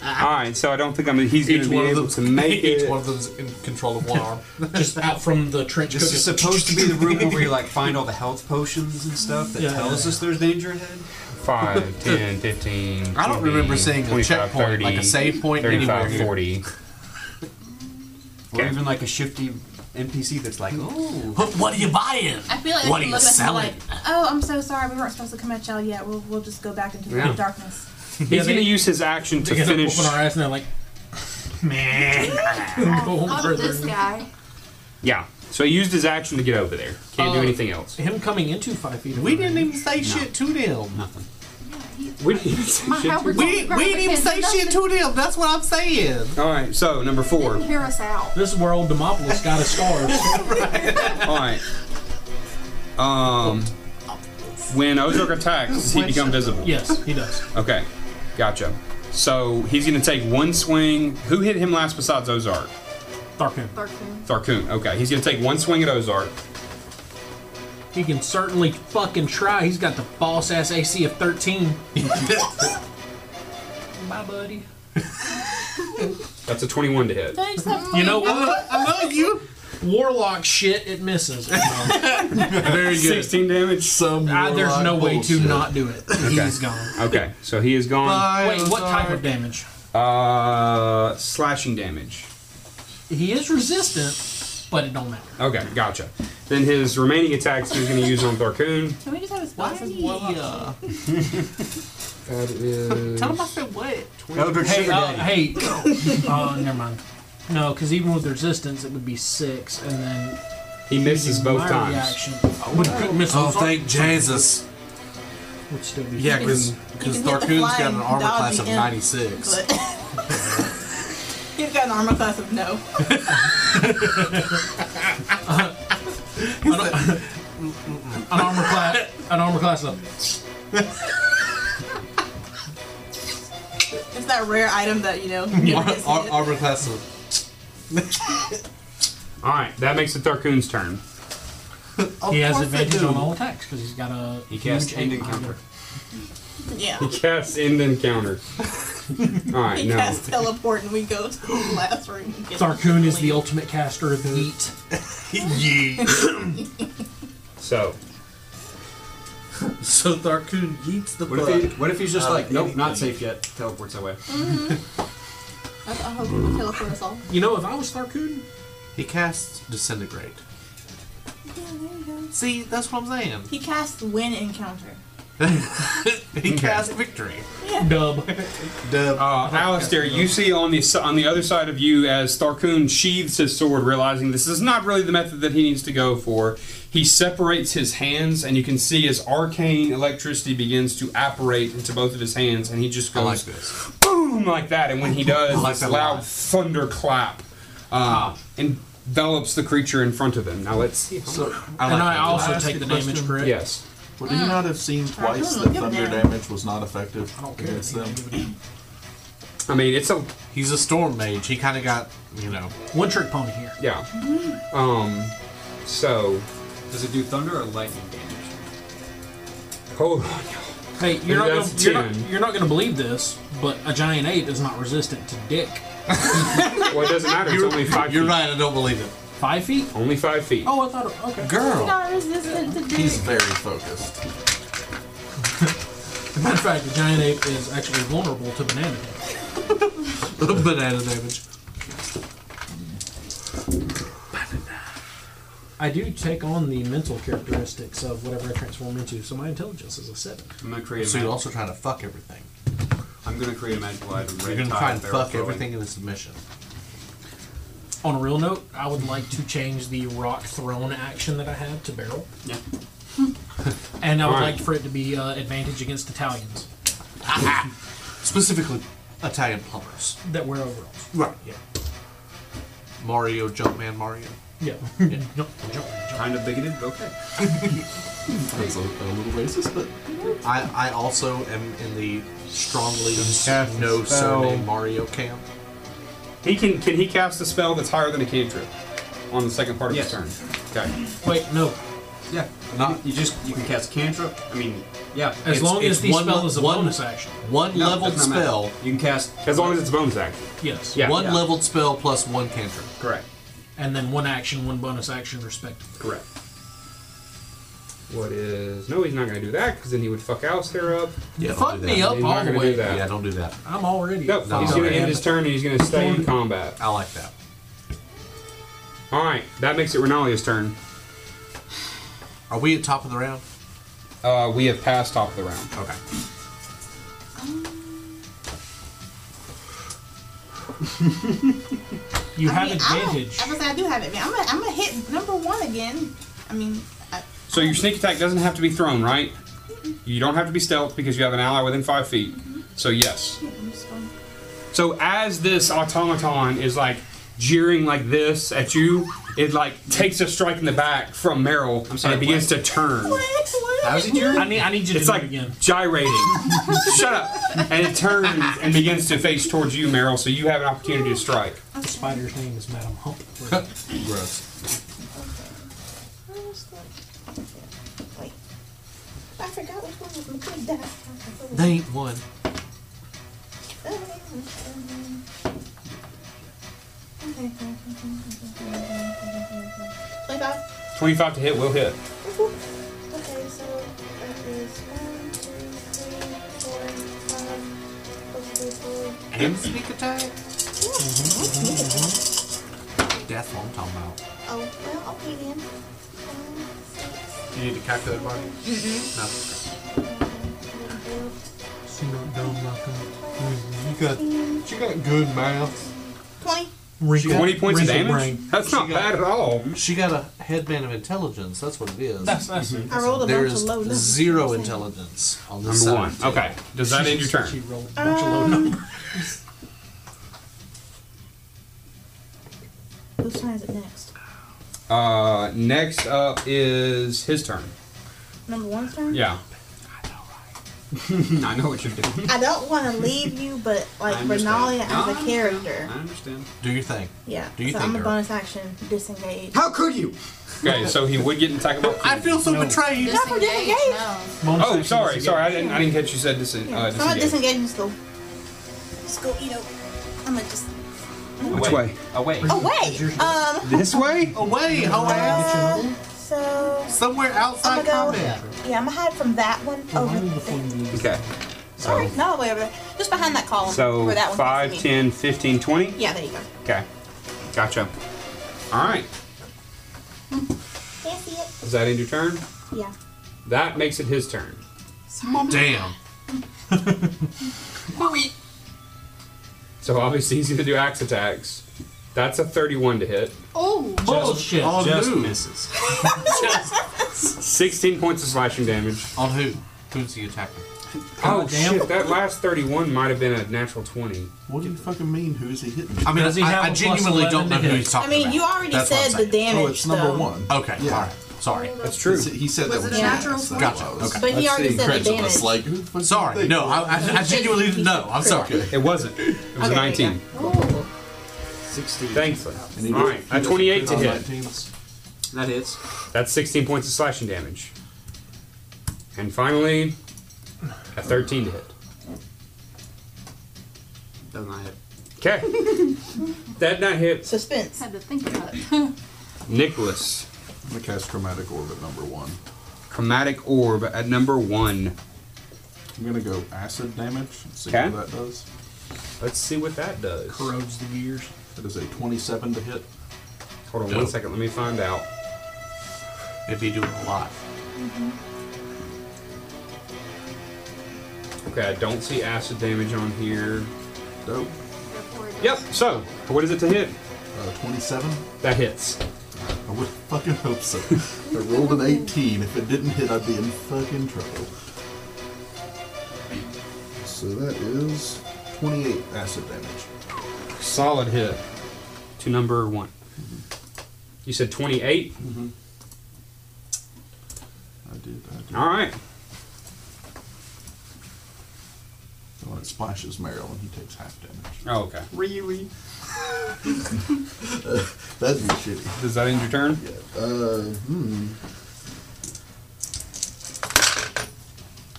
S2: All right, so I don't think I'm. He's going to be able to make it.
S4: Each one of them's in control of one arm.
S3: just out from the trench
S12: This is supposed to be the room where we like find all the health potions and stuff that
S3: Yeah,
S12: tells
S3: yeah,
S12: us there's danger ahead.
S2: 5, 10, 15.
S4: I don't
S2: 20,
S4: remember seeing a
S2: 25,
S4: checkpoint, like a save point
S2: 35,
S4: anywhere.
S2: 40.
S12: Or even like a shifty NPC that's like, oh,
S4: what are you buying?
S6: I feel like they
S4: What are
S6: should
S4: you
S6: look at us and be
S4: selling?
S6: Like, oh, I'm so sorry. We weren't supposed to come at y'all yet. We'll, we'll just go back into the
S2: Yeah.
S6: darkness.
S2: He's going to use his action to
S3: They end up
S2: finish.
S3: whooping our ass and they're like, man. Go
S17: Not
S3: further.
S17: this guy.
S2: Yeah, so he used his action to get over there. Can't do
S3: Uh,
S2: anything else.
S3: Him coming into five feet. of
S4: We
S3: her.
S4: didn't even say shit to them. Nothing.
S2: We didn't even say
S17: My
S2: shit
S17: halberd's
S2: to-
S17: on the
S4: We,
S17: ground
S4: we didn't even
S17: because
S4: say shit to them. That's what I'm saying.
S2: All right, so number
S17: nothing
S2: four.
S17: Hear us out.
S3: This is where old Demopolis got his scars.
S2: All right. Um, when Ozark attacks, does he become visible?
S3: yes, he does.
S2: Okay, gotcha. So he's going to take one swing. Who hit him last besides Ozark?
S3: Darkman.
S17: Darkman.
S2: Tharkoon. Okay, he's going to take one swing at Ozark.
S3: He can certainly fucking try. He's got the boss ass AC of 13. Bye, buddy.
S2: That's a 21 to hit.
S6: Thanks, I'm
S3: You know
S6: like,
S3: what?
S4: I love you.
S3: Warlock shit, it misses. Uh,
S4: Very good.
S2: 16 damage.
S4: Some
S3: there's no way to not do it.
S2: Okay.
S3: He's gone.
S2: Okay, so he is gone.
S3: Wait, what type of damage?
S2: Uh, slashing damage.
S3: He is resistant, but it don't matter.
S2: Okay, gotcha. Then his remaining attacks he's going to use on Tharkoon.
S6: Can we just have a spell that says warlock?
S2: That is.
S4: Tell them I said what?
S12: Eldritch
S3: Hey,
S12: Sugar
S3: uh,
S12: Daddy.
S3: hey. Oh, never mind. No, because even with resistance, it would be six, and then
S2: He misses
S3: using
S2: both
S3: my
S2: times.
S3: Reaction, I would could miss
S4: Oh,
S3: those
S4: thank Jesus.
S3: off, Would still be
S4: Yeah, because
S6: You can hit the
S4: Darkoon's got
S6: flying
S4: an armor
S6: dodgy
S4: class of
S6: imp,
S4: 96.
S6: but- He's got an armor class of no.
S3: an armor class. An armor class up.
S6: It's that rare item that you know.
S4: Ar-
S6: Yeah.
S4: ar- armor class of.
S2: All right, that makes it Tharkoon's turn.
S3: He has
S4: course they
S3: advantage
S4: do.
S3: on all attacks because he's got a
S12: He cast
S3: huge
S12: Ending
S3: eight
S12: Counter.
S3: behind
S6: yeah.
S2: Cast end encounter.
S3: him.
S2: Alright,
S6: he
S2: no.
S6: casts teleport and we go to the last room. and get
S3: Tharkoon is
S6: leave.
S3: the ultimate caster of heat.
S2: So.
S4: So Tharkoon yeets the
S12: What if, he, what if he's just like, nope, not safe yet. Teleports away.
S6: I, I hope you Uh, teleport us all.
S4: You know, if I was Tharkoon, he casts disintegrate.
S6: Yeah, there you go.
S4: See, that's what I'm saying.
S6: He casts win encounter.
S4: He casts victory.
S6: Yeah.
S3: Dub.
S4: Dub.
S2: Uh, Alistair, you see on the s- on the other side of you as Tharkoon sheathes his sword, realizing this is not really the method that he needs to go for. He separates his hands, and you can see as arcane electricity begins to apparate into both of his hands, and he just goes boom like that. And when he does,
S4: like
S2: this
S4: that a
S2: loud
S4: lot.
S2: thunderclap
S12: Ah.
S2: uh, envelops the creature in front of him. Now let's see.
S8: So,
S2: I
S3: and I
S2: that.
S3: also
S8: Can I ask
S3: take
S8: a
S3: the damage,
S8: question?
S3: correct?
S2: Yes.
S8: Would he not have seen twice
S6: Tharkoon,
S8: that
S6: look at
S8: thunder
S6: them.
S8: damage was not effective
S3: I don't care.
S8: against them?
S2: I mean, it's a
S4: He's a storm mage. He kind of got, you know.
S3: One trick pony here.
S2: yeah. Um. So.
S12: Does it do thunder or lightning damage?
S2: Hold on.
S3: Hey, you're not, gonna,
S2: That's
S3: you're, not,
S2: 10.
S3: you're not gonna believe this, but a giant ape is not resistant to dick.
S2: Well, it doesn't matter. It's only five.
S4: You're
S2: feet.
S4: right. I don't believe it.
S3: Five feet?
S2: Only five feet.
S3: Oh, I thought. it- Okay.
S4: Girl.
S6: Not resistant to
S8: He's
S6: dick.
S8: very focused.
S3: As a matter of fact, a giant ape is actually vulnerable to banana damage.
S4: Banana damage.
S3: I do take on the mental characteristics of whatever I transform into, so my intelligence is a seven.
S12: I'm gonna create.
S4: So
S12: a
S4: you're
S12: mag-
S4: also trying to fuck everything.
S12: I'm gonna create a magical item.
S4: You're going to try and fuck everything in the submission.
S3: On a real note, I would like to change the rock thrown action that I have to barrel.
S12: Yeah.
S3: And I would
S2: Alright.
S3: like for it to be uh, advantage against Italians
S4: Specifically, Italian plumbers.
S3: that wear overalls.
S4: Right. Yeah. Mario, Jumpman, Mario.
S3: Yeah. Jump, jump, jump.
S12: Kind of bigoted, but okay.
S8: That's a, a little racist, but
S4: I, I also am in the strongly
S2: Cast
S4: no
S2: a spell.
S4: surname Mario camp.
S2: He can can he cast a spell that's higher than a cantrip on the second part of
S12: Yes.
S2: his turn. Okay.
S3: Wait, no.
S12: Yeah.
S4: Not-
S12: you just you can cast cantrip. I mean, yeah.
S3: As
S12: it's-
S3: long
S4: it's
S3: as the
S4: one-
S3: spell is a
S4: one-
S3: bonus action.
S4: One
S12: no,
S4: leveled
S12: doesn't matter.
S4: spell.
S12: You can cast.
S2: As long as it's bonus action.
S3: Yes.
S2: Yeah.
S4: One
S12: Yeah.
S4: leveled spell plus one cantrip.
S2: Correct.
S3: And then one action, one bonus action, respectively.
S2: Correct. What is? No, he's not going to do that because then he would fuck Alistair up.
S4: Yeah,
S3: Fuck
S4: do
S3: me
S4: that.
S3: up
S2: He's
S3: all
S2: not
S3: the
S2: gonna
S3: way.
S2: do that.
S4: Yeah, don't do that.
S3: I'm already.
S2: Nope.
S4: No,
S2: he's going to
S4: man.
S2: end his turn and he's going to stay in combat.
S4: I like that.
S2: All right, that makes it Renalia's turn.
S4: Are we at top of the round?
S2: Uh, we have passed top of the round.
S4: Okay.
S3: You
S6: I
S3: have
S6: mean, I don't-
S3: advantage.
S6: I was I do have it. man. I'm gonna, I'm gonna hit number one again. I mean, I,
S2: So your sneak attack doesn't have to be thrown, right? You don't have to be stealth because you have an ally within five feet. So yes.
S6: I'm just going.
S2: So as this automaton is like jeering like this at you, it like takes a strike in the back from Meryl
S12: sorry,
S2: and it begins to turn.
S6: What? What?
S12: How's it your?
S3: I need. I need you to
S2: It's
S3: do
S2: like
S3: it again.
S2: gyrating. Shut up! And it turns and begins to face towards you, Meryl. So you have an opportunity to strike.
S3: The spider's name is Madam Hump.
S4: Gross.
S6: Where's the- Wait. I forgot which one was my big
S4: They ain't one.
S6: die. Twenty-five.
S2: Twenty-five to hit will hit.
S6: Okay, so that is one, two, three, four, five, plus two, four.
S4: And sneak attack.
S6: Oh,
S4: Death. What I'm talking about.
S6: well, okay then. Um,
S4: You need to calculate body.
S2: Mm-hmm.
S4: Mm-mm.
S3: She not dumb like
S4: No. You got. She got good math.
S6: Twenty.
S2: Twenty points of damage.
S3: Brain.
S2: That's not
S4: She got-
S2: bad at all.
S4: She got a headband of intelligence. That's what it is.
S3: That's that's
S2: Mm-hmm.
S3: it.
S6: I rolled a
S4: there
S6: bunch
S4: is
S6: of low numbers.
S4: zero intelligence on this
S2: Number one.
S4: side.
S2: Okay. Does that end your
S3: She
S2: turn?
S3: rolled a
S18: Oh,
S3: bunch of low
S6: Um,
S3: numbers.
S6: Whose turn is it next?
S2: Uh, next up is his turn.
S6: Number one's turn.
S2: Yeah.
S12: I know what you're doing.
S6: I don't want to leave you, but like
S12: I
S6: Renalia
S12: understand.
S6: as
S12: No,
S6: a character.
S12: I understand.
S4: Do your thing.
S6: Yeah.
S4: Do you
S6: so
S4: think
S6: I'm a
S4: they're-
S6: bonus action disengage.
S12: How could you?
S2: Okay, so he would get an attack of
S4: I
S2: opportunity.
S4: feel so betrayed.
S6: Not for disengage.
S17: No.
S3: Bonus
S2: Oh,
S3: action
S2: sorry,
S3: is a-
S2: sorry. I didn't. I didn't catch you said dis-
S6: Yeah.
S2: uh,
S6: so I'm
S2: disengage.
S6: a disengaging still. just go, you know, I'm gonna just.
S2: Which way?
S12: Away.
S6: Away! Um,
S2: This way?
S4: Away!
S6: uh, so.
S4: Somewhere
S6: I'm
S4: outside
S6: gonna
S4: combat.
S6: go. Yeah, I'm gonna hide from that one over there.
S2: Okay.
S6: Sorry, not all the way over there. Just behind that column.
S2: So
S6: where that one
S2: 5,
S6: used to be.
S2: 10, 15, 20?
S6: Yeah, there you go.
S2: Okay. Gotcha. All right.
S6: Fancy it?
S2: Does that end your turn?
S6: Yeah.
S2: That makes it his turn.
S4: Damn.
S2: So obviously he's going to do axe attacks. That's a 31 to hit.
S7: Oh!
S4: Bullshit. On
S12: Just
S4: who?
S12: misses.
S2: 16 points of slashing damage.
S4: On who? Who's the attacker?
S2: Oh,
S3: God damn.
S2: shit. That last 31 might have been a natural 20.
S8: What do you fucking mean? Who is he hitting?
S4: I mean,
S3: Does he
S4: I,
S3: have
S4: I
S3: a plus
S4: genuinely don't
S3: 11
S4: know
S3: to
S4: who
S3: hit?
S4: he's
S6: I
S4: talking
S6: mean,
S4: about.
S6: you already
S4: That's what I'm
S6: said the
S4: saying.
S6: damage.
S8: Oh, it's number
S6: though.
S8: one.
S4: Okay,
S8: Yeah.
S4: all right. Sorry.
S2: That's true.
S8: He- He said
S7: Was
S8: that
S7: it
S8: with
S7: a
S8: an
S7: natural
S8: axe, that's
S4: Gotcha,
S8: why I was
S4: okay.
S6: But he
S2: Let's
S6: already
S2: see.
S6: said the
S8: Incredulous,
S6: damage.
S8: like, who the fuck do you
S4: Sorry.
S8: think?
S4: No, I, I, I genuinely didn't know. I'm sorry.
S2: It wasn't. It was a
S6: Okay,
S2: 19.
S6: there you go. Ooh.
S12: 16.
S2: Thankfully.
S8: And he
S2: All
S8: does-
S2: right.
S8: he
S2: A
S8: does
S2: 28 to
S8: on
S2: hit.
S8: 19s.
S12: That hits.
S2: That's 16 points of slashing damage. And finally, a 13 to hit.
S12: Does not hit.
S2: Okay. that not hits
S6: Suspense.
S7: Had to think about it.
S2: Nicholas.
S8: I'm gonna cast Chromatic Orb at number one.
S2: Chromatic Orb at number one.
S8: I'm gonna go acid damage. and See
S2: Okay.
S8: what that does.
S2: Let's see what that does.
S3: corrodes the gears.
S8: That is a 27 to hit.
S2: Hold on one
S4: Dope.
S2: second. Let me find out.
S4: It'd be doing a lot.
S2: Okay, I don't see acid damage on here.
S8: Dope.
S7: Therefore, it
S2: Yep.
S7: does-
S2: So, what is it to hit?
S8: Uh, 27.
S2: That hits.
S8: I would fucking hope so. I rolled an 18. If it didn't hit, I'd be in fucking trouble. So that is 28 acid damage.
S2: Solid hit to number one. You said 28?
S8: I did. I did.
S2: All right.
S8: So when it splashes Marilyn, he takes half damage.
S2: Oh, okay.
S12: Really?
S8: That'd be shitty.
S2: Does that end your turn?
S8: Yeah. Uh, hmm.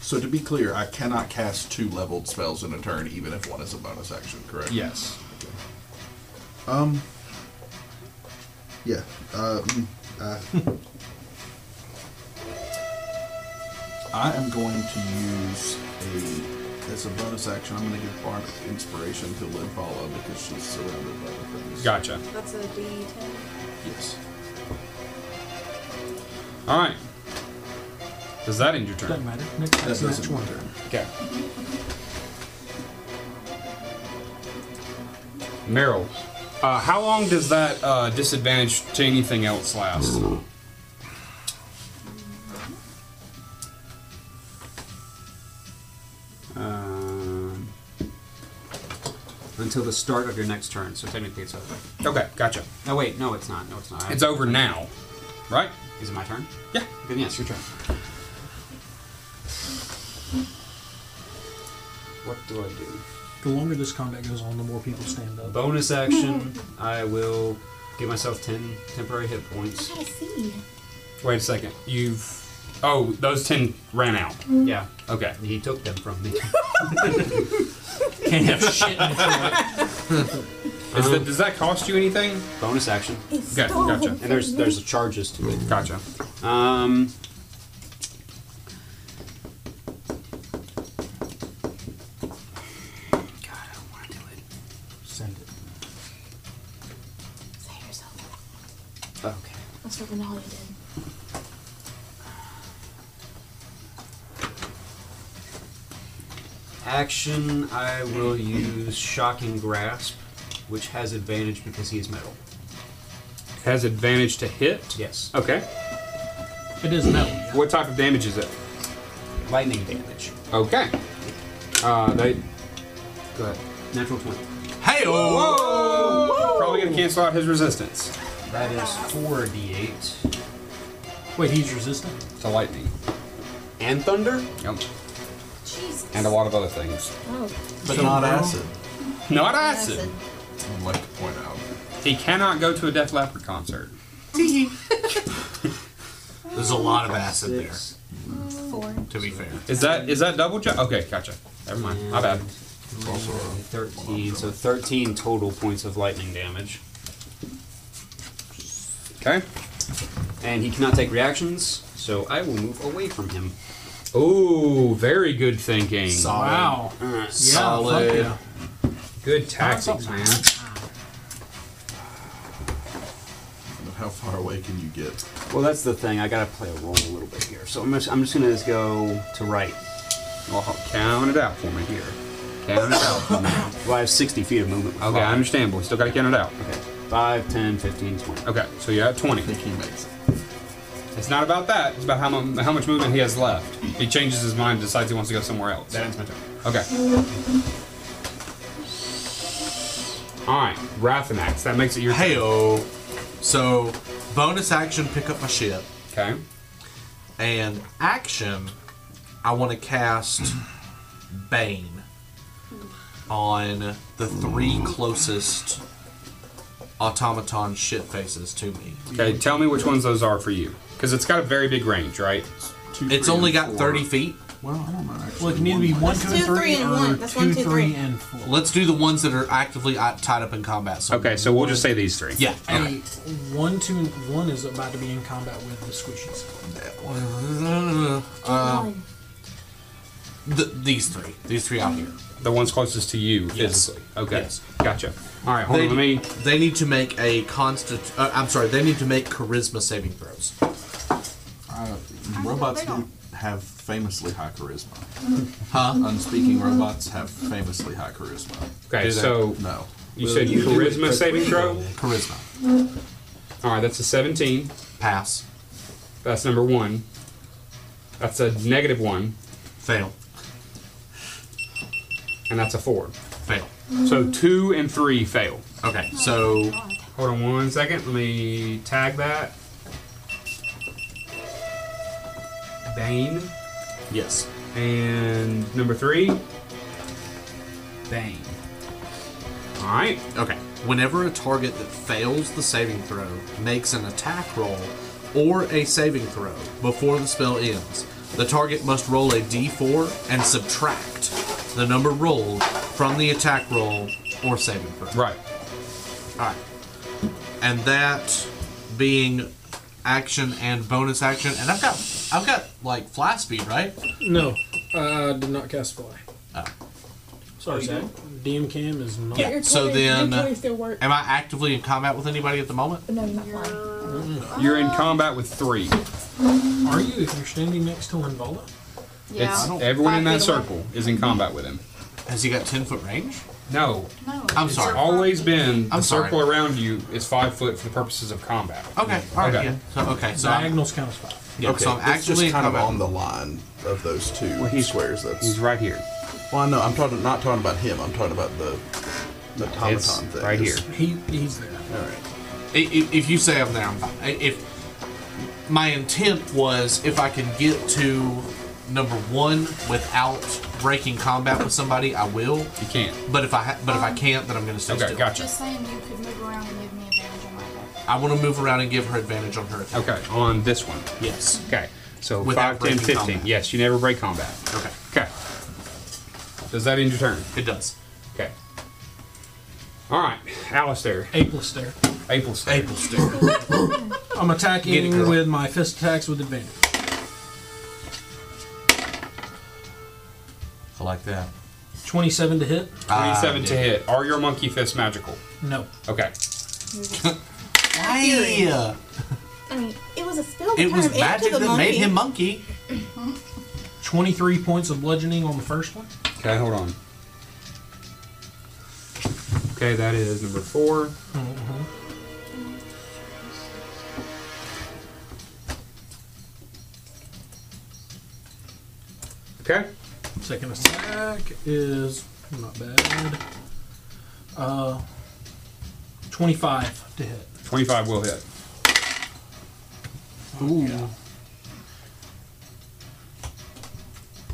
S8: So to be clear, I cannot cast two leveled spells in a turn, even if one is a bonus action, correct?
S2: Yes.
S8: Um. Yeah. Uh, mm, uh, I am going to use a as a bonus action. I'm going to give Bardic inspiration to Lynn Paula because she's surrounded by other things.
S2: Gotcha.
S7: That's a D10.
S8: Yes.
S2: All right. Does that end your
S3: Doesn't
S2: turn?
S3: matter. Next
S8: That
S3: that's
S8: doesn't
S3: next one.
S8: matter.
S2: Okay. Meryl, uh, how long does that uh, disadvantage to anything else last?
S12: Um, until the start of your next turn, so technically it's over.
S2: Okay, gotcha.
S12: No, wait, no, it's not. No, it's not.
S2: It's over now, right?
S12: Is it my turn?
S2: Yeah.
S12: Then yes, your turn. What do I do?
S3: The longer this combat goes on, the more people stand up.
S12: Bonus action, I will give myself 10 temporary hit points.
S6: I see.
S2: Wait a second. You've. Oh, those 10 ran out.
S12: Yeah,
S2: Okay.
S12: he took them from me. Can't have shit.
S2: Is that, does that cost you anything?
S12: Bonus action,
S6: It's
S2: Gotcha,
S6: stolen
S2: gotcha. And
S12: and there's
S6: from
S12: there's
S6: me.
S12: charges to it.
S2: Gotcha.
S12: Um, God, I don't want to do it.
S3: Send it.
S6: Save yourself.
S12: Okay.
S6: That's what Renali did.
S12: Action, I will use Shocking Grasp, which has advantage because he is metal.
S2: Has advantage to hit?
S12: Yes.
S2: Okay.
S3: It is metal. yeah.
S2: What type of damage is it?
S12: Lightning damage.
S2: Okay. Uh, they. Go ahead.
S12: Natural 20.
S4: Hey, oh!
S2: Probably gonna cancel out his resistance
S12: That is 4d8.
S3: Wait, he's resistant.
S2: to lightning.
S12: And thunder?
S2: Yep.
S7: Jesus.
S2: And a lot of other things.
S19: Oh,
S8: But not acid.
S2: Not acid.
S8: I'd like to point out.
S2: He cannot go to a Def Leppard concert.
S4: There's a lot of acid there,
S6: Four.
S4: to be fair.
S2: Is that is that double jump? Okay, gotcha. Never mind. My bad.
S8: It's also a-
S12: Thirteen. So thirteen total points of lightning damage.
S2: Okay.
S12: And he cannot take reactions, so I will move away from him.
S2: Oh, very good thinking.
S12: Solid. Wow. Yeah, Solid. fuck yeah.
S2: Good
S12: Oh,
S2: tactics, man.
S8: How far away can you get?
S12: Well, that's the thing. I gotta play a role a little bit here. So I'm just, I'm just gonna just go to right.
S2: Well, count it out for me here. Count it out for me.
S12: Well, I have 60 feet of movement.
S2: Okay, I understand, but we still got to count it out. Okay.
S12: 5, 10, 15, 20.
S2: Okay, so you're at 20. I think
S8: he makes it.
S2: It's not about that. It's about how, mu- how much movement he has left. He changes his mind, decides he wants to go somewhere else.
S12: That ends my turn.
S2: Okay. All right, Rathanax. That makes it your
S4: hey turn. So, bonus action, pick up my ship.
S2: Okay.
S4: And action, I want to cast Bane on the three closest automaton shit faces to me.
S2: Okay, tell me which ones those are for you. Because it's got a very big range, right?
S4: It's only got 30 feet.
S8: Well, I don't know.
S3: Well, it can either be one, two, and
S6: Two,
S3: three,
S6: three, and
S3: or
S6: one. That's one,
S3: two,
S6: two,
S3: three,
S6: three.
S3: and four.
S4: Let's do the ones that are actively uh, tied up in combat. So
S2: Okay, so we'll just say these three.
S4: Yeah.
S3: A one, two, and one is about to be in combat with the squishies.
S4: Uh, th- these three. These three out here.
S2: The ones closest to you
S4: Yes.
S2: physically. Okay.
S4: Yes.
S2: Gotcha. All right, hold
S4: They,
S2: on. Let me.
S4: they need to make a constant. Uh, I'm sorry. They need to make charisma saving throws.
S8: Uh, robots do have famously high charisma.
S4: Huh?
S8: Unspeaking robots have famously high charisma.
S2: Okay,
S8: Do they?
S2: so
S8: no.
S2: You said charisma saving throw.
S4: Charisma.
S2: All right, that's a 17.
S4: Pass.
S2: That's number one. That's a negative one.
S4: Fail.
S2: And that's a four.
S4: Fail.
S2: So two and three fail.
S4: Okay, so
S2: hold on one second. Let me tag that. Bane.
S4: Yes.
S2: And number three. Bane. All right.
S4: Okay. Whenever a target that fails the saving throw makes an attack roll or a saving throw before the spell ends, the target must roll a d4 and subtract the number rolled from the attack roll or saving throw.
S2: Right.
S4: All right. And that being action and bonus action, and I've got I've got like fly speed, right?
S18: No, I did not cast fly.
S4: Oh.
S18: Sorry, Zach. DM cam is not.
S4: Yeah. So then,
S19: still work.
S4: am I actively in combat with anybody at the moment?
S19: No, you're not lying.
S2: You're in combat with three.
S3: Are you if you're standing next to Linvala?
S19: Yeah.
S2: It's
S19: I don't-
S2: everyone in
S19: I
S2: that
S19: feel like-
S2: circle is in combat with him.
S4: Has he got ten foot range?
S2: No.
S19: No.
S4: I'm
S2: it's
S4: sorry.
S2: Always been the
S4: I'm sorry.
S2: circle around you is five foot for the purposes of combat.
S4: Okay. All right. Yeah. So, okay. So I'm,
S3: Diagonals count as five.
S4: yeah, so I'm
S8: that's
S4: actually in
S8: just kind of
S4: combat.
S8: on the line of those two squares. That's
S2: he's right here.
S8: Well, I know. I'm talking not talking about him. I'm talking about the the automaton
S2: It's
S8: thing.
S2: right here.
S3: He, he's there.
S8: All right.
S4: I- i- If you say I'm there, I'm fine. I- If my intent was if I can get to number one without breaking combat with somebody, I will.
S2: You can't.
S4: But if I ha- but if I can't, then I'm going to stay
S2: Okay,
S4: still.
S2: gotcha.
S7: Just saying you could move around and give me advantage on my attack.
S4: I want to move around and give her advantage on her attack.
S2: Okay, on this one.
S4: Yes.
S2: Okay, so 5,
S4: Without
S2: 10,
S4: breaking
S2: 15.
S4: combat.
S2: Yes, you never break combat.
S4: Okay.
S2: Okay. Does that end your turn?
S4: It does.
S2: Okay. All right, Alistair.
S3: Apeless there.
S2: Aplestair.
S3: I'm
S4: Get it, girl.
S3: attacking with my fist attacks with advantage.
S4: I like that.
S3: 27 to hit?
S2: 27 to hit. Are your monkey fists magical?
S3: No.
S2: Okay.
S4: Yeah.
S6: I mean, it was a spell.
S4: It
S6: that
S4: was
S6: turned
S4: magic that
S6: into the monkey.
S4: made him monkey.
S3: 23 points of bludgeoning on the first one.
S2: Okay, hold on. Okay, that is number 4. Mm-hmm. Okay.
S3: Second attack is not bad. Uh, 25 to hit.
S2: 25 will hit.
S3: Ooh.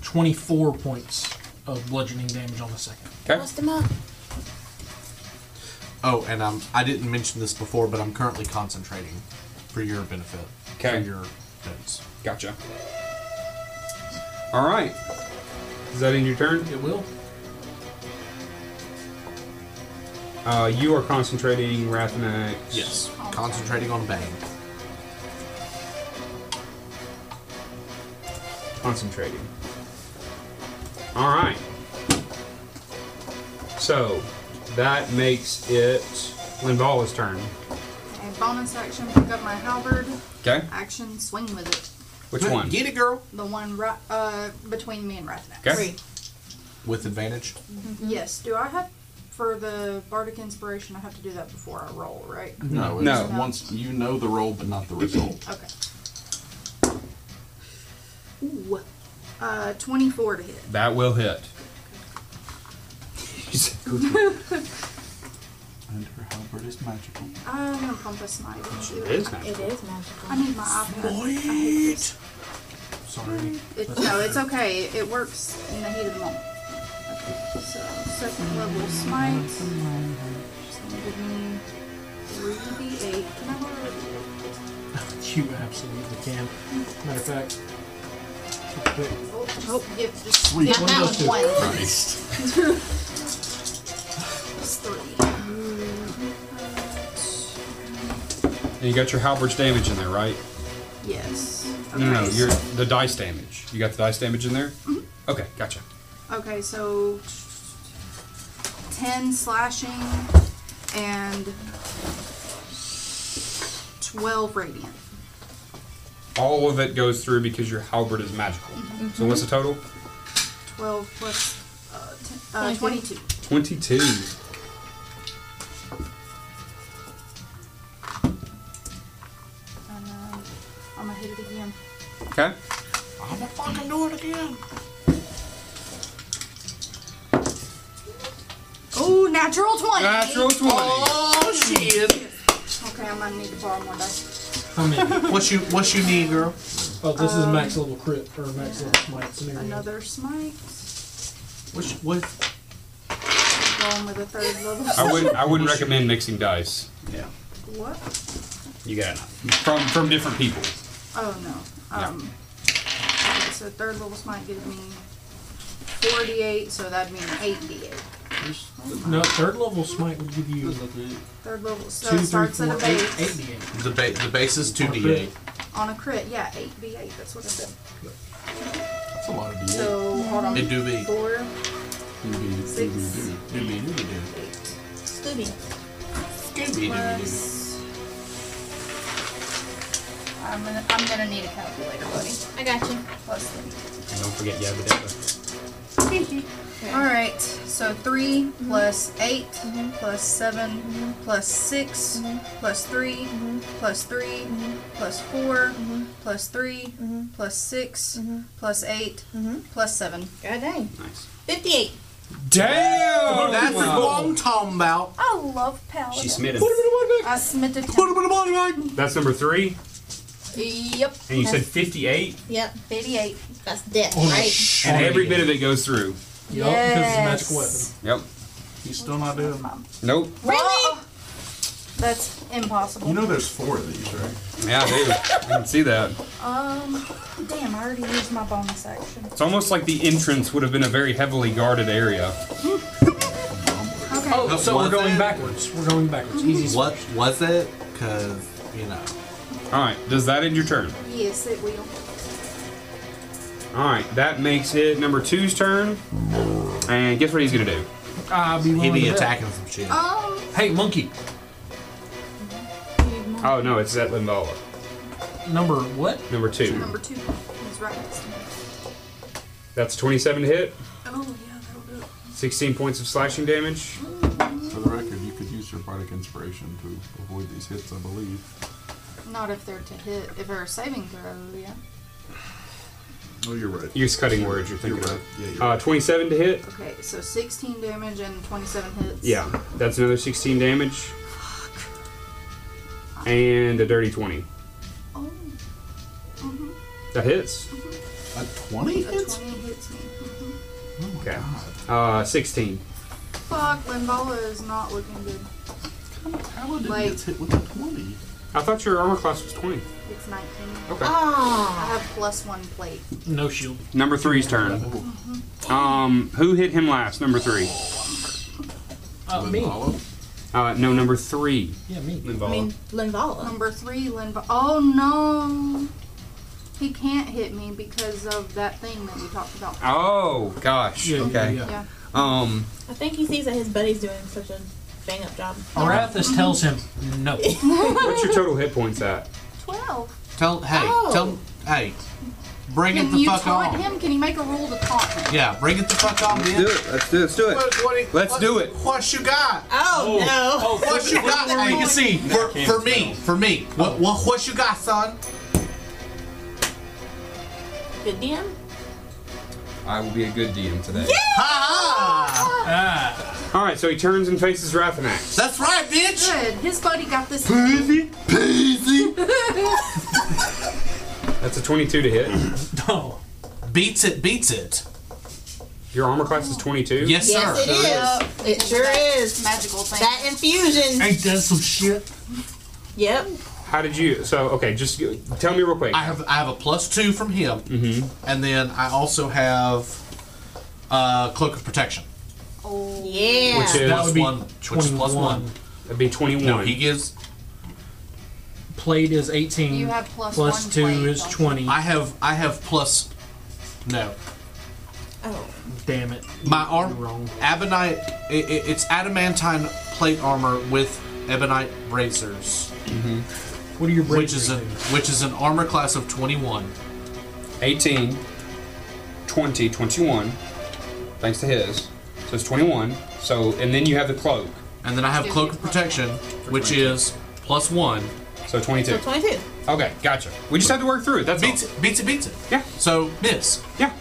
S3: 24 points of bludgeoning damage on the second.
S2: Okay.
S6: Bust him up.
S4: Oh, and I'm, I didn't mention this before, but I'm currently concentrating for your benefit.
S2: Okay.
S4: For your notes.
S2: Gotcha. All right. Is that in your turn?
S3: It will.
S2: Uh, you are concentrating Rathmax.
S4: Yes.
S7: Oh,
S4: Concentrating on Bang.
S2: Concentrating. All right. So that makes it Linvala's turn.
S7: A bonus action, pick up my halberd.
S2: Okay.
S7: Action, swing with it.
S2: Which one?
S4: Get it, girl.
S7: The one right uh, between me and Rathnax.
S4: Okay. Three. With advantage.
S7: Yes. Do I have for the bardic inspiration? I have to do that before I roll, right?
S8: No, it's once you know the roll, but not the result.
S7: Okay. Ooh, uh, twenty-four to hit.
S2: That will hit.
S8: And her halberd is magical.
S7: I'm gonna pump a smite.
S8: It is
S6: It is magical.
S7: I need my iPad. I hate this.
S3: Sorry.
S7: It, no, it's okay. It works in the heat of the moment. Okay, so second level smite. Just gonna give me three d eight. Can I borrow?
S3: You absolutely can. Matter of fact, quick.
S7: Oh, oh, yeah, just
S3: Sweet.
S7: yeah,
S3: One
S7: that
S3: goes
S7: was
S3: to-
S7: one.
S3: Christ.
S7: It's three.
S2: And you got your halberd's damage in there, right?
S7: Yes.
S2: No, no, no.
S7: Okay,
S2: Your the dice damage. You got the dice damage in there. Okay, gotcha.
S7: Okay, so 10 slashing and 12 radiant.
S2: All of it goes through because your halberd is magical.
S7: Mhm.
S2: So what's the total?
S7: 12 plus uh, 10, uh, 22.
S2: 22.
S7: And, um, I'm gonna hit it again.
S2: Okay.
S7: I'm gonna fucking do it again. Oh, natural 20.
S4: Natural 20. Oh, shit.
S7: Okay, I'm gonna need to borrow more dice.
S3: How many?
S4: what you what you need, girl?
S3: Oh, this is
S7: Um,
S3: max level crit or max level smite scenario.
S7: Another smite.
S4: Which what?
S7: Going with a third level.
S2: I wouldn't. I wouldn't recommend mixing dice. Yeah.
S7: What?
S2: You got enough. from from different people.
S7: Oh no. Um, okay, so third level smite gives me 48, so that'd mean 8d8.
S3: No, third level smite would give you
S7: Third level, so
S3: two,
S7: it
S3: three,
S7: starts
S3: four,
S7: at a
S3: eight,
S7: base.
S3: eight d8.
S4: The ba- the base is two d eight.
S7: On a crit, yeah, 8d8, that's what I said.
S8: That's a lot of D8.
S7: So, hold on.
S4: It do be.
S7: Four,
S8: Six. Doobie doobie doobie.
S6: Scooby.
S4: Doobie doobie doobie.
S7: plus. I'm gonna, I'm gonna need a calculator, buddy.
S6: I got you.
S7: Plus three.
S2: And don't forget Yabba Dabba.
S7: All right, so 3 plus 8 plus 7 plus 6 plus 3 plus 3 plus 4 plus 3 plus 6 plus 8 plus 7.
S6: God Oh, dang.
S2: Nice.
S6: 58.
S2: Damn!
S4: That's what I'm talking about.
S7: I love paladin.
S2: She smitten.
S7: I smitted him.
S2: That's number three.
S6: Yep.
S2: And you said
S6: That's-
S2: 58,
S6: Yep, 58. That's death,
S2: Oh,
S6: right?
S2: and every bit of it goes through.
S6: Yes.
S2: Yep.
S8: You still not doing
S2: Nope.
S6: Really?
S7: That's impossible.
S8: You know there's four of these, right?
S2: Yeah, dude. I can see that.
S7: Um, damn, I already used my bonus action.
S2: It's almost like the entrance would have been a very heavily guarded area.
S7: Okay.
S3: Oh, so
S4: was
S3: we're going
S4: it?
S3: backwards. We're going backwards. Easy.
S4: What was it? Cause you know.
S2: All right. Does that end your turn?
S7: Yes, it will.
S2: All right. That makes it number two's turn. And guess what he's gonna do?
S3: I'll be
S4: He
S3: willing
S4: be
S3: to bet.
S4: attacking some shit.
S7: Um,
S3: Hey, monkey.
S2: Oh no, it's at Limbola.
S3: Number what?
S2: Number two.
S7: number 2 is right next to me.
S2: That's 27 to hit.
S7: Oh, yeah, that'll do it.
S2: 16 points of slashing damage.
S8: For the record, you could use your bardic inspiration to avoid these hits, I believe.
S7: Not if they're to hit. If they're a saving throw, yeah.
S8: Oh, you're right.
S2: You're just cutting words. You're thinking
S8: You're
S2: about.
S8: right. Yeah, you're
S2: Uh, 27 to hit.
S7: Okay, so 16 damage and 27 hits.
S2: Yeah, that's another 16 damage. And a dirty 20.
S7: Oh. Mm-hmm.
S2: That hits.
S8: A 20 hits?
S7: 20 hits me. Mhm.
S2: Okay.
S8: Oh
S2: Uh, 16.
S7: Fuck, Limbola is not looking good.
S8: Paladin
S7: Like-
S8: gets hit with a 20.
S2: I thought your armor class was 20.
S7: It's 19.
S2: Okay.
S6: Ah.
S7: I have plus one plate.
S3: No shield.
S2: Number three's turn. Um, who hit him last? Number three.
S3: Uh, me.
S8: Limbaugh?
S2: Uh, no, number three.
S3: Yeah, me.
S2: Linvala.
S7: Linvala. Number three, Linvala. Oh no, he can't hit me because of that thing that we talked about.
S2: Oh gosh.
S7: Yeah, yeah,
S2: okay.
S7: yeah. Yeah.
S2: Um.
S6: I think he sees that his buddy's doing such a bang up job.
S3: Arathis tells him no.
S2: What's your total hit points at?
S7: Twelve.
S4: Tell hey,
S7: Oh.
S4: tell hey, bring
S7: Can
S4: it the
S7: you
S4: fuck
S7: taunt
S4: on.
S7: him? Can you make a rule to taunt him?
S4: Yeah, bring it the fuck on,
S2: Let's
S4: man.
S2: do it. Let's do it. Let's do it.
S4: What- what-
S2: Let's
S4: what-
S2: do it.
S4: What you got?
S6: Oh, no.
S4: Oh, what you got?
S6: They're
S4: Hey, you
S6: going-
S4: see, for, for me, for me. What, what what you got, son?
S6: Good DM.
S2: I will be a good DM today.
S4: Ha
S2: Ah. All right. So he turns and faces Rathanax.
S4: That's right, bitch.
S7: Good. His buddy got this.
S2: Peasy, That's a 22 to hit.
S4: No. Beats it, beats it.
S2: Your armor class is 22.
S4: Yes,
S6: Yes, it is. It sure is.
S7: Magical thing.
S6: That infusion.
S2: Ain't that some shit?
S6: Yep.
S2: How did you? So okay, just tell me real quick.
S4: I have I have a plus two from him,
S2: Mhm.
S4: and then I also have uh, cloak of protection,
S6: Yeah.
S4: which is plus one, which is plus one.
S2: That'd be twenty-one.
S4: No, he gives.
S3: Plate is 18.
S7: You have plus
S3: plus
S7: one
S3: 2
S7: plate,
S3: is
S7: don't you?
S3: 20.
S4: I have I have plus. No,
S6: Oh.
S3: Damn it.
S4: my arm. Ebonite. i i it's adamantine plate armor with ebonite bracers. Mm-hmm.
S3: What are your
S4: which is an which is an armor class of twenty one.
S2: 18, 20, 21. Thanks to his. So it's 21. So, and then you have the cloak.
S4: And then I have cloak of protection, which is plus one.
S2: So 22.
S6: So 22.
S2: Okay, gotcha. We just have to work through it. That's
S4: beats it, beats it, beats it.
S2: Yeah.
S4: So miss.
S2: Yeah.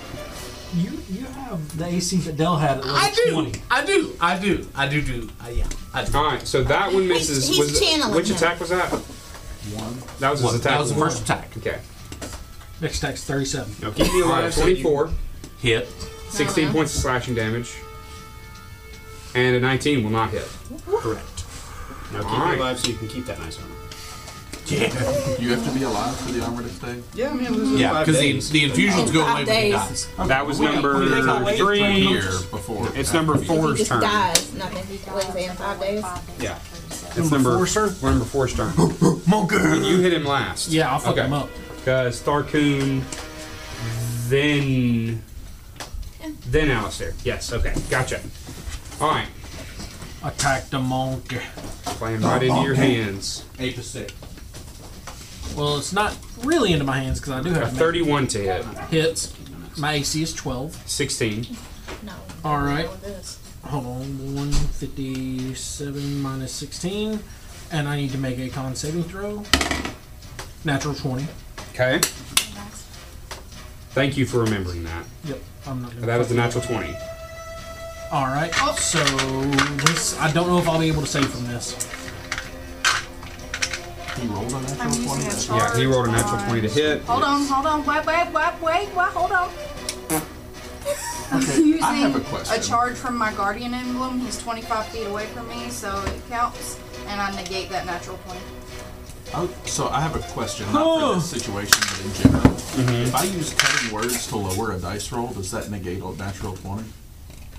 S3: You you have the AC that Dell had at level
S4: I do.
S3: 20.
S4: I do. I do. I do do. I, yeah. I do.
S2: All right. So that one misses.
S6: He's- he's
S2: was
S6: channeling
S2: which
S6: him.
S2: attack was that?
S4: One.
S2: That was his
S4: One.
S2: attack.
S4: That was the
S2: One.
S4: first attack.
S2: Okay.
S3: Next attack's 37.
S2: Now keep me alive. 24.
S4: Hit.
S2: 16
S3: Uh-huh.
S2: points of slashing damage. And a 19 will not hit.
S4: Correct.
S2: Now
S12: keep it alive so you can keep that nice armor.
S8: Yeah. You have to be alive for the armor to stay?
S12: Yeah, I mean, this is
S4: Yeah,
S12: five
S4: because the,
S12: days.
S4: the infusions
S12: In
S4: go away
S12: five
S4: when he
S12: days.
S4: dies.
S2: That was number three. It's number
S6: If he
S2: four's
S6: just
S2: turn.
S6: dies, nothing. He plays in five days.
S2: Yeah. It's number four, sir. We're number four, turn. Monkey. You hit him last.
S3: Yeah, I'll fuck him up.
S2: Because Starcoon, then, then Alistair. Yes. Okay. Gotcha. All right.
S3: Attack the monkey.
S2: Playing right into your hands.
S4: Eight to six.
S3: Well, it's not really into my hands because I do
S2: A
S3: have ma-
S2: 31 to hit.
S3: hits. My AC is 12.
S2: 16.
S3: All right. Hold on. 157 minus 16. And I need to make a con saving throw. Natural 20.
S2: Okay. Thank you for remembering that.
S3: Yep. I'm not gonna
S2: That was
S3: fuck
S2: a natural 20.
S3: All right. So this, I don't know if I'll be able to save from this.
S8: He rolled on that.
S7: I'm using a charge.
S2: Yeah, he rolled a natural 20 to hit.
S7: Hold on, hold on, wait, wait, wait, wait, wait, hold on. I'm using
S8: I have a question.
S7: charge from my guardian emblem. He's 25 feet away from me, so it counts, and I negate that natural 20.
S8: Oh, so I have a question, not for this situation, but in general.
S2: Mm-hmm.
S8: If I use cutting words to lower a dice roll, does that negate a natural 20?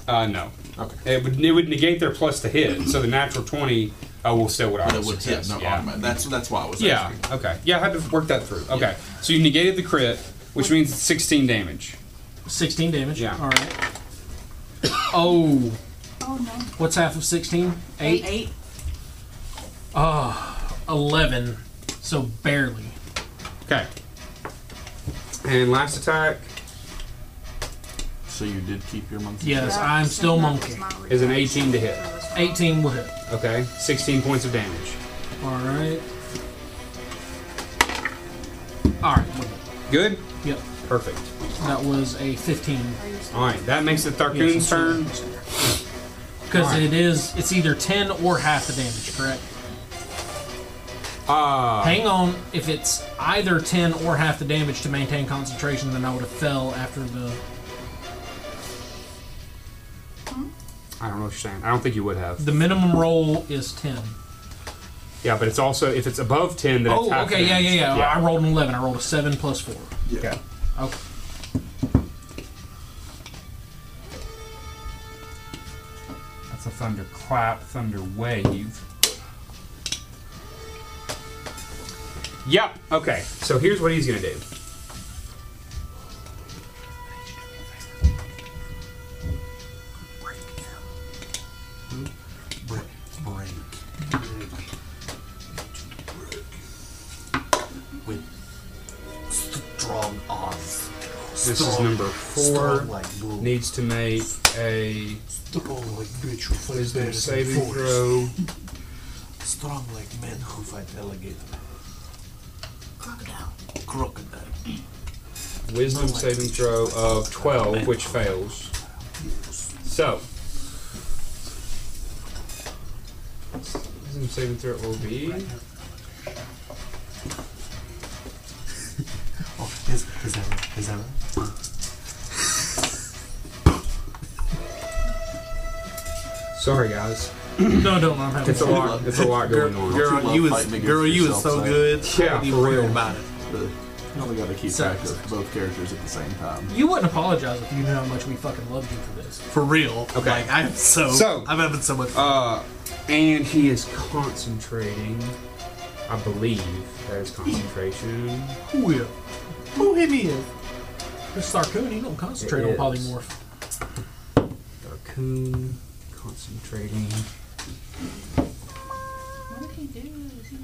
S2: Uh, no.
S8: Okay.
S2: It would it would negate their plus to hit, so the natural 20 uh, will still what I
S8: But it would hit, no,
S2: yeah.
S8: automatic. That's, that's why I was
S2: Yeah. Okay. Yeah, I had to work that through. Okay. So you negated the crit, which means it's 16 damage.
S3: 16 damage.
S2: Yeah.
S3: All right. Oh.
S7: Oh no.
S3: What's half of 16? 8?
S7: Eight.
S3: Oh, 11. So barely.
S2: Okay. And last attack
S8: So you did keep your monkey?
S3: Yes, I'm still monkey.
S2: is an 18 to hit.
S3: 18 will hit.
S2: Okay. 16 points of damage.
S3: All right. All right. wait.
S2: Good.
S3: Yep.
S2: Perfect.
S3: That was a 15.
S2: All right. That makes it Tharkoon's
S3: Yes,
S2: turn.
S3: Because it is, it's either 10 or half the damage, correct?
S2: Ah.
S3: Hang on. If it's either 10 or half the damage to maintain concentration, then I would have fell after the.
S2: I don't know what you're saying. I don't think you would have.
S3: The minimum roll is 10.
S2: Yeah, but it's also if it's above 10, then it's
S3: Oh,
S2: half
S3: okay. Yeah, yeah,
S2: damage.
S3: yeah, I rolled an 11. I rolled a 7 plus 4.
S8: Yeah.
S2: Okay.
S3: Okay.
S5: That's a thunderclap, thunder wave.
S2: Yep. Okay. So here's what he's gonna do.
S4: Break. Break. With strong arms.
S2: This is
S4: Strong-
S2: number four.
S4: strong like bull.
S2: Needs to make a
S4: Strong like bitch who fights
S2: wisdom
S4: bears and
S2: saving
S4: forest.
S2: throw.
S4: Strong like men who fight alligator.
S6: Crocodile.
S4: Crocodile.
S2: Wisdom saving throw of 12, which fails. So. Wisdom saving throw will be.
S4: Oh, is, is that right? Is that right?
S2: Sorry, guys.
S3: No, don't mind.
S2: It's a lot. It's a lot going on.
S4: Girl, girl, you is, girl, you is so good.
S2: Yeah,
S4: Don't
S2: for
S4: even worry
S2: real.
S4: about it.
S8: You only got to keep track of both characters at the same time.
S3: You wouldn't apologize if you knew how much we fucking loved you for this.
S4: For real.
S2: Okay.
S4: Like, I'm so,
S2: So-
S4: I'm having so much fun.
S2: Uh, and he is concentrating. I believe that is concentration.
S3: Who yeah. Who him he is? This Sarkoon, he don't concentrate on
S2: It is.
S3: polymorph.
S2: Darkoon concentrating.
S6: What did he do? Was he-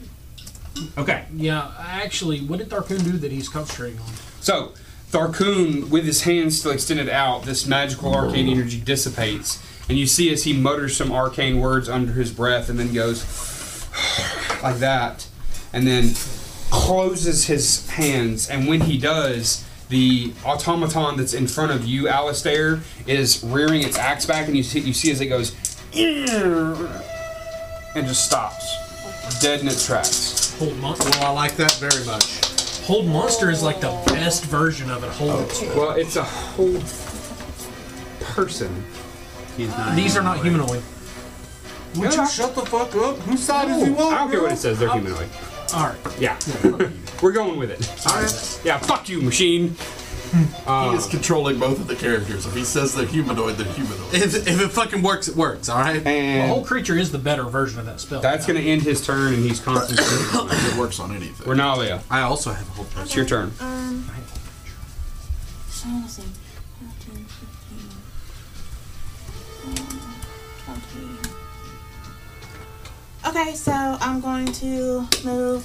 S2: Okay.
S3: Yeah, actually, what did Darkoon do that he's concentrating on?
S2: So, Tharkoon, with his hands still extended out, this magical arcane energy dissipates, and you see as he mutters some arcane words under his breath and then goes like that, and then closes his hands. And when he does, the automaton that's in front of you, Alistair, is rearing its axe back, and you see, you see as it goes and just stops dead in its tracks.
S3: Hold monster.
S4: Well, I like that very much.
S3: Hold monster is like the best version of it. Hold.
S4: Oh.
S2: Well, it's a whole person.
S12: He's not
S3: These are not humanoid.
S4: Would you shut the fuck up? Whose side is you on?
S2: I don't care what
S4: girl?
S2: it says. They're humanoid.
S3: All right.
S2: Yeah, we're going with it. Sorry. Yeah, fuck you, machine.
S8: he is controlling both of the characters. If he says they're humanoid, they're humanoid.
S4: If, if it fucking works, it works, alright?
S3: The
S2: And
S3: whole creature is the better version of that spell.
S2: that's going to end his turn, and he's concentrating.
S8: it works on anything.
S2: Renalia,
S4: I also have a whole bunch.
S2: it's your turn.
S6: Um. So let's see. 14, 15, um, 20. Okay, so I'm going to move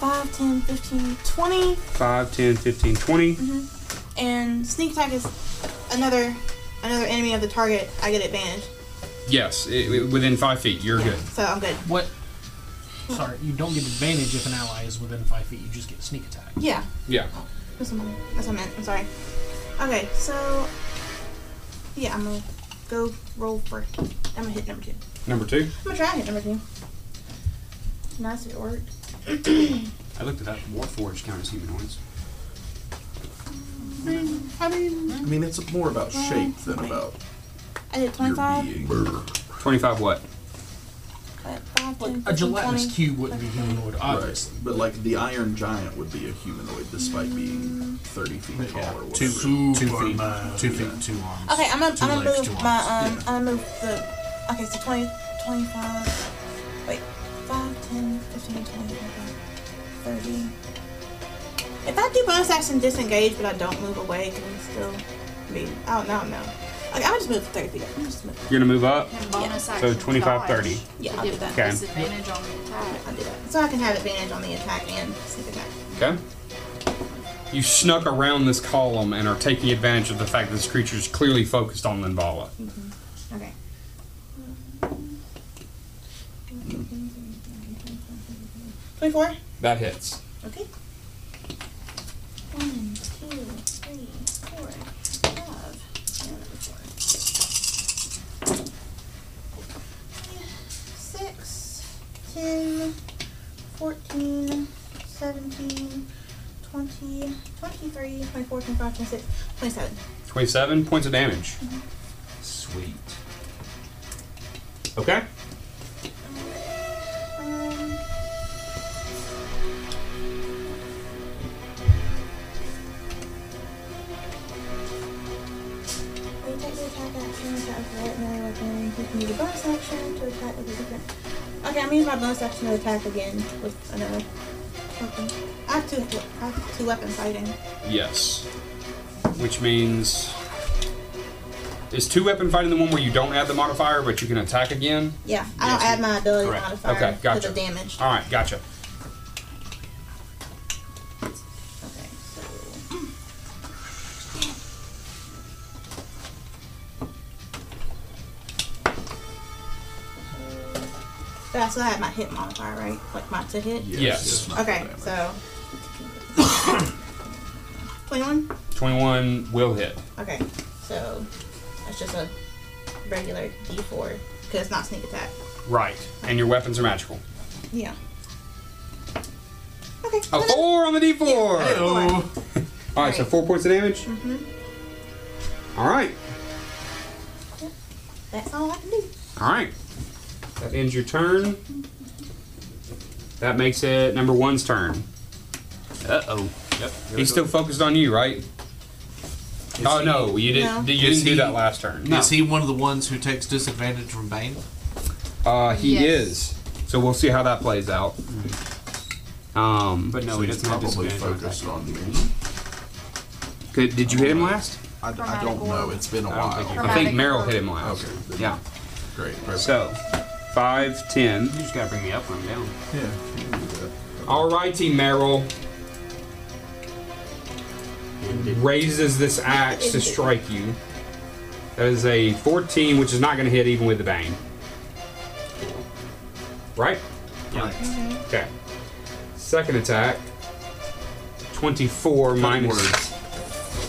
S6: 5, 10, 15, 20,
S2: 5, 10, 15, 20.
S6: and sneak attack is another another enemy of the target. I get advantage,
S2: Yes, it, it- within five feet, you're good.
S6: so I'm good.
S3: What? Sorry, you don't get advantage if an ally is within five feet. You just get sneak attack.
S6: Yeah,
S2: Yeah.
S6: that's what I meant. That's what I meant. I'm sorry. Okay, so yeah, I'm gonna go roll for. I'm gonna hit number two.
S2: Number two.
S6: I'm gonna try and hit number two. Nice, if it worked.
S12: I looked it up. Warforged count as humanoids.
S6: I mean,
S8: I mean, it's more about shape than about
S6: I did
S8: your
S6: 25.
S8: being.
S2: 25 what?
S6: but five, ten,
S3: A
S6: 15,
S3: gelatinous
S6: 20.
S3: cube wouldn't be humanoid,
S8: Right.
S3: obviously.
S8: But like the Iron Giant would be a humanoid despite being 30 feet tall or whatever.
S4: Two, two, two feet, two feet, two arms.
S6: Okay, I'm gonna,
S4: Two
S6: I'm gonna
S4: legs,
S6: move
S4: two arms.
S6: my, um, I'm gonna move the, okay, so 20, 25, wait, 5, 10, 15, 20, 30. If I do bonus action disengage, but I don't move away, can we still be, I don't, I don't know. Okay, I'm gonna just move 30 feet. I'm just move.
S2: You're going to move up.
S6: Yeah.
S7: Bonus
S2: So
S7: action
S2: 25,
S7: dodge.
S2: 30.
S6: Yeah,
S7: To
S6: I'll
S7: give
S6: do that.
S2: Okay.
S7: Disadvantage on the attack.
S6: I'll do that. So I can have advantage on the attack and sneak attack.
S2: Okay. You snuck around this column and are taking advantage of the fact that this creature is clearly focused on Linvala.
S6: Okay. Twenty-four.
S2: That hits.
S6: Okay. One, two, three, four, five. Yeah, number four. Six, ten, fourteen, seventeen, twenty, twenty-three, twenty-four, twenty-five, twenty-six, twenty-seven.
S2: 27 points of damage.
S4: Sweet.
S2: Okay.
S6: Um, Will you take the attack action? for it, melee weapon. You can use a bonus action to attack with a different. Okay, I'm gonna use my bonus action to attack again with another weapon. I have two. I have two weapon fighting.
S2: Yes. Which means. Is two weapon fighting the one where you don't add the modifier, but you can attack again?
S6: Yeah, I don't add my ability
S2: Correct.
S6: modifier
S2: Okay,
S6: to
S2: gotcha.
S6: the damage.
S2: All right, gotcha.
S6: But Uh, I still have my hit modifier, right? Like my to hit.
S2: Yes. Yes.
S6: Okay, so. Twenty-one.
S2: 21 will hit.
S6: Okay, so that's just a regular D4 because it's not sneak attack.
S2: Right. And your weapons are magical.
S6: Yeah.
S2: A 4 on the d4!
S6: Hello.
S2: Alright, so 4 points of damage.
S6: hmm
S2: Alright.
S6: That's all I can do.
S2: All right. That ends your turn. That makes it number one's turn. Uh oh. Yep. He's still focused on you, right? oh no, you didn't. You
S4: Is
S2: didn't do
S4: he-
S2: that last turn.
S4: Is he one of the ones who takes disadvantage from Bane?
S2: Uh, he
S4: Yes.
S2: is. So we'll see how that plays out. Um,
S12: But no,
S2: so
S12: he
S2: he's
S12: doesn't have
S2: probably
S12: disadvantage on
S2: focused.
S8: Focused on me.
S2: Good. Did you hit him last?
S8: I, I don't know. It's been a
S2: I,
S8: while.
S2: don't think you- I think Meryl hit him last. Okay. Yeah.
S8: Great.
S2: So, 5, 10. You just gotta bring me up when I'm down.
S8: Yeah.
S2: Alrighty, Meryl. Raises this axe to strike you. That is a 14, which is not gonna hit even with the bane. Right?
S12: Yeah.
S2: Okay. Second attack. 24 minus.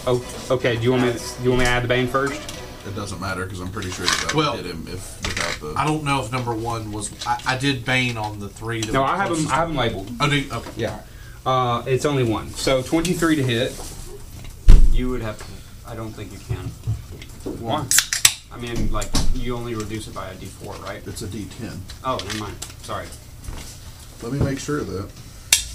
S2: Oh, okay. Do you want me? Do you want me to add the bane first?
S8: It doesn't matter because I'm pretty sure that
S4: Well-
S8: well, hit him if without the.
S4: I don't know if number one was. I, I did Bane on the three. That
S2: No,
S4: were
S2: I have them.
S4: closest
S2: I
S4: to
S2: have them
S4: me.
S2: labeled.
S4: Oh, do you? Okay.
S2: Yeah. Uh, it's only one. So 23 to hit.
S12: You would have to. I don't think you can.
S2: Why?
S12: I mean, like, you only reduce it by a d4, right?
S8: It's a d10.
S12: Oh, never mind. Sorry.
S8: Let me make sure of that.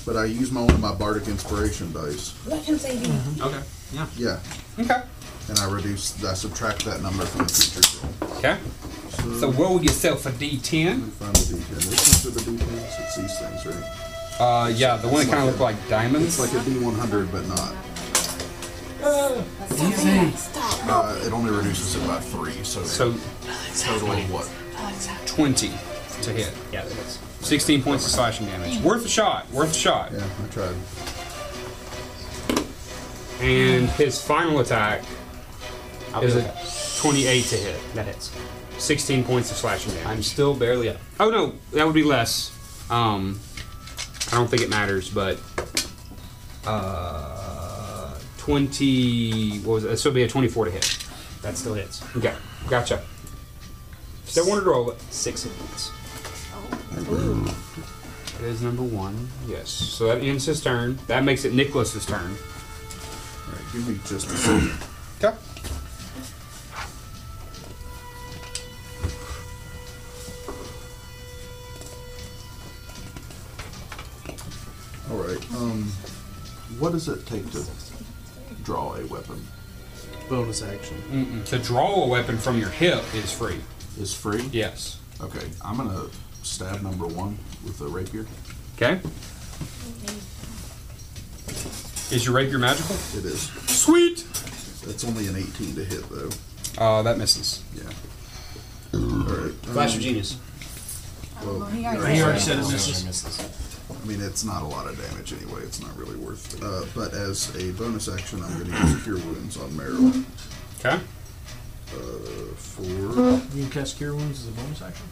S8: But I use my one of my bardic inspiration dice.
S6: Let him say D.
S12: Okay. Yeah.
S8: Yeah.
S2: Okay.
S8: And I reduce. I subtract that number from the future roll.
S2: Okay. So roll yourself a d10.
S8: Final d10. Which ones are the d10s? It's these things, right?
S2: Uh, yeah, the one that kind of looked like diamonds.
S8: It's like a d100, but not. Uh, it only reduces it by three, so.
S2: So
S8: total what?
S2: 20 to hit. Yeah, that is. 16 points of slashing damage. Worth a shot. Worth a shot.
S8: Yeah, I tried.
S2: And his final attack
S12: I'll be
S2: is
S12: okay.
S2: a 28 to hit. That hits. 16 points of slashing damage.
S12: I'm still barely up.
S2: Oh no, that would be less. Um, I don't think it matters, but uh, twenty. What was it? So it'd be a twenty-four to hit.
S12: That still hits.
S2: Okay, gotcha. Still wanted to roll it.
S12: Six hit points.
S2: It is number one. Yes. So that ends his turn. That makes it Nicholas's turn.
S8: Alright, give me just a second.
S2: Okay.
S8: Alright, um. What does it take to draw a weapon?
S4: Bonus action.
S2: Mm-mm. To draw a weapon from your hip is free.
S8: Is free?
S2: Yes.
S8: Okay, I'm gonna stab number one with a rapier.
S2: Okay. Is your rapier magical?
S8: It is.
S2: Sweet.
S8: That's only an 18 to hit, though.
S2: Uh, that misses.
S8: Yeah. Alright.
S20: Flash of
S8: um,
S20: genius.
S7: Um,
S8: well,
S20: He
S8: no,
S20: already
S8: it's
S20: said
S8: not.
S20: it misses.
S8: I mean, it's not a lot of damage anyway. It's not really worth. Uh, but as a bonus action, I'm going to use Cure Wounds on Meryl.
S2: Okay.
S8: Uh, four.
S15: You can cast Cure Wounds as a bonus action.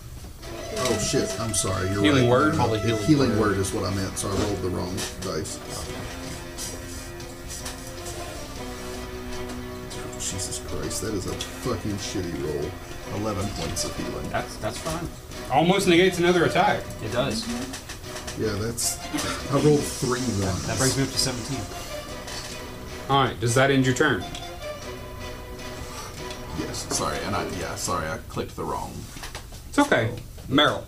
S8: Oh shit! I'm sorry. You're
S2: Healing
S8: right.
S2: word?
S8: Probably
S2: Probably
S8: healing,
S2: healing
S8: word. is what I meant. So I rolled the wrong dice. Jesus Christ! That is a fucking shitty roll. Eleven points of healing.
S12: That's that's fine.
S2: Almost negates another attack.
S12: It does.
S8: Yeah, that's. I rolled three ones.
S12: That brings me up to 17.
S2: All right. Does that end your turn?
S8: Yes. Sorry, and I yeah. Sorry, I clicked the wrong.
S2: It's okay. Meryl.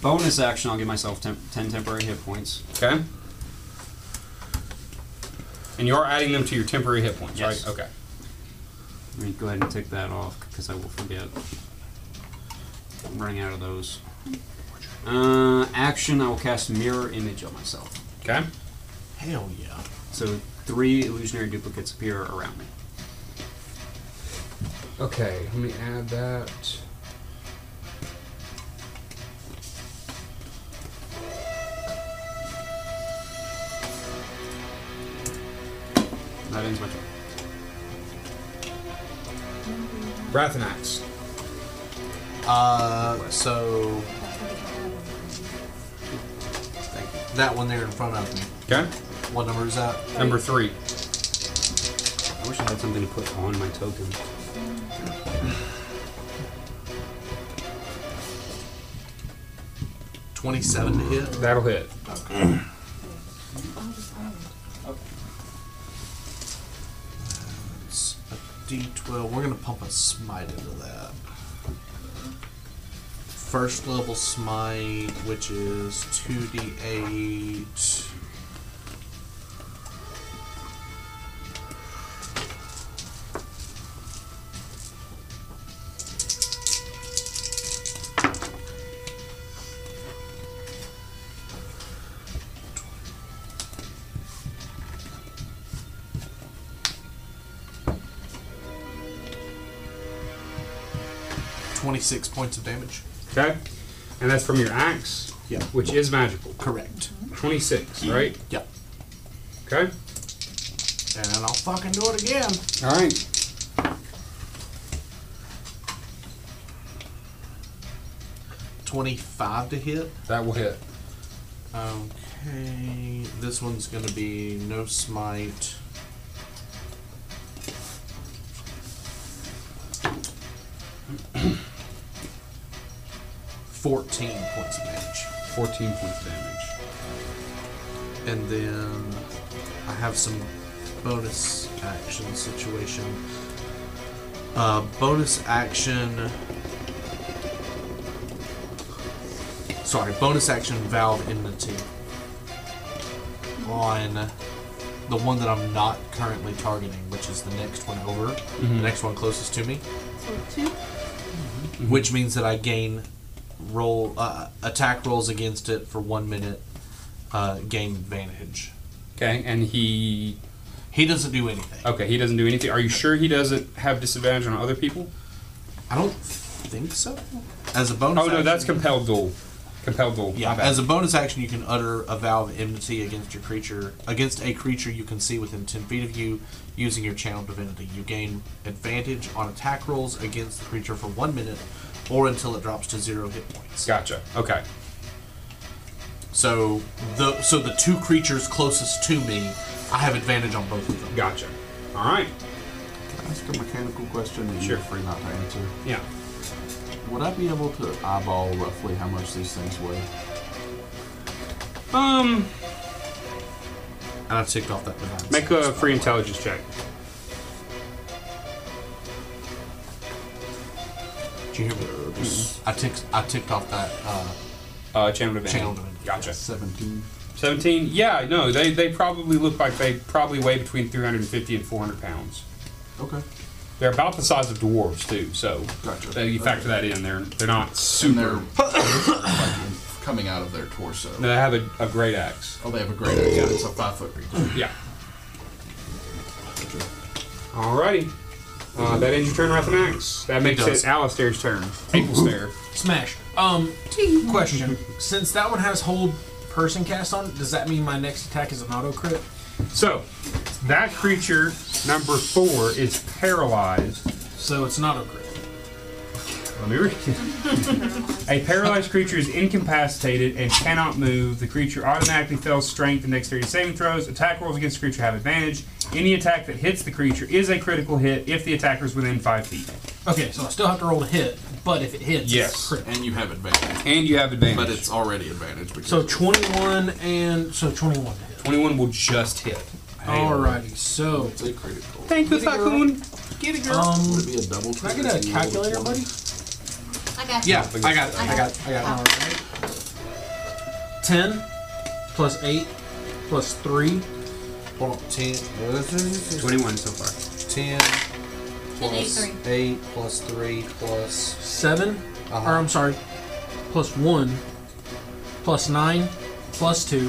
S12: Bonus action, I'll give myself temp- 10 temporary hit points.
S2: Okay. And you are adding them to your temporary hit points,
S12: Yes.
S2: right? Okay.
S12: Let me go ahead and take that off because I will forget. I'm running out of those. Uh, action, I will cast Mirror Image on myself.
S2: Okay.
S4: Hell yeah.
S12: So three illusionary duplicates appear around me.
S2: Okay, let me add that.
S12: That ends my turn.
S2: Rathanax.
S4: Uh, so. Thank you. That one there in front of me.
S2: Okay.
S4: What number is that?
S2: Number three.
S12: I wish I had something to put on my token.
S4: Twenty-seven to hit.
S2: That'll hit.
S4: Okay. It's a D12. We're gonna pump a smite into that. First level smite, which is 2d8. Twenty-six points of damage.
S2: Okay. And that's from your axe,
S4: Yeah.
S2: which is magical.
S4: Correct.
S2: 26, right?
S4: Mm-hmm. Yep.
S2: Okay.
S4: And I'll fucking do it again.
S2: All right.
S4: Twenty-five to hit.
S2: That will hit.
S4: Okay, this one's gonna be no smite. Fourteen points of damage.
S2: 14 points of damage.
S4: And then I have some bonus action situation. Uh, bonus action. Sorry, bonus action valve enmity on the one that I'm not currently targeting, which is the next one over,
S2: Mhm.
S4: the next one closest to me,
S6: So two.
S4: which means that I gain roll uh, attack rolls against it for one minute, uh, gain advantage.
S2: Okay, and he.
S4: He doesn't do anything.
S2: Okay, he doesn't do anything. Are you sure he doesn't have disadvantage on other people?
S4: I don't think so. As a bonus
S2: Oh, no, that's
S4: action-
S2: compelled duel. Compelled duel.
S4: Yeah, as a bonus action, you can utter a vow of enmity against your creature, against a creature you can see within ten feet of you, using your channel divinity. You gain advantage on attack rolls against the creature for one minute, or until it drops to zero hit points.
S2: Gotcha. Okay.
S4: So the so the two creatures closest to me, I have advantage on both of them.
S2: Gotcha. All right.
S8: Can I ask a mechanical question that
S2: Sure.
S8: you're free not to answer?
S2: Yeah.
S8: Would I be able to eyeball roughly how much these things weigh?
S2: Um,
S4: And I've ticked off that divine.
S2: make a free intelligence check.
S4: Did you hear me?
S2: Mm-hmm.
S4: I ticked I ticked off that uh,
S2: Uh, channel divinity.
S4: channel divinity.
S2: Gotcha.
S8: 17.
S2: 17? Yeah, no, they, they probably look like they probably weigh between 350 and 400 pounds.
S8: Okay.
S2: They're about the size of dwarves, too, so
S8: Gotcha.
S2: they, you factor that in. They're, they're not
S8: And
S2: super.
S8: they're like, coming out of their torso.
S2: No, they have a, a great axe.
S8: Oh, they have a great idea. It's a five foot reach.
S2: Yeah. Alrighty. Uh, that ends your turn, Rathanax. That makes
S4: does.
S2: it Alistair's turn. April's there.
S3: Smash. Um, question. Since that one has hold person cast on it, does that mean my next attack is an auto crit?
S2: So, that creature, number four, is paralyzed.
S3: So it's not a crit.
S2: Let me read it. A paralyzed creature is incapacitated and cannot move. The creature automatically fails strength and dexterity saving throws. Attack rolls against the creature have advantage. Any attack that hits the creature is a critical hit if the attacker is within five feet.
S3: Okay, so I still have to roll to hit, but if it hits,
S2: Yes.
S3: it's a crit.
S8: And you have advantage.
S2: And you have advantage.
S8: But it's already advantage because
S3: So 21 and so 21 to hit.
S2: 21 will just hit. uh,
S3: Alrighty, so
S8: it's a critical.
S2: Thank you, Tycoon.
S3: get it, girl. Um,
S8: Would it be a double
S3: can I get a calculator, buddy?
S6: I got
S4: Yeah, I got it. I got it. I got it.
S3: All right. 10 plus 8 plus 3.
S4: Hold on, 10,
S12: 21 so far.
S4: 10,
S17: An eight,
S4: plus
S17: three.
S4: eight, plus three, plus
S3: seven,
S4: Uh-huh.
S3: or I'm sorry, plus one, plus nine, plus two,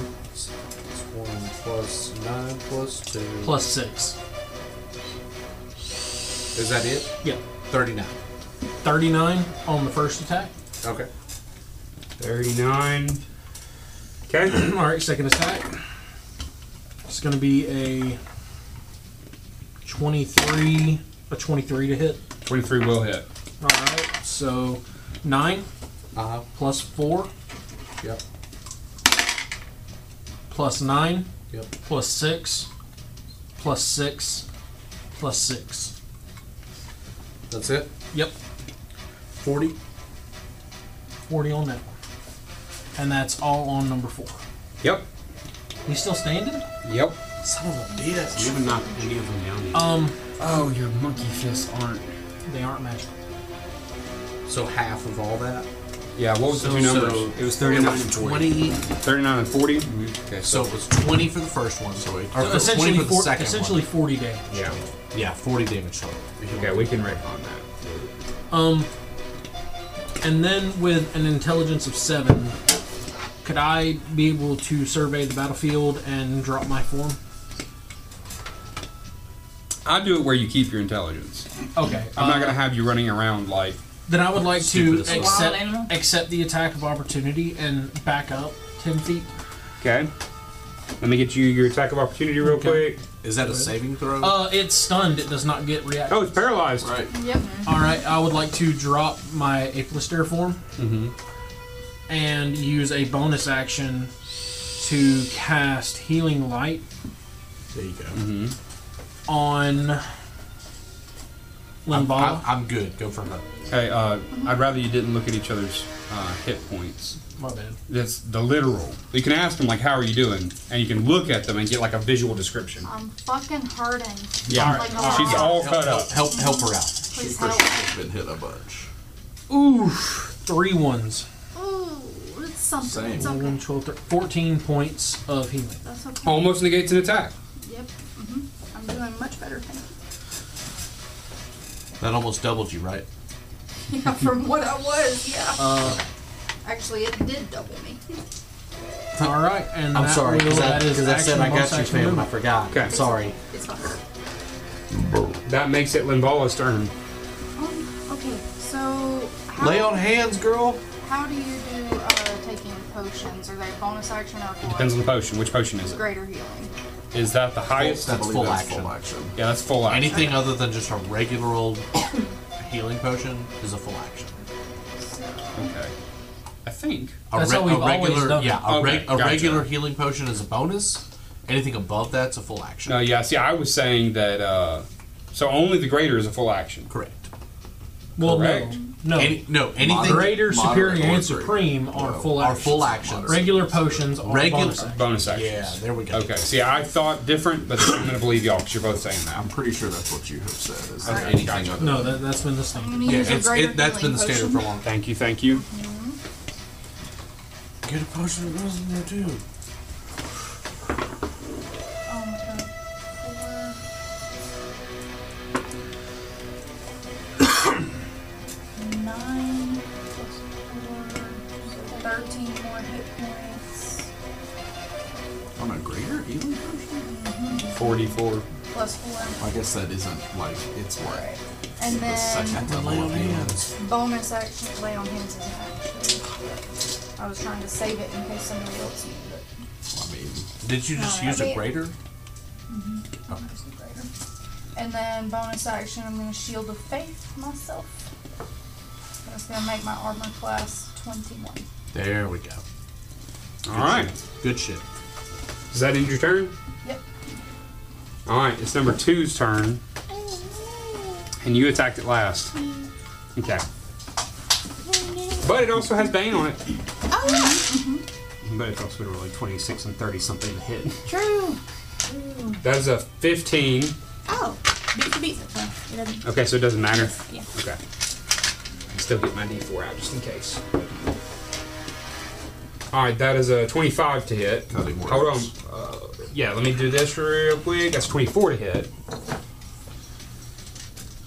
S4: one, plus nine, plus two,
S3: plus six.
S4: Is that it?
S3: Yeah.
S4: Thirty-nine.
S3: Thirty-nine on the first attack.
S4: Okay.
S2: Thirty-nine. Okay.
S3: All right, second attack. It's going to be a twenty-three, a twenty-three to hit.
S2: Twenty-three will hit.
S3: All right, so nine
S4: uh-huh.
S3: plus four.
S4: Yep.
S3: Plus nine.
S4: Yep.
S3: Plus six. Plus six. Plus six.
S4: That's it.
S3: Yep.
S4: Forty.
S3: Forty on that one. And that's all on number four.
S2: Yep.
S3: He's still standing.
S2: Yep.
S3: Son of a bitch.
S20: You haven't knocked any of them down yet.
S3: Um.
S2: Oh, your monkey fists aren't.
S3: They aren't magical.
S4: So half of all that.
S2: Yeah, what was the
S4: So-
S2: two numbers?
S4: so It was 39 it was and Mm-hmm. 40. 20.
S2: 39 and 40? Okay,
S4: So it was twenty for the first one. So
S3: So essentially,
S4: twenty for the
S3: four-
S4: second
S3: essentially forty damage.
S4: one. Yeah. Yeah, forty damage total.
S2: Okay, we can rip on that.
S3: Um, and then with an intelligence of seven, could I be able to survey the battlefield and drop my form?
S2: I do it where you keep your intelligence.
S3: Okay,
S2: I'm not
S3: uh,
S2: gonna have you running around like.
S3: Then I would like to
S2: Stupid as well.
S3: accept
S2: Wild
S3: accept the attack of opportunity and back up ten feet.
S2: Okay. Let me get you your attack of opportunity real quick.
S4: Is that a saving throw?
S3: Uh, it's stunned. It does not get react.
S2: Oh, it's paralyzed.
S4: Right.
S17: Yep.
S3: All right, I would like to drop my Aplister form
S2: Mm-hmm.
S3: and use a bonus action to cast Healing Light
S4: There you go.
S3: on
S4: I'm,
S3: Limbala.
S4: I'm, I'm good. Go for her.
S2: Okay. Uh, I'd rather you didn't look at each other's uh, hit points.
S3: My bad.
S2: That's the literal. You can ask them like, "How are you doing?" and you can look at them and get like a visual description.
S7: I'm fucking hurting.
S2: Yeah.
S7: Like a
S2: She's
S7: lot.
S2: all cut up.
S4: Help, help her out.
S7: Please
S8: for
S7: help.
S8: sure has been hit a bunch.
S3: Ooh, three ones.
S7: Ooh, it's something. It's okay.
S3: 11, 12, 13, 14 points of healing.
S7: That's okay.
S2: Almost negates an attack.
S7: Yep. hmm I'm doing much better. Thank
S4: That almost doubled you, right?
S7: you. Yeah, from what I was. Yeah.
S4: Uh,
S7: Actually, it did double me.
S3: All right, and
S4: I'm
S3: that
S4: sorry,
S3: will-
S4: because
S3: that is
S4: I
S3: action,
S4: said I got
S3: bonus
S4: you,
S3: action,
S4: fam, and I
S3: movement.
S4: forgot.
S2: Okay.
S4: Sorry.
S7: It's fine.
S2: That makes it Limbala's turn.
S7: Um, okay, so how,
S4: Lay on hands, girl.
S7: how do you do uh, taking potions? Are they bonus action or what?
S2: Depends on the potion. Which potion is it?
S7: Greater healing.
S2: Is that the highest?
S4: That's full action.
S2: Yeah, that's full action.
S4: Anything other than just a regular old healing potion is a full action.
S2: Okay. I think.
S4: A,
S2: That's
S4: re-
S2: how we've
S4: a
S2: always
S4: regular,
S2: done it.
S4: yeah, a,
S2: Okay,
S4: reg- a
S2: gotcha.
S4: regular healing potion is a bonus. Anything above that's a full action.
S2: No, yeah. See, I was saying that. Uh, so only the greater is a full action.
S4: Correct.
S3: Well,
S2: Correct.
S3: no, no.
S4: Any- no, anything-
S3: greater,
S4: Moderate
S3: superior,
S4: or
S3: and supreme are full
S4: Are
S3: actions.
S4: full actions.
S3: Regular potions are
S2: Regular-
S3: bonus actions.
S2: bonus actions.
S4: Yeah, there we go.
S2: Okay. See, I thought different, but I'm gonna believe y'all because you're both saying that. I'm
S8: pretty sure that's what you have said. Is
S2: Okay,
S8: there anything
S2: gotcha.
S8: other
S3: No, that, that's been the standard.
S7: gonna use a greater healing potion.
S4: long.
S2: Thank you. Thank you.
S4: Get a potion that wasn't there too.
S7: Oh my god. Four. Nine plus four. Thirteen more hit points.
S8: On a greater healing potion?
S2: Forty-four.
S7: Plus four.
S8: I guess that isn't like it's what
S7: And
S8: the second
S7: then
S8: level of hands.
S7: bonus action lay on hands is an action. I was trying to save it in case somebody else needed it.
S8: I mean,
S4: Did you just
S7: No,
S4: use
S7: I
S4: a
S7: mean-
S4: greater?
S7: Mm-hmm. And then bonus action, I'm gonna shield of faith myself. That's gonna make my armor class 21.
S4: There we go.
S2: All right.
S4: Good shit.
S2: Does that end your turn?
S7: Yep.
S2: All right. It's number two's turn, and you attacked it last. Okay. But it also has bane on it.
S6: Oh, yeah. Mm-hmm.
S20: But it's also really 26 and 30 something to hit.
S6: True.
S2: That is a fifteen.
S6: Oh, beat the beat. Well, it doesn't.
S2: Okay, so it doesn't matter.
S6: Yeah.
S2: Okay. I still get my D4 out just in case. All right, that is a 25 to hit. Hold on. Uh, yeah, let me do this real quick. That's 24 to hit.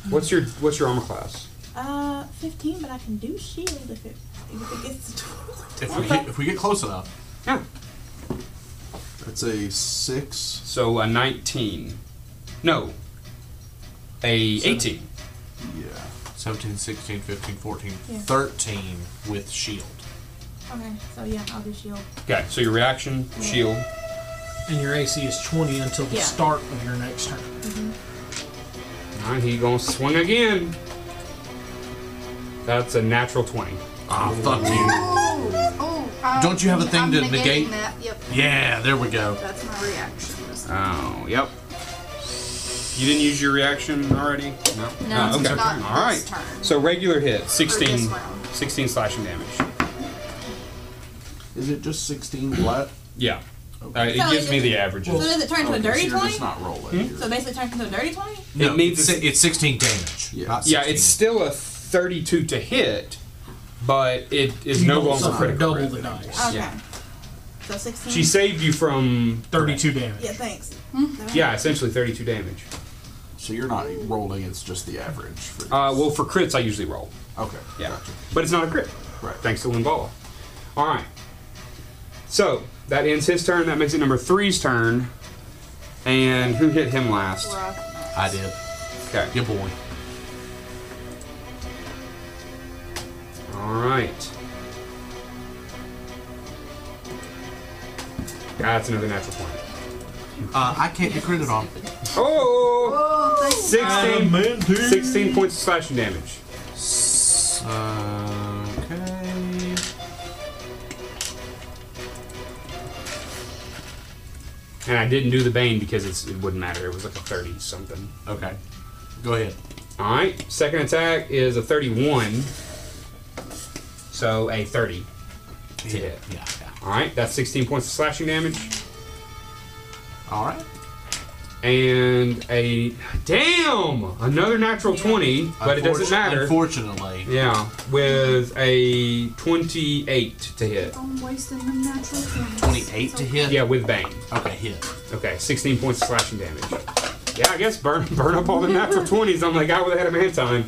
S2: What's your What's your armor class?
S6: Uh, 15, but I can do shield if it, if it gets to 12.
S4: If we get, if we get close enough.
S2: Yeah.
S8: That's a six. So
S2: a nineteen. No. A eighteen.
S8: Yeah.
S4: 17, 16, 15, 14,
S6: Yeah.
S4: 13 with shield.
S6: Okay, so yeah, I'll do shield.
S2: Okay, so your reaction, shield.
S3: And your AC is 20 until the
S6: Yeah.
S3: start of your next turn.
S6: Mm-hmm.
S2: And he gonna swing again. That's a natural twenty.
S4: Ah, fuck you.
S7: Oh, um,
S4: Don't you have a thing
S7: I'm
S4: to
S7: negating
S4: negate?
S7: That. Yep.
S4: Yeah, there we go.
S7: That's my reaction.
S2: Oh, yep. You didn't use your reaction already? No. Oh,
S7: No, it's
S2: okay.
S7: not this
S2: All right.
S7: turn.
S2: So regular hit,
S7: this
S2: 16,
S7: round.
S2: 16 slashing damage.
S8: Is it just 16 flat?
S2: Yeah.
S8: Oh.
S2: Uh, it
S6: So
S2: gives
S6: is
S2: me
S6: it-
S2: the averages.
S6: so does it turn into a
S8: Okay,
S6: dirty
S8: so you're
S6: 20?
S8: just not rolling.
S2: Hmm?
S6: So basically, turn into a dirty 20?
S4: No,
S2: it needs
S4: it's, si- it's 16 damage.
S8: Yeah.
S2: yeah, it's still a 32 to hit, but it is no
S3: Double-
S2: longer critical.
S3: Double the
S2: rate.
S3: dice.
S6: Okay.
S2: Yeah.
S6: So 16?
S2: She saved you from
S3: 32 damage.
S6: Yeah, thanks.
S7: Hmm?
S2: Yeah, essentially 32 damage.
S8: So you're not rolling, it's just the average. For
S2: Uh, well, for crits, I usually roll.
S8: Okay.
S2: Yeah. But it's not a crit.
S8: Right.
S2: Thanks to Limbala. All right. So that ends his turn. That makes it number three's turn. And who hit him last?
S4: I did.
S2: Okay.
S4: Your boy.
S2: All right. That's another natural point.
S4: Uh, I can't get credit on.
S2: Oh!
S7: Oh, thank
S2: 16,
S4: Adamantine.
S2: 16 points of slashing damage.
S4: Uh, okay.
S2: And I didn't do the Bane because it's, it wouldn't matter. It was like a 30 something.
S4: Okay. Go ahead.
S2: All right. Second attack is a 31. So a 30 to hit.
S4: Yeah, yeah.
S2: All right. That's 16 points of slashing damage.
S4: All right.
S2: And a. Damn! Another natural 20, but it doesn't
S4: Unfortu-
S2: matter.
S4: Unfortunately.
S2: Yeah. With a 28 to hit.
S7: I'm wasting the natural things.
S4: 28 to hit.
S2: Yeah, with Bane.
S4: Okay, hit.
S2: Okay, 16 points of slashing damage. Yeah, I guess burn burn up all the natural 20s on the guy with the head of man time.